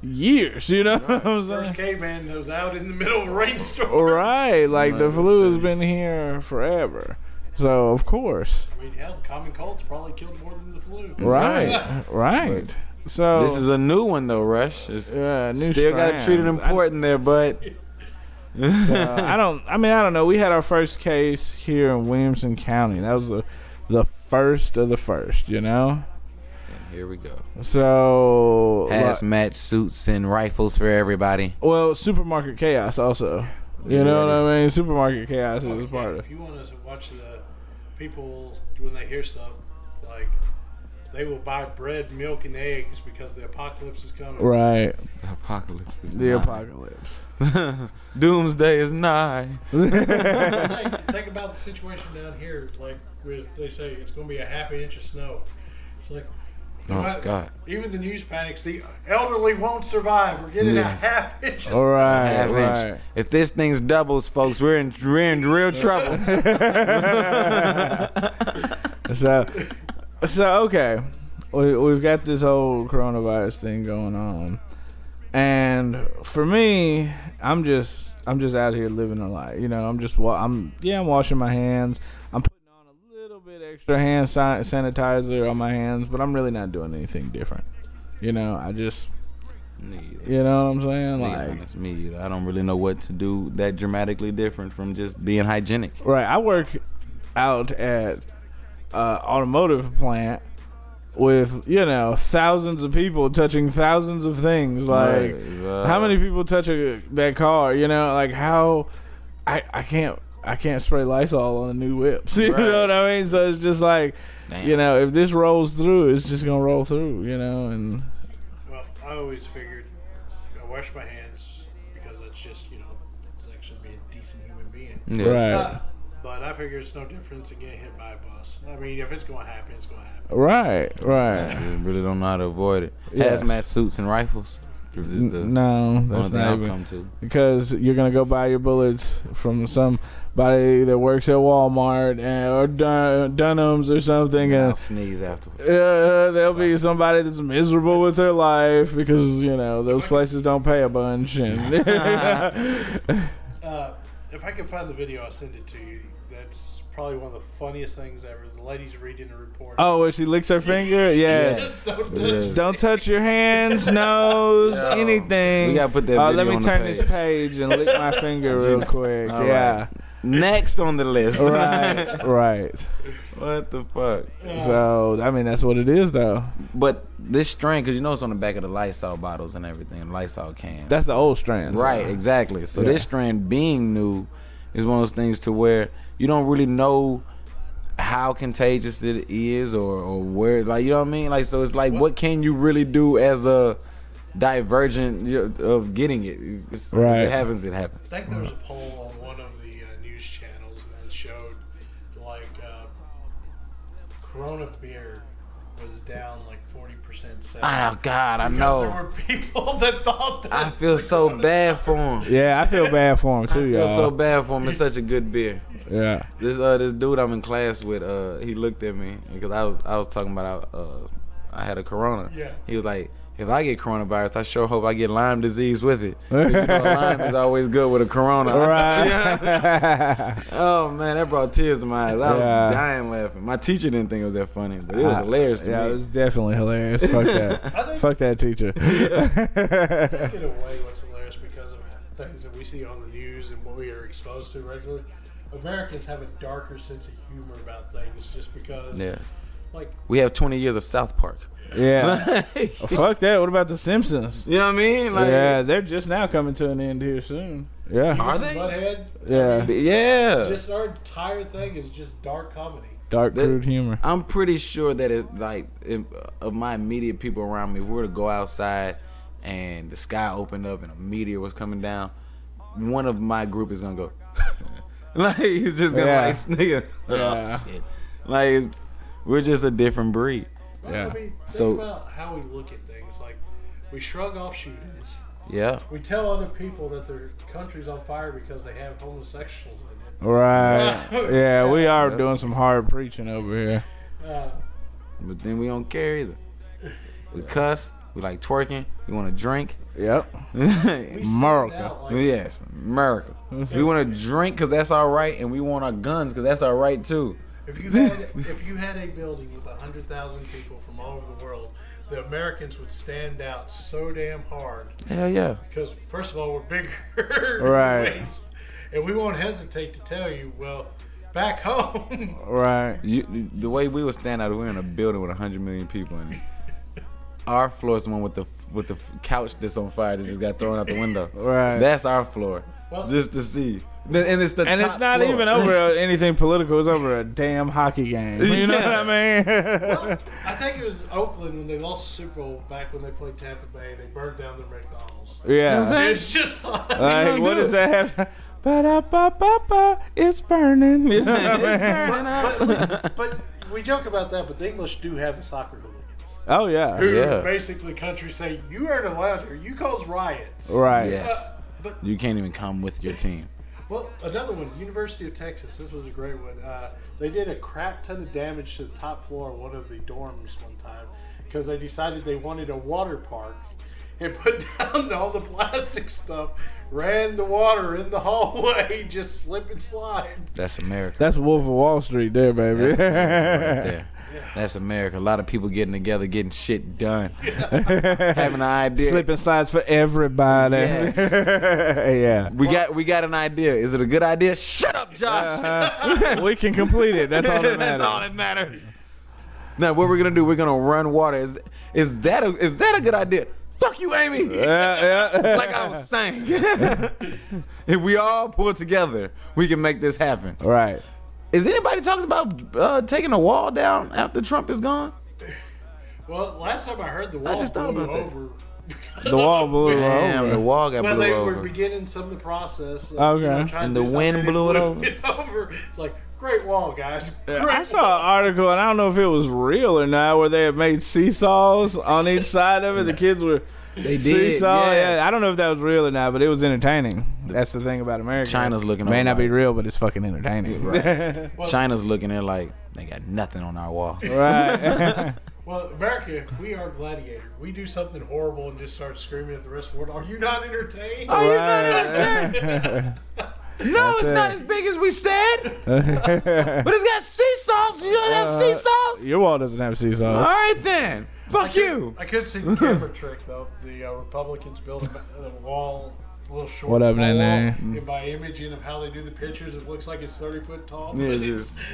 [SPEAKER 2] years. You know what I'm
[SPEAKER 4] First
[SPEAKER 2] saying?
[SPEAKER 4] caveman that was out in the middle of a rainstorm.
[SPEAKER 2] All right, like the flu has been here forever. So of course,
[SPEAKER 4] I mean, hell, the common cold's probably killed more than the flu.
[SPEAKER 2] right, right. So
[SPEAKER 3] this is a new one though, Rush. It's,
[SPEAKER 2] Yeah, new
[SPEAKER 3] still got to treat it
[SPEAKER 2] strand. I-
[SPEAKER 3] important there, but
[SPEAKER 2] Uh, I don't. I mean, I don't know. We had our first case here in Williamson County. That was the the first of the first. You know.
[SPEAKER 3] here we go.
[SPEAKER 2] So like-
[SPEAKER 3] Hazmat suits and rifles for everybody.
[SPEAKER 2] well, supermarket chaos also. You know what I mean? Supermarket chaos is part of.
[SPEAKER 4] If you want us to watch the people when they hear stuff, like they will buy bread, milk, and eggs because the apocalypse is coming.
[SPEAKER 2] Right.
[SPEAKER 3] Apocalypse. is
[SPEAKER 2] The
[SPEAKER 3] nigh.
[SPEAKER 2] apocalypse.
[SPEAKER 3] Doomsday is nigh.
[SPEAKER 4] Think, think about the situation down here. Like with, they say, it's going to be a half an inch of snow. It's like.
[SPEAKER 3] Oh, God.
[SPEAKER 4] Even the news panics. The elderly won't survive. We're getting
[SPEAKER 3] Yes.
[SPEAKER 4] a half inch. of
[SPEAKER 2] All right.
[SPEAKER 3] Half
[SPEAKER 2] Right.
[SPEAKER 3] inch. If this thing's doubles, folks, we're in we're in real trouble.
[SPEAKER 2] So, so okay, we, we've got this whole coronavirus thing going on, and for me, I'm just I'm just out here living a life. You know, I'm just wa- I'm yeah, I'm washing my hands. I'm putting on a little bit extra hand san- sanitizer on my hands, but I'm really not doing anything different. You know, I just you know what I'm saying, like.
[SPEAKER 3] That's me. either. I don't really know what to do that dramatically different from just being hygienic.
[SPEAKER 2] Right. I work out at uh, automotive plant with you know thousands of people touching thousands of things. Like
[SPEAKER 3] Right, uh,
[SPEAKER 2] how
[SPEAKER 3] right.
[SPEAKER 2] many people touch a, that car? You know, like how I I can't. I can't spray Lysol on the new whips. You
[SPEAKER 3] Right.
[SPEAKER 2] know what I mean? So it's just like,
[SPEAKER 3] Damn.
[SPEAKER 2] you know, if this rolls through, it's just gonna roll through. You know, and
[SPEAKER 4] Well, I always figured I wash my hands because that's just, you know, it's actually being a decent human being.
[SPEAKER 2] Right.
[SPEAKER 4] Uh, but I figure it's no difference in getting hit by a bus. I mean, if it's going to happen, it's going to happen.
[SPEAKER 2] right,
[SPEAKER 3] I
[SPEAKER 2] right,
[SPEAKER 3] just really don't know how to avoid it.
[SPEAKER 2] Yes.
[SPEAKER 3] Hazmat suits and rifles. Is the
[SPEAKER 2] no,
[SPEAKER 3] only
[SPEAKER 2] that's
[SPEAKER 3] thing
[SPEAKER 2] not
[SPEAKER 3] I'll
[SPEAKER 2] even
[SPEAKER 3] come to.
[SPEAKER 2] because you're gonna go buy your bullets from somebody that works at Walmart and, or Dun- Dunham's or something,
[SPEAKER 3] I'll
[SPEAKER 2] and
[SPEAKER 3] sneeze afterwards.
[SPEAKER 2] uh, there'll be somebody that's miserable with their life because you know those places don't pay a bunch. And
[SPEAKER 4] Uh, if I can find the video, I'll send it to you. That's probably one of the funniest things ever. The lady's reading a report.
[SPEAKER 2] oh, where she licks her finger, yeah.
[SPEAKER 4] Just don't touch
[SPEAKER 3] Yeah.
[SPEAKER 2] Don't touch your hands, nose,
[SPEAKER 3] No.
[SPEAKER 2] anything.
[SPEAKER 3] We gotta put that
[SPEAKER 2] Uh,
[SPEAKER 3] video
[SPEAKER 2] let me
[SPEAKER 3] on the
[SPEAKER 2] turn
[SPEAKER 3] page.
[SPEAKER 2] this page and lick my finger real quick.
[SPEAKER 3] All right.
[SPEAKER 2] yeah,
[SPEAKER 3] Next on the list.
[SPEAKER 2] right, right.
[SPEAKER 3] what the fuck?
[SPEAKER 2] So I mean, that's what it is, though.
[SPEAKER 3] But this strain, because you know it's on the back of the Lysol bottles and everything, Lysol cans.
[SPEAKER 2] That's the old strands,
[SPEAKER 3] right, exactly. So
[SPEAKER 2] Yeah.
[SPEAKER 3] this strain being new is one of those things to where you don't really know how contagious it is or, or where, like, you know what I mean? Like, so it's like, what, can you really do as a divergent you know, of getting it? It's-
[SPEAKER 2] Right.
[SPEAKER 3] It happens, it happens.
[SPEAKER 4] I think there was a poll on one of the uh, news channels that showed like uh, Corona beer was down like forty percent.
[SPEAKER 3] Oh, God, I
[SPEAKER 4] There
[SPEAKER 3] know.
[SPEAKER 4] were people that thought that.
[SPEAKER 3] I feel so bad for him.
[SPEAKER 2] Yeah, I feel bad for him too,
[SPEAKER 3] I feel
[SPEAKER 2] y'all.
[SPEAKER 3] so bad for him. It's such a good beer.
[SPEAKER 2] yeah,
[SPEAKER 3] This uh this dude I'm in class with uh he looked at me because I was I was talking about uh I had a corona.
[SPEAKER 4] Yeah.
[SPEAKER 3] He was like, if I get coronavirus, I sure hope I get Lyme disease with it. 'Cause You know, Lyme is always good with a corona.
[SPEAKER 2] right.
[SPEAKER 3] Oh man, that brought tears to my eyes. I was
[SPEAKER 2] Yeah.
[SPEAKER 3] dying laughing. My teacher didn't think it was that funny, but it was hilarious to
[SPEAKER 2] yeah,
[SPEAKER 3] me.
[SPEAKER 2] it was definitely hilarious. Fuck
[SPEAKER 4] I
[SPEAKER 2] that.
[SPEAKER 4] think-
[SPEAKER 2] Fuck that teacher.
[SPEAKER 4] think in a way what's hilarious because of things that we see on the news and what we are exposed to regularly. Americans have a darker sense of humor about things just because,
[SPEAKER 3] yes.
[SPEAKER 4] like,
[SPEAKER 3] We have 20 years of South Park.
[SPEAKER 2] yeah. Fuck that. What about the Simpsons?
[SPEAKER 3] You know what I mean? Like,
[SPEAKER 2] yeah, they're just now coming to an end here soon. Yeah,
[SPEAKER 3] Are
[SPEAKER 4] Beavis and
[SPEAKER 3] they?
[SPEAKER 4] Butthead,
[SPEAKER 2] yeah.
[SPEAKER 3] Yeah.
[SPEAKER 2] Uh.
[SPEAKER 4] just our entire thing is just dark comedy.
[SPEAKER 2] Dark
[SPEAKER 3] That-
[SPEAKER 2] crude humor.
[SPEAKER 3] I'm pretty sure that it's like if, of my immediate people around me. If we were to go outside and the sky opened up and a meteor was coming down, one of my group is gonna go like he's just gonna
[SPEAKER 2] Yeah.
[SPEAKER 3] like sneer.
[SPEAKER 2] Yeah.
[SPEAKER 3] shit. Like it's, we're just a different breed.
[SPEAKER 4] Well,
[SPEAKER 2] Yeah.
[SPEAKER 4] I mean, think
[SPEAKER 3] So-
[SPEAKER 4] about how we look at things. Like, we shrug off shootings.
[SPEAKER 3] Yeah.
[SPEAKER 4] We tell other people that their country's on fire because they have homosexuals in
[SPEAKER 2] Right. Yeah, we are doing some hard preaching over here.
[SPEAKER 4] it. Uh,
[SPEAKER 3] But then we don't care either. We cuss. We like twerking. We want to drink.
[SPEAKER 2] Yep.
[SPEAKER 4] we send
[SPEAKER 2] America.
[SPEAKER 4] out, like,
[SPEAKER 3] yes, America. We want to drink because that's all right, and we want our guns because that's all right too.
[SPEAKER 4] If you had if you had a building with hundred thousand people from all over the world, the Americans would stand out so damn hard
[SPEAKER 3] Hell yeah.
[SPEAKER 4] because first of all we're bigger, in
[SPEAKER 2] Right.
[SPEAKER 4] ways, and we won't hesitate to tell you, well, back home.
[SPEAKER 2] Right.
[SPEAKER 3] You, the way we would stand out, we're in a building with hundred million people in it. Our floor is the one with the with the couch that's on fire that just got thrown out the window.
[SPEAKER 2] Right.
[SPEAKER 3] That's our floor,
[SPEAKER 4] Well-
[SPEAKER 3] just to see. Th- And it's the
[SPEAKER 2] And
[SPEAKER 3] top
[SPEAKER 2] it's not
[SPEAKER 3] floor.
[SPEAKER 2] even over anything political. It's over a damn hockey game. You know what I mean?
[SPEAKER 4] Well, I think it was Oakland when they lost the Super Bowl back when they played Tampa Bay. They burned down their McDonald's.
[SPEAKER 2] yeah.
[SPEAKER 4] It's just like,
[SPEAKER 2] like, what does that have? Ba-da-ba-ba-ba, it's burning. You know what I mean? Uh,
[SPEAKER 4] but, but we joke about that, but the English do have the soccer hooligans.
[SPEAKER 2] Oh, yeah.
[SPEAKER 4] who
[SPEAKER 3] Yeah.
[SPEAKER 4] basically country say you are an allowed here. You cause riots.
[SPEAKER 2] Right.
[SPEAKER 3] Yes,
[SPEAKER 4] But
[SPEAKER 3] you can't even come with your team.
[SPEAKER 4] well, another one, University of Texas. This was a great one. Uh, they did a crap ton of damage to the top floor of one of the dorms one time because they decided they wanted a water park and put down all the plastic stuff. Ran the water in the hallway, just slip and slide.
[SPEAKER 3] That's America.
[SPEAKER 2] That's Wolf of Wall Street there, baby.
[SPEAKER 3] right there. That's America. A lot of people getting together, getting shit done, having an idea.
[SPEAKER 2] Slip and slides for everybody.
[SPEAKER 3] Yes.
[SPEAKER 2] yeah.
[SPEAKER 3] We got we got an idea. Is it a good idea? Shut up, Josh.
[SPEAKER 2] Uh, we can complete it. That's all that matters.
[SPEAKER 3] That's all that matters. Now what we're gonna do? We're gonna run water. Is is that a is that a good idea? Fuck you, Amy.
[SPEAKER 2] Yeah, yeah.
[SPEAKER 3] like I was saying, if we all pull together, we can make this happen.
[SPEAKER 2] Right.
[SPEAKER 3] Is anybody talking about uh, taking a wall down after Trump is gone?
[SPEAKER 4] Well, last time I heard, the wall
[SPEAKER 3] just thought
[SPEAKER 4] blew
[SPEAKER 3] about that.
[SPEAKER 4] over.
[SPEAKER 2] The wall blew
[SPEAKER 3] Damn, the
[SPEAKER 2] over.
[SPEAKER 3] wall got
[SPEAKER 4] Well,
[SPEAKER 3] blew
[SPEAKER 4] they
[SPEAKER 3] over.
[SPEAKER 4] were beginning some of the process. Of,
[SPEAKER 2] Okay.
[SPEAKER 4] you know, trying
[SPEAKER 3] And
[SPEAKER 4] to
[SPEAKER 3] the
[SPEAKER 4] do
[SPEAKER 3] wind
[SPEAKER 4] something,
[SPEAKER 3] blew it over.
[SPEAKER 4] it over. It's like Great Wall, guys. Great
[SPEAKER 2] I saw an article, and I don't know if it was real or not, where they had made seesaws on each side of it. The kids were
[SPEAKER 3] They did.
[SPEAKER 2] See, so
[SPEAKER 3] yes.
[SPEAKER 2] yeah, I don't know if that was real or not, but it was entertaining. That's the thing about America.
[SPEAKER 3] China's looking
[SPEAKER 2] may
[SPEAKER 3] over
[SPEAKER 2] not be
[SPEAKER 3] like-
[SPEAKER 2] real, but it's fucking entertaining.
[SPEAKER 3] Right. China's looking there like they got nothing on our wall.
[SPEAKER 2] right.
[SPEAKER 4] Well, America, we are gladiator. We do something horrible and just start screaming at the rest of the world. Are you not entertained?
[SPEAKER 3] Are Oh, you not
[SPEAKER 2] Right.
[SPEAKER 3] entertained? No, it's not
[SPEAKER 2] it.
[SPEAKER 3] as big as we said, but it's got sea sauce. You don't have
[SPEAKER 2] Uh,
[SPEAKER 3] sea sauce.
[SPEAKER 2] Your wall doesn't have sea
[SPEAKER 3] All
[SPEAKER 2] sauce.
[SPEAKER 3] right then, fuck you.
[SPEAKER 4] I could see the camera trick though. The uh, Republicans built a, ba- a wall, a little short.
[SPEAKER 2] What up,
[SPEAKER 4] wall,
[SPEAKER 2] Nene?
[SPEAKER 4] And by imaging of how they do the pictures, it looks like it's thirty foot tall.
[SPEAKER 3] Yeah,
[SPEAKER 4] but
[SPEAKER 3] it
[SPEAKER 4] it's,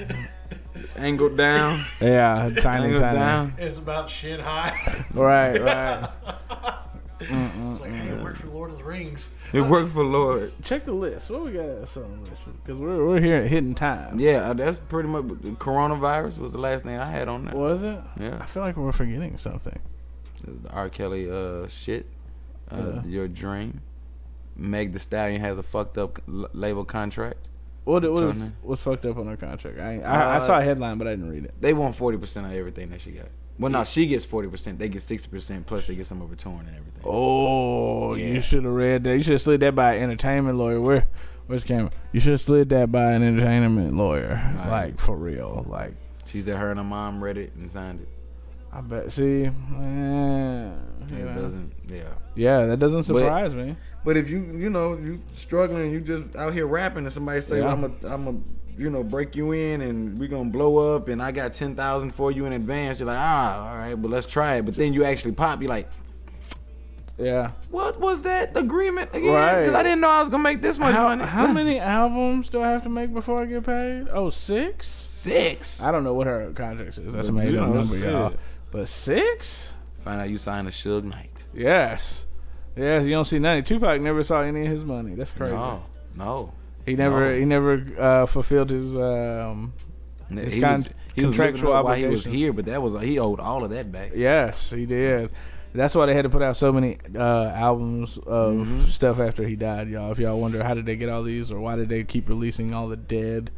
[SPEAKER 3] Angle down,
[SPEAKER 2] Yeah, tiny,
[SPEAKER 3] angle
[SPEAKER 2] tiny.
[SPEAKER 3] down.
[SPEAKER 4] it's about shin high.
[SPEAKER 2] Right, right.
[SPEAKER 4] It's like, hey, it worked for Lord of the Rings.
[SPEAKER 3] It worked for Lord.
[SPEAKER 2] Check the list. What we got on the list? Because we're we're here at hitting time.
[SPEAKER 3] Yeah, uh, that's pretty much the coronavirus was the last thing I had on there.
[SPEAKER 2] Was it?
[SPEAKER 3] Yeah,
[SPEAKER 2] I feel like we're forgetting something.
[SPEAKER 3] the R. Kelly uh shit, uh,
[SPEAKER 2] Yeah.
[SPEAKER 3] your dream. Meg the Stallion has a fucked up l- label contract.
[SPEAKER 2] What what is
[SPEAKER 3] Turner.
[SPEAKER 2] what's fucked up on our contract? I I, I
[SPEAKER 3] Uh,
[SPEAKER 2] saw a headline, but I didn't read it.
[SPEAKER 3] They want forty percent of everything that she got. Well, no, she gets forty percent. They get sixty percent plus they get some of her touring and everything.
[SPEAKER 2] Oh,
[SPEAKER 3] Yeah.
[SPEAKER 2] you should have read that. You should have slid that by an entertainment lawyer. Where, where's the camera? You should have slid that by an entertainment lawyer.
[SPEAKER 3] Right.
[SPEAKER 2] Like for real. Like
[SPEAKER 3] She said her and her mom read it and signed it.
[SPEAKER 2] I bet. See, eh,
[SPEAKER 3] It
[SPEAKER 2] yeah.
[SPEAKER 3] doesn't. Yeah.
[SPEAKER 2] yeah, that doesn't surprise me.
[SPEAKER 5] But if you you know you struggling, you just out here rapping, and somebody say
[SPEAKER 2] Yeah.
[SPEAKER 5] well, I'm a
[SPEAKER 3] I'm a you know break you in and we gonna blow up and I got ten thousand for you in advance. You're like ah all right, but let's try it. But then you actually pop. You're like.
[SPEAKER 2] Yeah.
[SPEAKER 3] What was that agreement again?
[SPEAKER 2] Right.
[SPEAKER 3] Because I didn't know I was gonna make this much
[SPEAKER 2] How,
[SPEAKER 3] money.
[SPEAKER 2] how many albums do I have to make before I get paid? Oh, six.
[SPEAKER 3] Six.
[SPEAKER 2] I don't know what her contract is. That's a
[SPEAKER 3] But
[SPEAKER 2] made
[SPEAKER 3] you
[SPEAKER 2] up
[SPEAKER 3] know,
[SPEAKER 2] number, y'all.
[SPEAKER 3] shit.
[SPEAKER 2] But six?
[SPEAKER 3] Find out you signed a Suge Knight.
[SPEAKER 2] Yes. Yes, you don't see nothing. Tupac never saw any of his money. That's crazy.
[SPEAKER 3] No, no.
[SPEAKER 2] He never
[SPEAKER 3] No.
[SPEAKER 2] he never uh, fulfilled his um His
[SPEAKER 3] he
[SPEAKER 2] con-
[SPEAKER 3] was, he was living
[SPEAKER 2] contractual
[SPEAKER 3] up while he was
[SPEAKER 2] obligations.
[SPEAKER 3] here, but that was he owed all of that back.
[SPEAKER 2] yes, he did. That's why they had to put out so many uh, albums of stuff after he died, y'all. If y'all wonder how did they get all these or why did they keep releasing all the dead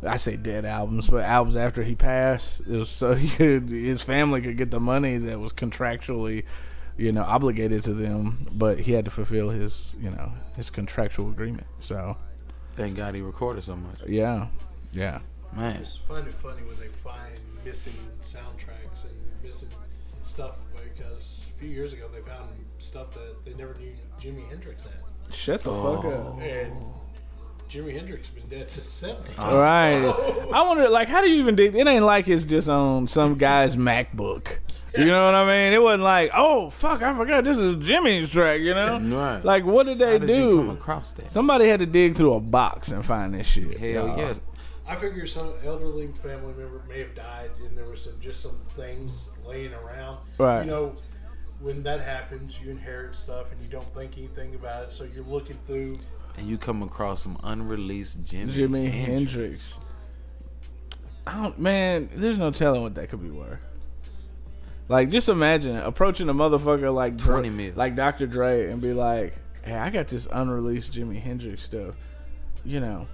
[SPEAKER 2] I say dead albums, but albums after he passed, it was so he could, his family could get the money that was contractually, you know, obligated to them, but he had to fulfill his, you know, his contractual agreement. So,
[SPEAKER 3] Thank God he recorded so much.
[SPEAKER 2] yeah. Yeah.
[SPEAKER 3] Man,
[SPEAKER 4] Just find it funny when they find missing soundtracks and missing stuff because a few years ago they found stuff that they never knew Jimi Hendrix had.
[SPEAKER 2] Shut the fuck up.
[SPEAKER 4] And Jimi Hendrix been dead since seventy.
[SPEAKER 2] Right. I wonder, like, how do you even dig? It ain't like it's just on some guy's MacBook. You know what I mean? It wasn't like, oh fuck, I forgot this is Jimmy's track. You know,
[SPEAKER 3] Right.
[SPEAKER 2] Like, what did they
[SPEAKER 3] how did you come
[SPEAKER 2] do?
[SPEAKER 3] across that?
[SPEAKER 2] Somebody had to dig through a box and find this shit.
[SPEAKER 3] Hell
[SPEAKER 2] y'all.
[SPEAKER 3] yes.
[SPEAKER 4] I figure some elderly family member may have died, and there were some just some things laying around.
[SPEAKER 2] Right.
[SPEAKER 4] You know, when that happens, you inherit stuff, and you don't think anything about it. So you're looking through.
[SPEAKER 3] And you come across some unreleased Jimmy.
[SPEAKER 2] Jimi Hendrix. I don't, man, there's no telling what that could be worth. Like, just imagine approaching a motherfucker like Dr-
[SPEAKER 3] 20 mil.
[SPEAKER 2] like Dr. Dre, and be like, "Hey, I got this unreleased Jimi Hendrix stuff. You know,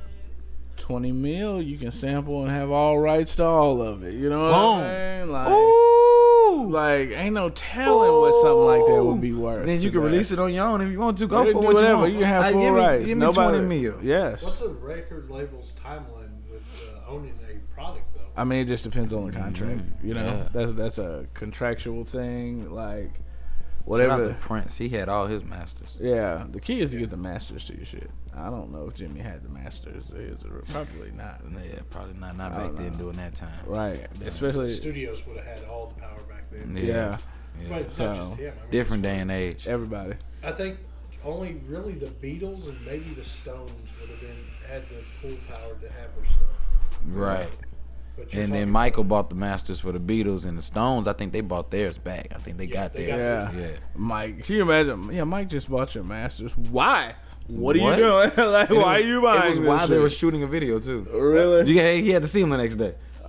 [SPEAKER 2] twenty mil, you can sample and have all rights to all of it. You know what
[SPEAKER 3] Boom.
[SPEAKER 2] I mean? Like,
[SPEAKER 3] Ooh.
[SPEAKER 2] like ain't no telling what something like that would be worth.
[SPEAKER 3] Then you can
[SPEAKER 2] today.
[SPEAKER 3] release it on your own if you want to. Go
[SPEAKER 2] Yeah,
[SPEAKER 3] for
[SPEAKER 2] do
[SPEAKER 3] what
[SPEAKER 2] whatever.
[SPEAKER 3] you want.
[SPEAKER 2] You, can have
[SPEAKER 3] I-
[SPEAKER 2] full
[SPEAKER 3] give me,
[SPEAKER 2] rights.
[SPEAKER 3] Give me
[SPEAKER 2] Nobody,
[SPEAKER 3] twenty mil.
[SPEAKER 2] Yes.
[SPEAKER 4] What's a record label's timeline with uh, owning a product, though?
[SPEAKER 2] I mean, it just depends on the contract. You know,
[SPEAKER 3] Mm-hmm. Yeah.
[SPEAKER 2] that's that's a contractual thing.
[SPEAKER 3] Shout
[SPEAKER 2] Like
[SPEAKER 3] out to
[SPEAKER 2] whatever.
[SPEAKER 3] Prince. He had all his masters.
[SPEAKER 2] Yeah, the key is to get the masters to your shit. I don't know if Jimmy had the masters. to his or probably not.
[SPEAKER 3] Yeah, probably not. Not
[SPEAKER 2] don't
[SPEAKER 3] back then
[SPEAKER 2] know.
[SPEAKER 3] during that time.
[SPEAKER 2] Right, especially
[SPEAKER 4] Studios would have had all the power back then.
[SPEAKER 3] Yeah.
[SPEAKER 2] yeah,
[SPEAKER 3] yeah.
[SPEAKER 4] But
[SPEAKER 2] so-
[SPEAKER 4] not just him. I mean,
[SPEAKER 3] Different day and age.
[SPEAKER 2] everybody.
[SPEAKER 4] I think only really the Beatles and maybe the Stones would have been had the full power to have their stuff.
[SPEAKER 3] Right.
[SPEAKER 4] But you're
[SPEAKER 3] And then
[SPEAKER 4] talking
[SPEAKER 3] Michael bought the masters for the Beatles and the Stones. I think they bought theirs back. I think they got
[SPEAKER 4] they
[SPEAKER 3] theirs.
[SPEAKER 2] got
[SPEAKER 3] yeah.
[SPEAKER 2] Mike, can you imagine? Yeah, Mike just bought your masters. Why? What are
[SPEAKER 3] What?
[SPEAKER 2] you doing? like,
[SPEAKER 3] And it
[SPEAKER 2] why
[SPEAKER 3] was-
[SPEAKER 2] are you buying
[SPEAKER 3] It was
[SPEAKER 2] this
[SPEAKER 3] while they
[SPEAKER 2] shit?
[SPEAKER 3] were shooting a video too.
[SPEAKER 2] really? Oh,
[SPEAKER 3] You had, he had to see him the next day.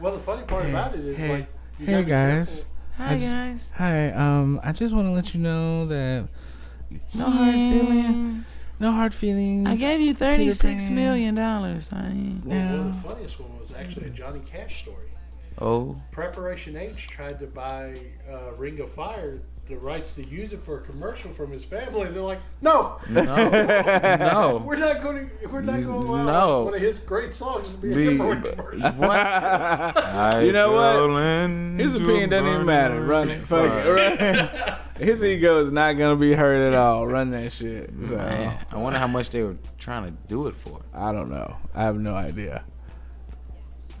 [SPEAKER 4] Well, the funny part about it is like, you
[SPEAKER 2] Hey
[SPEAKER 4] gotta be
[SPEAKER 2] guys.
[SPEAKER 3] Hi guys.
[SPEAKER 2] Hi. Um, I just want to let you know that
[SPEAKER 3] No hard feelings.
[SPEAKER 2] no hard feelings.
[SPEAKER 3] gave you
[SPEAKER 2] $36 million
[SPEAKER 3] dollars.
[SPEAKER 4] careful. One, one of the funniest one was actually a Johnny Cash story.
[SPEAKER 3] Oh,
[SPEAKER 4] Preparation H tried to buy uh, Ring of Fire the rights to use it for a commercial from his family. They're like, no,
[SPEAKER 7] No.
[SPEAKER 4] we're not going to. We're not going to allow
[SPEAKER 7] No.
[SPEAKER 4] one of his great songs to be a
[SPEAKER 7] Be-
[SPEAKER 4] Hemorrhoid commercial.
[SPEAKER 7] What?
[SPEAKER 2] You know what?
[SPEAKER 3] what?
[SPEAKER 2] His opinion doesn't even matter. Run it. Fuck it. Run. His ego is not gonna be hurt at all. Run that shit. So
[SPEAKER 3] Man, I wonder how much they were trying to do it for.
[SPEAKER 2] I don't know. I have no idea.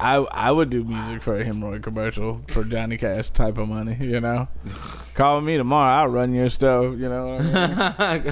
[SPEAKER 2] I I would do music for a hemorrhoid commercial for Johnny Cash type of money. You know, call me tomorrow. I'll run your stuff. You know. what I mean?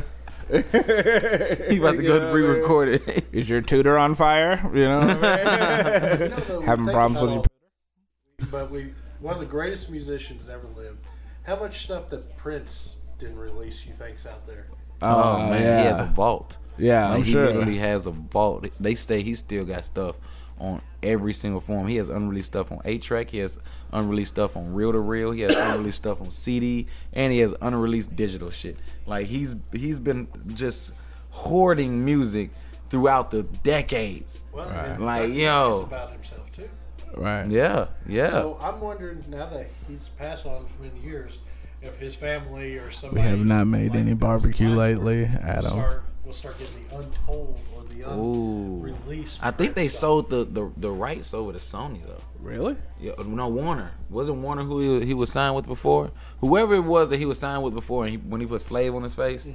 [SPEAKER 3] he about to go
[SPEAKER 2] You know
[SPEAKER 3] to
[SPEAKER 2] what
[SPEAKER 3] re-record it.
[SPEAKER 2] I mean? Is your tutor on fire? You know. What I mean?
[SPEAKER 4] You know, though, we
[SPEAKER 2] Having
[SPEAKER 4] think
[SPEAKER 2] problems with
[SPEAKER 4] about all- But we, one of the greatest musicians that ever lived. How much stuff that Prince didn't release you think's out there?
[SPEAKER 3] Oh
[SPEAKER 2] Uh,
[SPEAKER 3] man,
[SPEAKER 2] yeah.
[SPEAKER 3] he has a vault.
[SPEAKER 2] yeah,
[SPEAKER 3] Like,
[SPEAKER 2] I'm
[SPEAKER 3] he
[SPEAKER 2] sure.
[SPEAKER 3] literally has a vault. They say he still got stuff on every single form. He has unreleased stuff on eight track. He has unreleased stuff on reel to reel. He has unreleased stuff on CD, and he has unreleased digital shit. Like he's he's been just hoarding music throughout the decades.
[SPEAKER 4] Well, and
[SPEAKER 3] Like,
[SPEAKER 4] he
[SPEAKER 3] yo.
[SPEAKER 4] lies about himself too.
[SPEAKER 2] right.
[SPEAKER 3] Yeah, yeah.
[SPEAKER 4] So I'm wondering now that he's passed on for many years, if his family or
[SPEAKER 2] We
[SPEAKER 4] somebody
[SPEAKER 2] have not made
[SPEAKER 4] like
[SPEAKER 2] any
[SPEAKER 4] his
[SPEAKER 2] barbecue
[SPEAKER 4] wife
[SPEAKER 2] lately,
[SPEAKER 4] will
[SPEAKER 2] Adam.
[SPEAKER 4] start, will start getting the untold or the
[SPEAKER 3] Ooh.
[SPEAKER 4] unreleased.
[SPEAKER 3] I think they
[SPEAKER 4] Prince stuff.
[SPEAKER 3] sold the, the, the rights over to Sony though.
[SPEAKER 2] Really?
[SPEAKER 3] Yeah, uh, no Warner wasn't Warner who he, he was signed with before. Whoever it was that he was signed with before, and he, when he put Slave on his face,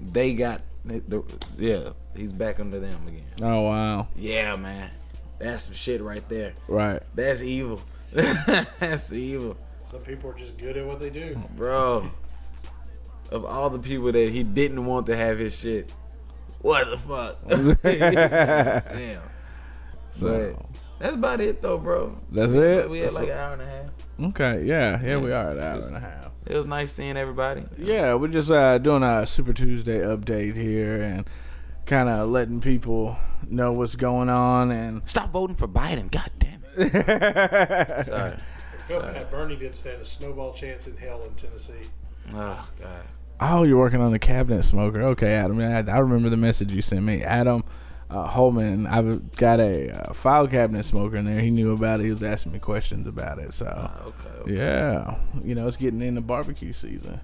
[SPEAKER 3] they got the, the- yeah. He's back under them again.
[SPEAKER 2] Oh wow.
[SPEAKER 3] Yeah, man, that's some shit right there.
[SPEAKER 2] Right.
[SPEAKER 3] That's evil. that's evil,
[SPEAKER 4] Some people are just good at what they do.
[SPEAKER 3] Oh, bro. Of all the people that he didn't want to have his shit, what the fuck? Damn.
[SPEAKER 2] So
[SPEAKER 3] But that's about it though, bro.
[SPEAKER 2] that's it.
[SPEAKER 3] We had like an hour and a half.
[SPEAKER 2] Okay, yeah, here we are at an hour and a half.
[SPEAKER 3] It was nice seeing everybody.
[SPEAKER 2] Yeah, we're just uh, doing a Super Tuesday update here and kind of letting people know what's going on. And
[SPEAKER 3] Stop voting for Biden. God damn it. Sorry.
[SPEAKER 4] Well, Pat Bernie did stand a snowball chance in hell in Tennessee.
[SPEAKER 3] Oh God.
[SPEAKER 2] oh, you're working on the cabinet smoker. Okay, Adam, I, I remember the message you sent me, Adam. Uh, Holman, I've got a uh, file cabinet smoker in there. He knew about it. He was asking me questions about it. So,
[SPEAKER 3] Okay.
[SPEAKER 2] yeah, you know, it's getting into barbecue season.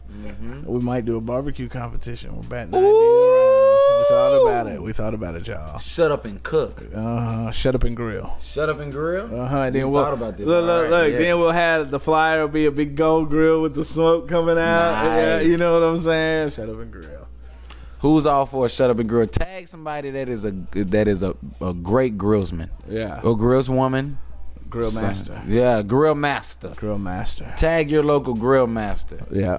[SPEAKER 2] We might do a barbecue competition. We're batting ideas around. We thought about it. We thought about it, y'all.
[SPEAKER 3] Shut up and cook.
[SPEAKER 2] Uh, shut up and grill.
[SPEAKER 3] Shut up and grill.
[SPEAKER 2] Uh huh. And
[SPEAKER 3] You
[SPEAKER 2] then we'll
[SPEAKER 3] thought about this.
[SPEAKER 2] look, look,
[SPEAKER 3] All right,
[SPEAKER 2] look.
[SPEAKER 3] yeah.
[SPEAKER 2] Then we'll have the flyer. Will be a big gold grill with the smoke coming out. Yeah,
[SPEAKER 3] Nice.
[SPEAKER 2] you know what I'm saying? Shut up and grill.
[SPEAKER 3] Who's all for a shut up and grill? Tag somebody that is a that is a, a great grillsman
[SPEAKER 2] Yeah,
[SPEAKER 3] or grillswoman.
[SPEAKER 2] grill master.
[SPEAKER 3] Yeah, grill master.
[SPEAKER 2] Grill master.
[SPEAKER 3] Tag your local grill master.
[SPEAKER 2] Yeah,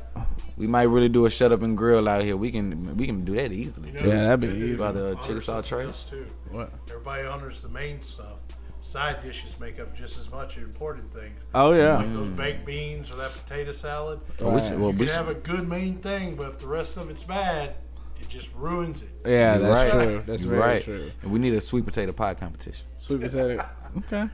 [SPEAKER 3] We might really do a shut up and grill out here. We can we can do that easily.
[SPEAKER 4] You
[SPEAKER 3] too.
[SPEAKER 4] know,
[SPEAKER 2] yeah, that'd be
[SPEAKER 4] they do
[SPEAKER 2] easy.
[SPEAKER 3] By the
[SPEAKER 4] honor
[SPEAKER 3] Chickasaw
[SPEAKER 4] something
[SPEAKER 3] Trail.
[SPEAKER 4] else, too.
[SPEAKER 2] What?
[SPEAKER 4] Everybody honors the main stuff. Side dishes make up just as much as important things.
[SPEAKER 2] Oh yeah.
[SPEAKER 4] Like those baked beans or that potato salad.
[SPEAKER 3] Oh, we should- well,
[SPEAKER 4] you
[SPEAKER 3] we
[SPEAKER 4] can
[SPEAKER 3] should-
[SPEAKER 4] have a good main thing, but if the rest of it's bad, it just ruins it.
[SPEAKER 2] Yeah,
[SPEAKER 3] You're
[SPEAKER 2] that's
[SPEAKER 3] right.
[SPEAKER 2] true. That's
[SPEAKER 3] You're
[SPEAKER 2] very
[SPEAKER 3] right.
[SPEAKER 2] true.
[SPEAKER 3] And we need a sweet potato pie competition.
[SPEAKER 2] Sweet potato. okay.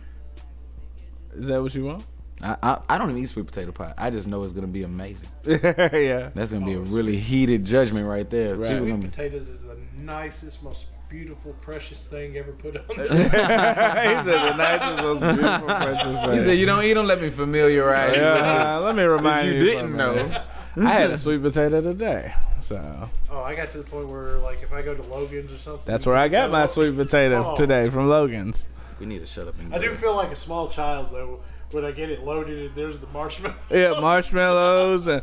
[SPEAKER 2] Is that what you want?
[SPEAKER 3] I, I I don't even eat sweet potato pie. I just know it's gonna be amazing.
[SPEAKER 2] yeah.
[SPEAKER 3] That's gonna be a really heated judgment right there.
[SPEAKER 2] Oh, Right.
[SPEAKER 3] People
[SPEAKER 4] Sweet
[SPEAKER 3] gonna be-
[SPEAKER 4] potatoes is the nicest, most beautiful, precious thing ever put on. the
[SPEAKER 2] he said the nicest, most beautiful, precious thing.
[SPEAKER 3] He said, "You don't eat them. Let me familiarize you." with it."
[SPEAKER 2] Yeah, uh, let me remind you.
[SPEAKER 3] you didn't
[SPEAKER 2] something.
[SPEAKER 3] know.
[SPEAKER 2] I had a sweet potato today, so
[SPEAKER 4] oh, I got to the point where, like, if I go to Logan's or something,
[SPEAKER 2] that's where I got my
[SPEAKER 4] Oh,
[SPEAKER 2] sweet potato
[SPEAKER 4] oh.
[SPEAKER 2] today from Logan's.
[SPEAKER 3] We need to shut up and.
[SPEAKER 4] I do
[SPEAKER 3] go.
[SPEAKER 4] feel like a small child though when I get it loaded and there's the marshmallow.
[SPEAKER 2] Yeah, marshmallows and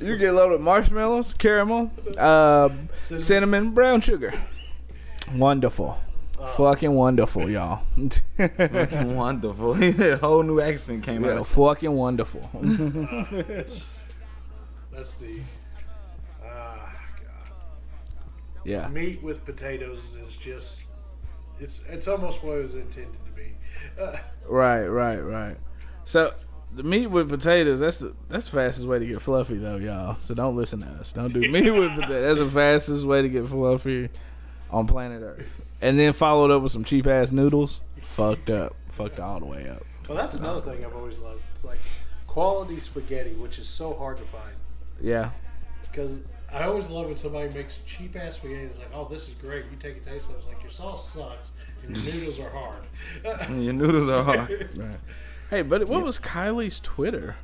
[SPEAKER 2] you get loaded with marshmallows, caramel, uh,
[SPEAKER 4] Cinnamon.
[SPEAKER 2] cinnamon, brown sugar. Wonderful,
[SPEAKER 4] Oh.
[SPEAKER 2] fucking wonderful, y'all.
[SPEAKER 3] Fucking wonderful. a whole new accent came
[SPEAKER 2] Yeah,
[SPEAKER 3] out.
[SPEAKER 2] fucking wonderful.
[SPEAKER 4] That's that's the uh,
[SPEAKER 2] Yeah,
[SPEAKER 4] meat with potatoes is just it's it's almost what it was intended to be. Uh,
[SPEAKER 2] right, right, right. So the meat with potatoes that's the that's the fastest way to get fluffy though, y'all. So don't listen to us. Don't do meat with potatoes. That's the fastest way to get fluffy on planet Earth. And then followed up with some cheap ass noodles. Fucked up. Fucked all the way up.
[SPEAKER 4] well, that's another thing I've always loved. It's like quality spaghetti, which is so hard to find
[SPEAKER 2] Yeah.
[SPEAKER 4] because. I always love when somebody makes cheap ass spaghetti. It's like, oh, this is great. You take a taste of it. It's like, your sauce sucks and your noodles are hard.
[SPEAKER 3] Your noodles are hard.
[SPEAKER 2] Hey, but what was Kylie's Twitter?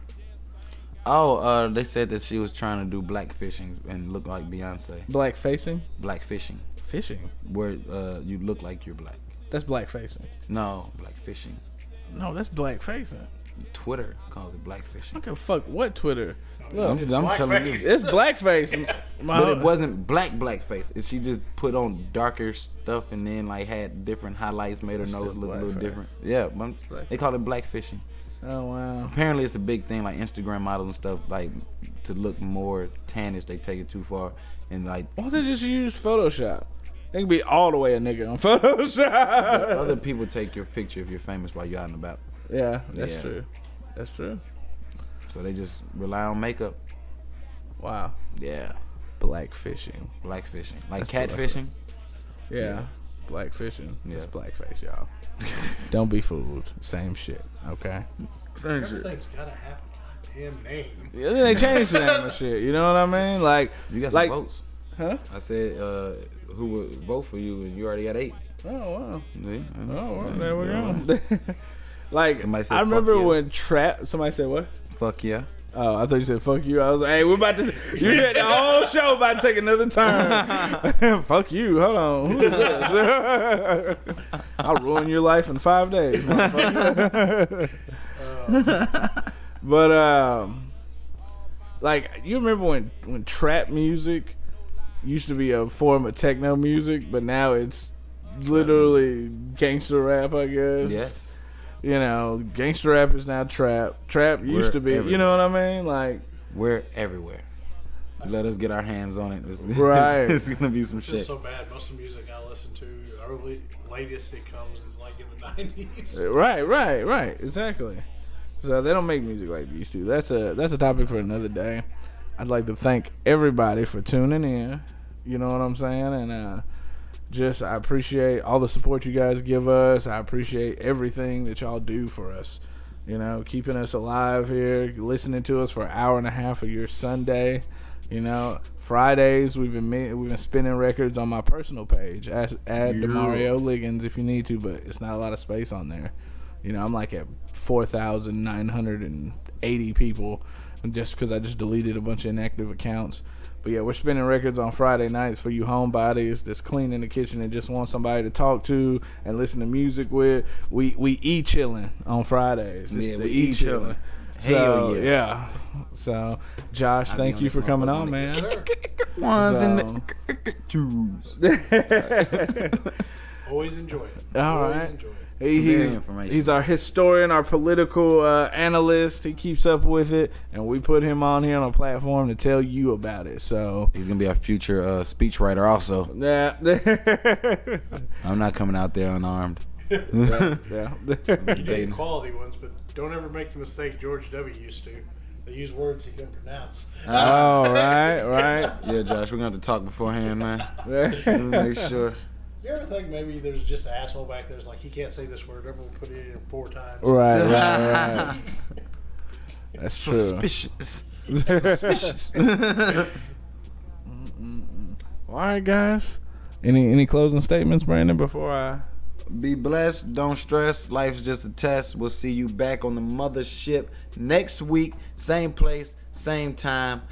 [SPEAKER 3] Oh, uh, they said that she was trying to do black fishing and look like Beyonce.
[SPEAKER 2] Black facing?
[SPEAKER 3] Black fishing,
[SPEAKER 2] Fishing.
[SPEAKER 3] where uh, you look like you're black.
[SPEAKER 2] That's black facing.
[SPEAKER 3] No, black fishing.
[SPEAKER 2] No, that's black facing.
[SPEAKER 3] Twitter calls it black fishing.
[SPEAKER 2] I can fuck what Twitter.
[SPEAKER 3] I'm,
[SPEAKER 2] Look,
[SPEAKER 3] just- I'm telling you.
[SPEAKER 2] it's blackface. My-
[SPEAKER 3] Oh, But it wasn't black blackface. It- She just put on darker stuff and then like had different highlights, made her
[SPEAKER 2] It's
[SPEAKER 3] nose
[SPEAKER 2] still
[SPEAKER 3] look a little
[SPEAKER 2] blackface.
[SPEAKER 3] different. Yeah, but I'm-
[SPEAKER 2] blackface.
[SPEAKER 3] they call it black fishing.
[SPEAKER 2] Oh wow.
[SPEAKER 3] Apparently, it's a big thing like Instagram models and stuff like to look more tannish. They take it too far and like
[SPEAKER 2] Why don't they just use Photoshop? They can be all the way a nigga on Photoshop.
[SPEAKER 3] other people take your picture if you're famous while you're out and about.
[SPEAKER 2] yeah, that's
[SPEAKER 3] Yeah.
[SPEAKER 2] true. That's true.
[SPEAKER 3] So they just rely on makeup.
[SPEAKER 2] Wow.
[SPEAKER 3] Yeah,
[SPEAKER 2] Black fishing.
[SPEAKER 3] black fishing, like
[SPEAKER 2] That's the black
[SPEAKER 3] catfishing.
[SPEAKER 2] Yeah. Black fishing.
[SPEAKER 3] Yeah.
[SPEAKER 2] It's blackface, y'all. Don't be fooled. Same shit. Okay.
[SPEAKER 5] Same shit.
[SPEAKER 4] Everything's gotta have a goddamn name.
[SPEAKER 2] Yeah, they changed the name and shit. You know what I mean? Like
[SPEAKER 3] You got some
[SPEAKER 2] like,
[SPEAKER 3] votes.
[SPEAKER 2] Huh?
[SPEAKER 3] I said, uh, who would vote for you? And you already got eight.
[SPEAKER 2] Oh wow.
[SPEAKER 3] Yeah.
[SPEAKER 2] Oh well, there we go. like
[SPEAKER 3] Somebody said,
[SPEAKER 2] I
[SPEAKER 3] "Fuck
[SPEAKER 2] remember
[SPEAKER 3] yeah."
[SPEAKER 2] when trap somebody said what?
[SPEAKER 3] Fuck yeah.
[SPEAKER 2] Oh, I thought you said fuck you. I was like, hey, we're about to. You had the whole show about to take another turn. fuck you. Hold on. Who is this? I'll ruin your life in five days, motherfucker.
[SPEAKER 4] Uh,
[SPEAKER 2] but um, like you remember when when trap music used to be a form of techno music, but now it's literally gangster rap, I guess
[SPEAKER 3] Yes.
[SPEAKER 2] you know, gangster rap is now trap. Trap used to be, you
[SPEAKER 3] everywhere.
[SPEAKER 2] know what I mean? Like,
[SPEAKER 3] We're everywhere. Let us get our hands on it. It's,
[SPEAKER 2] Right.
[SPEAKER 3] it's, gonna be some
[SPEAKER 4] It's just
[SPEAKER 3] shit.
[SPEAKER 4] so bad. Most of the music I listen to, the early latest it comes is like in the nineties.
[SPEAKER 2] Uh, right, right, right, exactly. So they don't make music like they used to. That's a that's a topic for another day. I'd like to thank everybody for tuning in. You know what I'm saying? And uh, just I appreciate all the support you guys give us. I appreciate everything that y'all do for us. You know, keeping us alive here, listening to us for an hour and a half of your Sunday. You know, Fridays we've been ma- we've been spinning records on my personal page. Add, add Demario Liggins if you need to, but it's not a lot of space on there. You know, I'm like at four thousand nine hundred and eighty people, just because I just deleted a bunch of inactive accounts. But yeah, we're spinning records on Friday nights for you homebodies that's clean in the kitchen and just want somebody to talk to and listen to music with. We we e chilling on Fridays. It's
[SPEAKER 3] Yeah,
[SPEAKER 2] the
[SPEAKER 3] we E
[SPEAKER 2] e-chilling.
[SPEAKER 3] chilling.
[SPEAKER 2] So,
[SPEAKER 3] Hell yeah.
[SPEAKER 2] yeah. So Josh,
[SPEAKER 3] I'll be
[SPEAKER 2] thank
[SPEAKER 3] on
[SPEAKER 2] you
[SPEAKER 3] this
[SPEAKER 2] for coming
[SPEAKER 3] motherfucker
[SPEAKER 2] on,
[SPEAKER 3] nigga.
[SPEAKER 2] man.
[SPEAKER 3] Ones and
[SPEAKER 2] So-
[SPEAKER 3] the twos.
[SPEAKER 4] Always enjoy it.
[SPEAKER 2] All
[SPEAKER 4] Always
[SPEAKER 2] right.
[SPEAKER 4] enjoy it.
[SPEAKER 2] He- he's,
[SPEAKER 3] information.
[SPEAKER 2] he's our historian, our political uh, analyst. He keeps up with it, and we put him on here on a platform to tell you about it. So,
[SPEAKER 3] He's gonna be our future uh, speechwriter. Also,
[SPEAKER 2] yeah,
[SPEAKER 3] I'm not coming out there unarmed.
[SPEAKER 2] yeah.
[SPEAKER 4] You did quality ones, but don't ever make the mistake George W. used to. They use words he couldn't pronounce.
[SPEAKER 2] All Oh, right, right.
[SPEAKER 3] Yeah, Josh, we're gonna have to talk beforehand, man.
[SPEAKER 2] Yeah.
[SPEAKER 3] Make sure.
[SPEAKER 4] You ever think maybe there's just an asshole back there's like he can't say this word, everyone put it in four times.
[SPEAKER 2] Right, right, right. That's true.
[SPEAKER 3] Suspicious. Suspicious.
[SPEAKER 2] All right, guys. Any any closing statements, Brandon? Before I
[SPEAKER 3] Be blessed. Don't stress. Life's just a test. We'll see you back on the mothership next week. Same place, same time.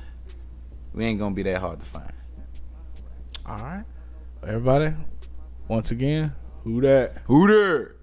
[SPEAKER 3] We ain't gonna be that hard to find.
[SPEAKER 2] all right, everybody. Once again, who that?
[SPEAKER 3] Who there?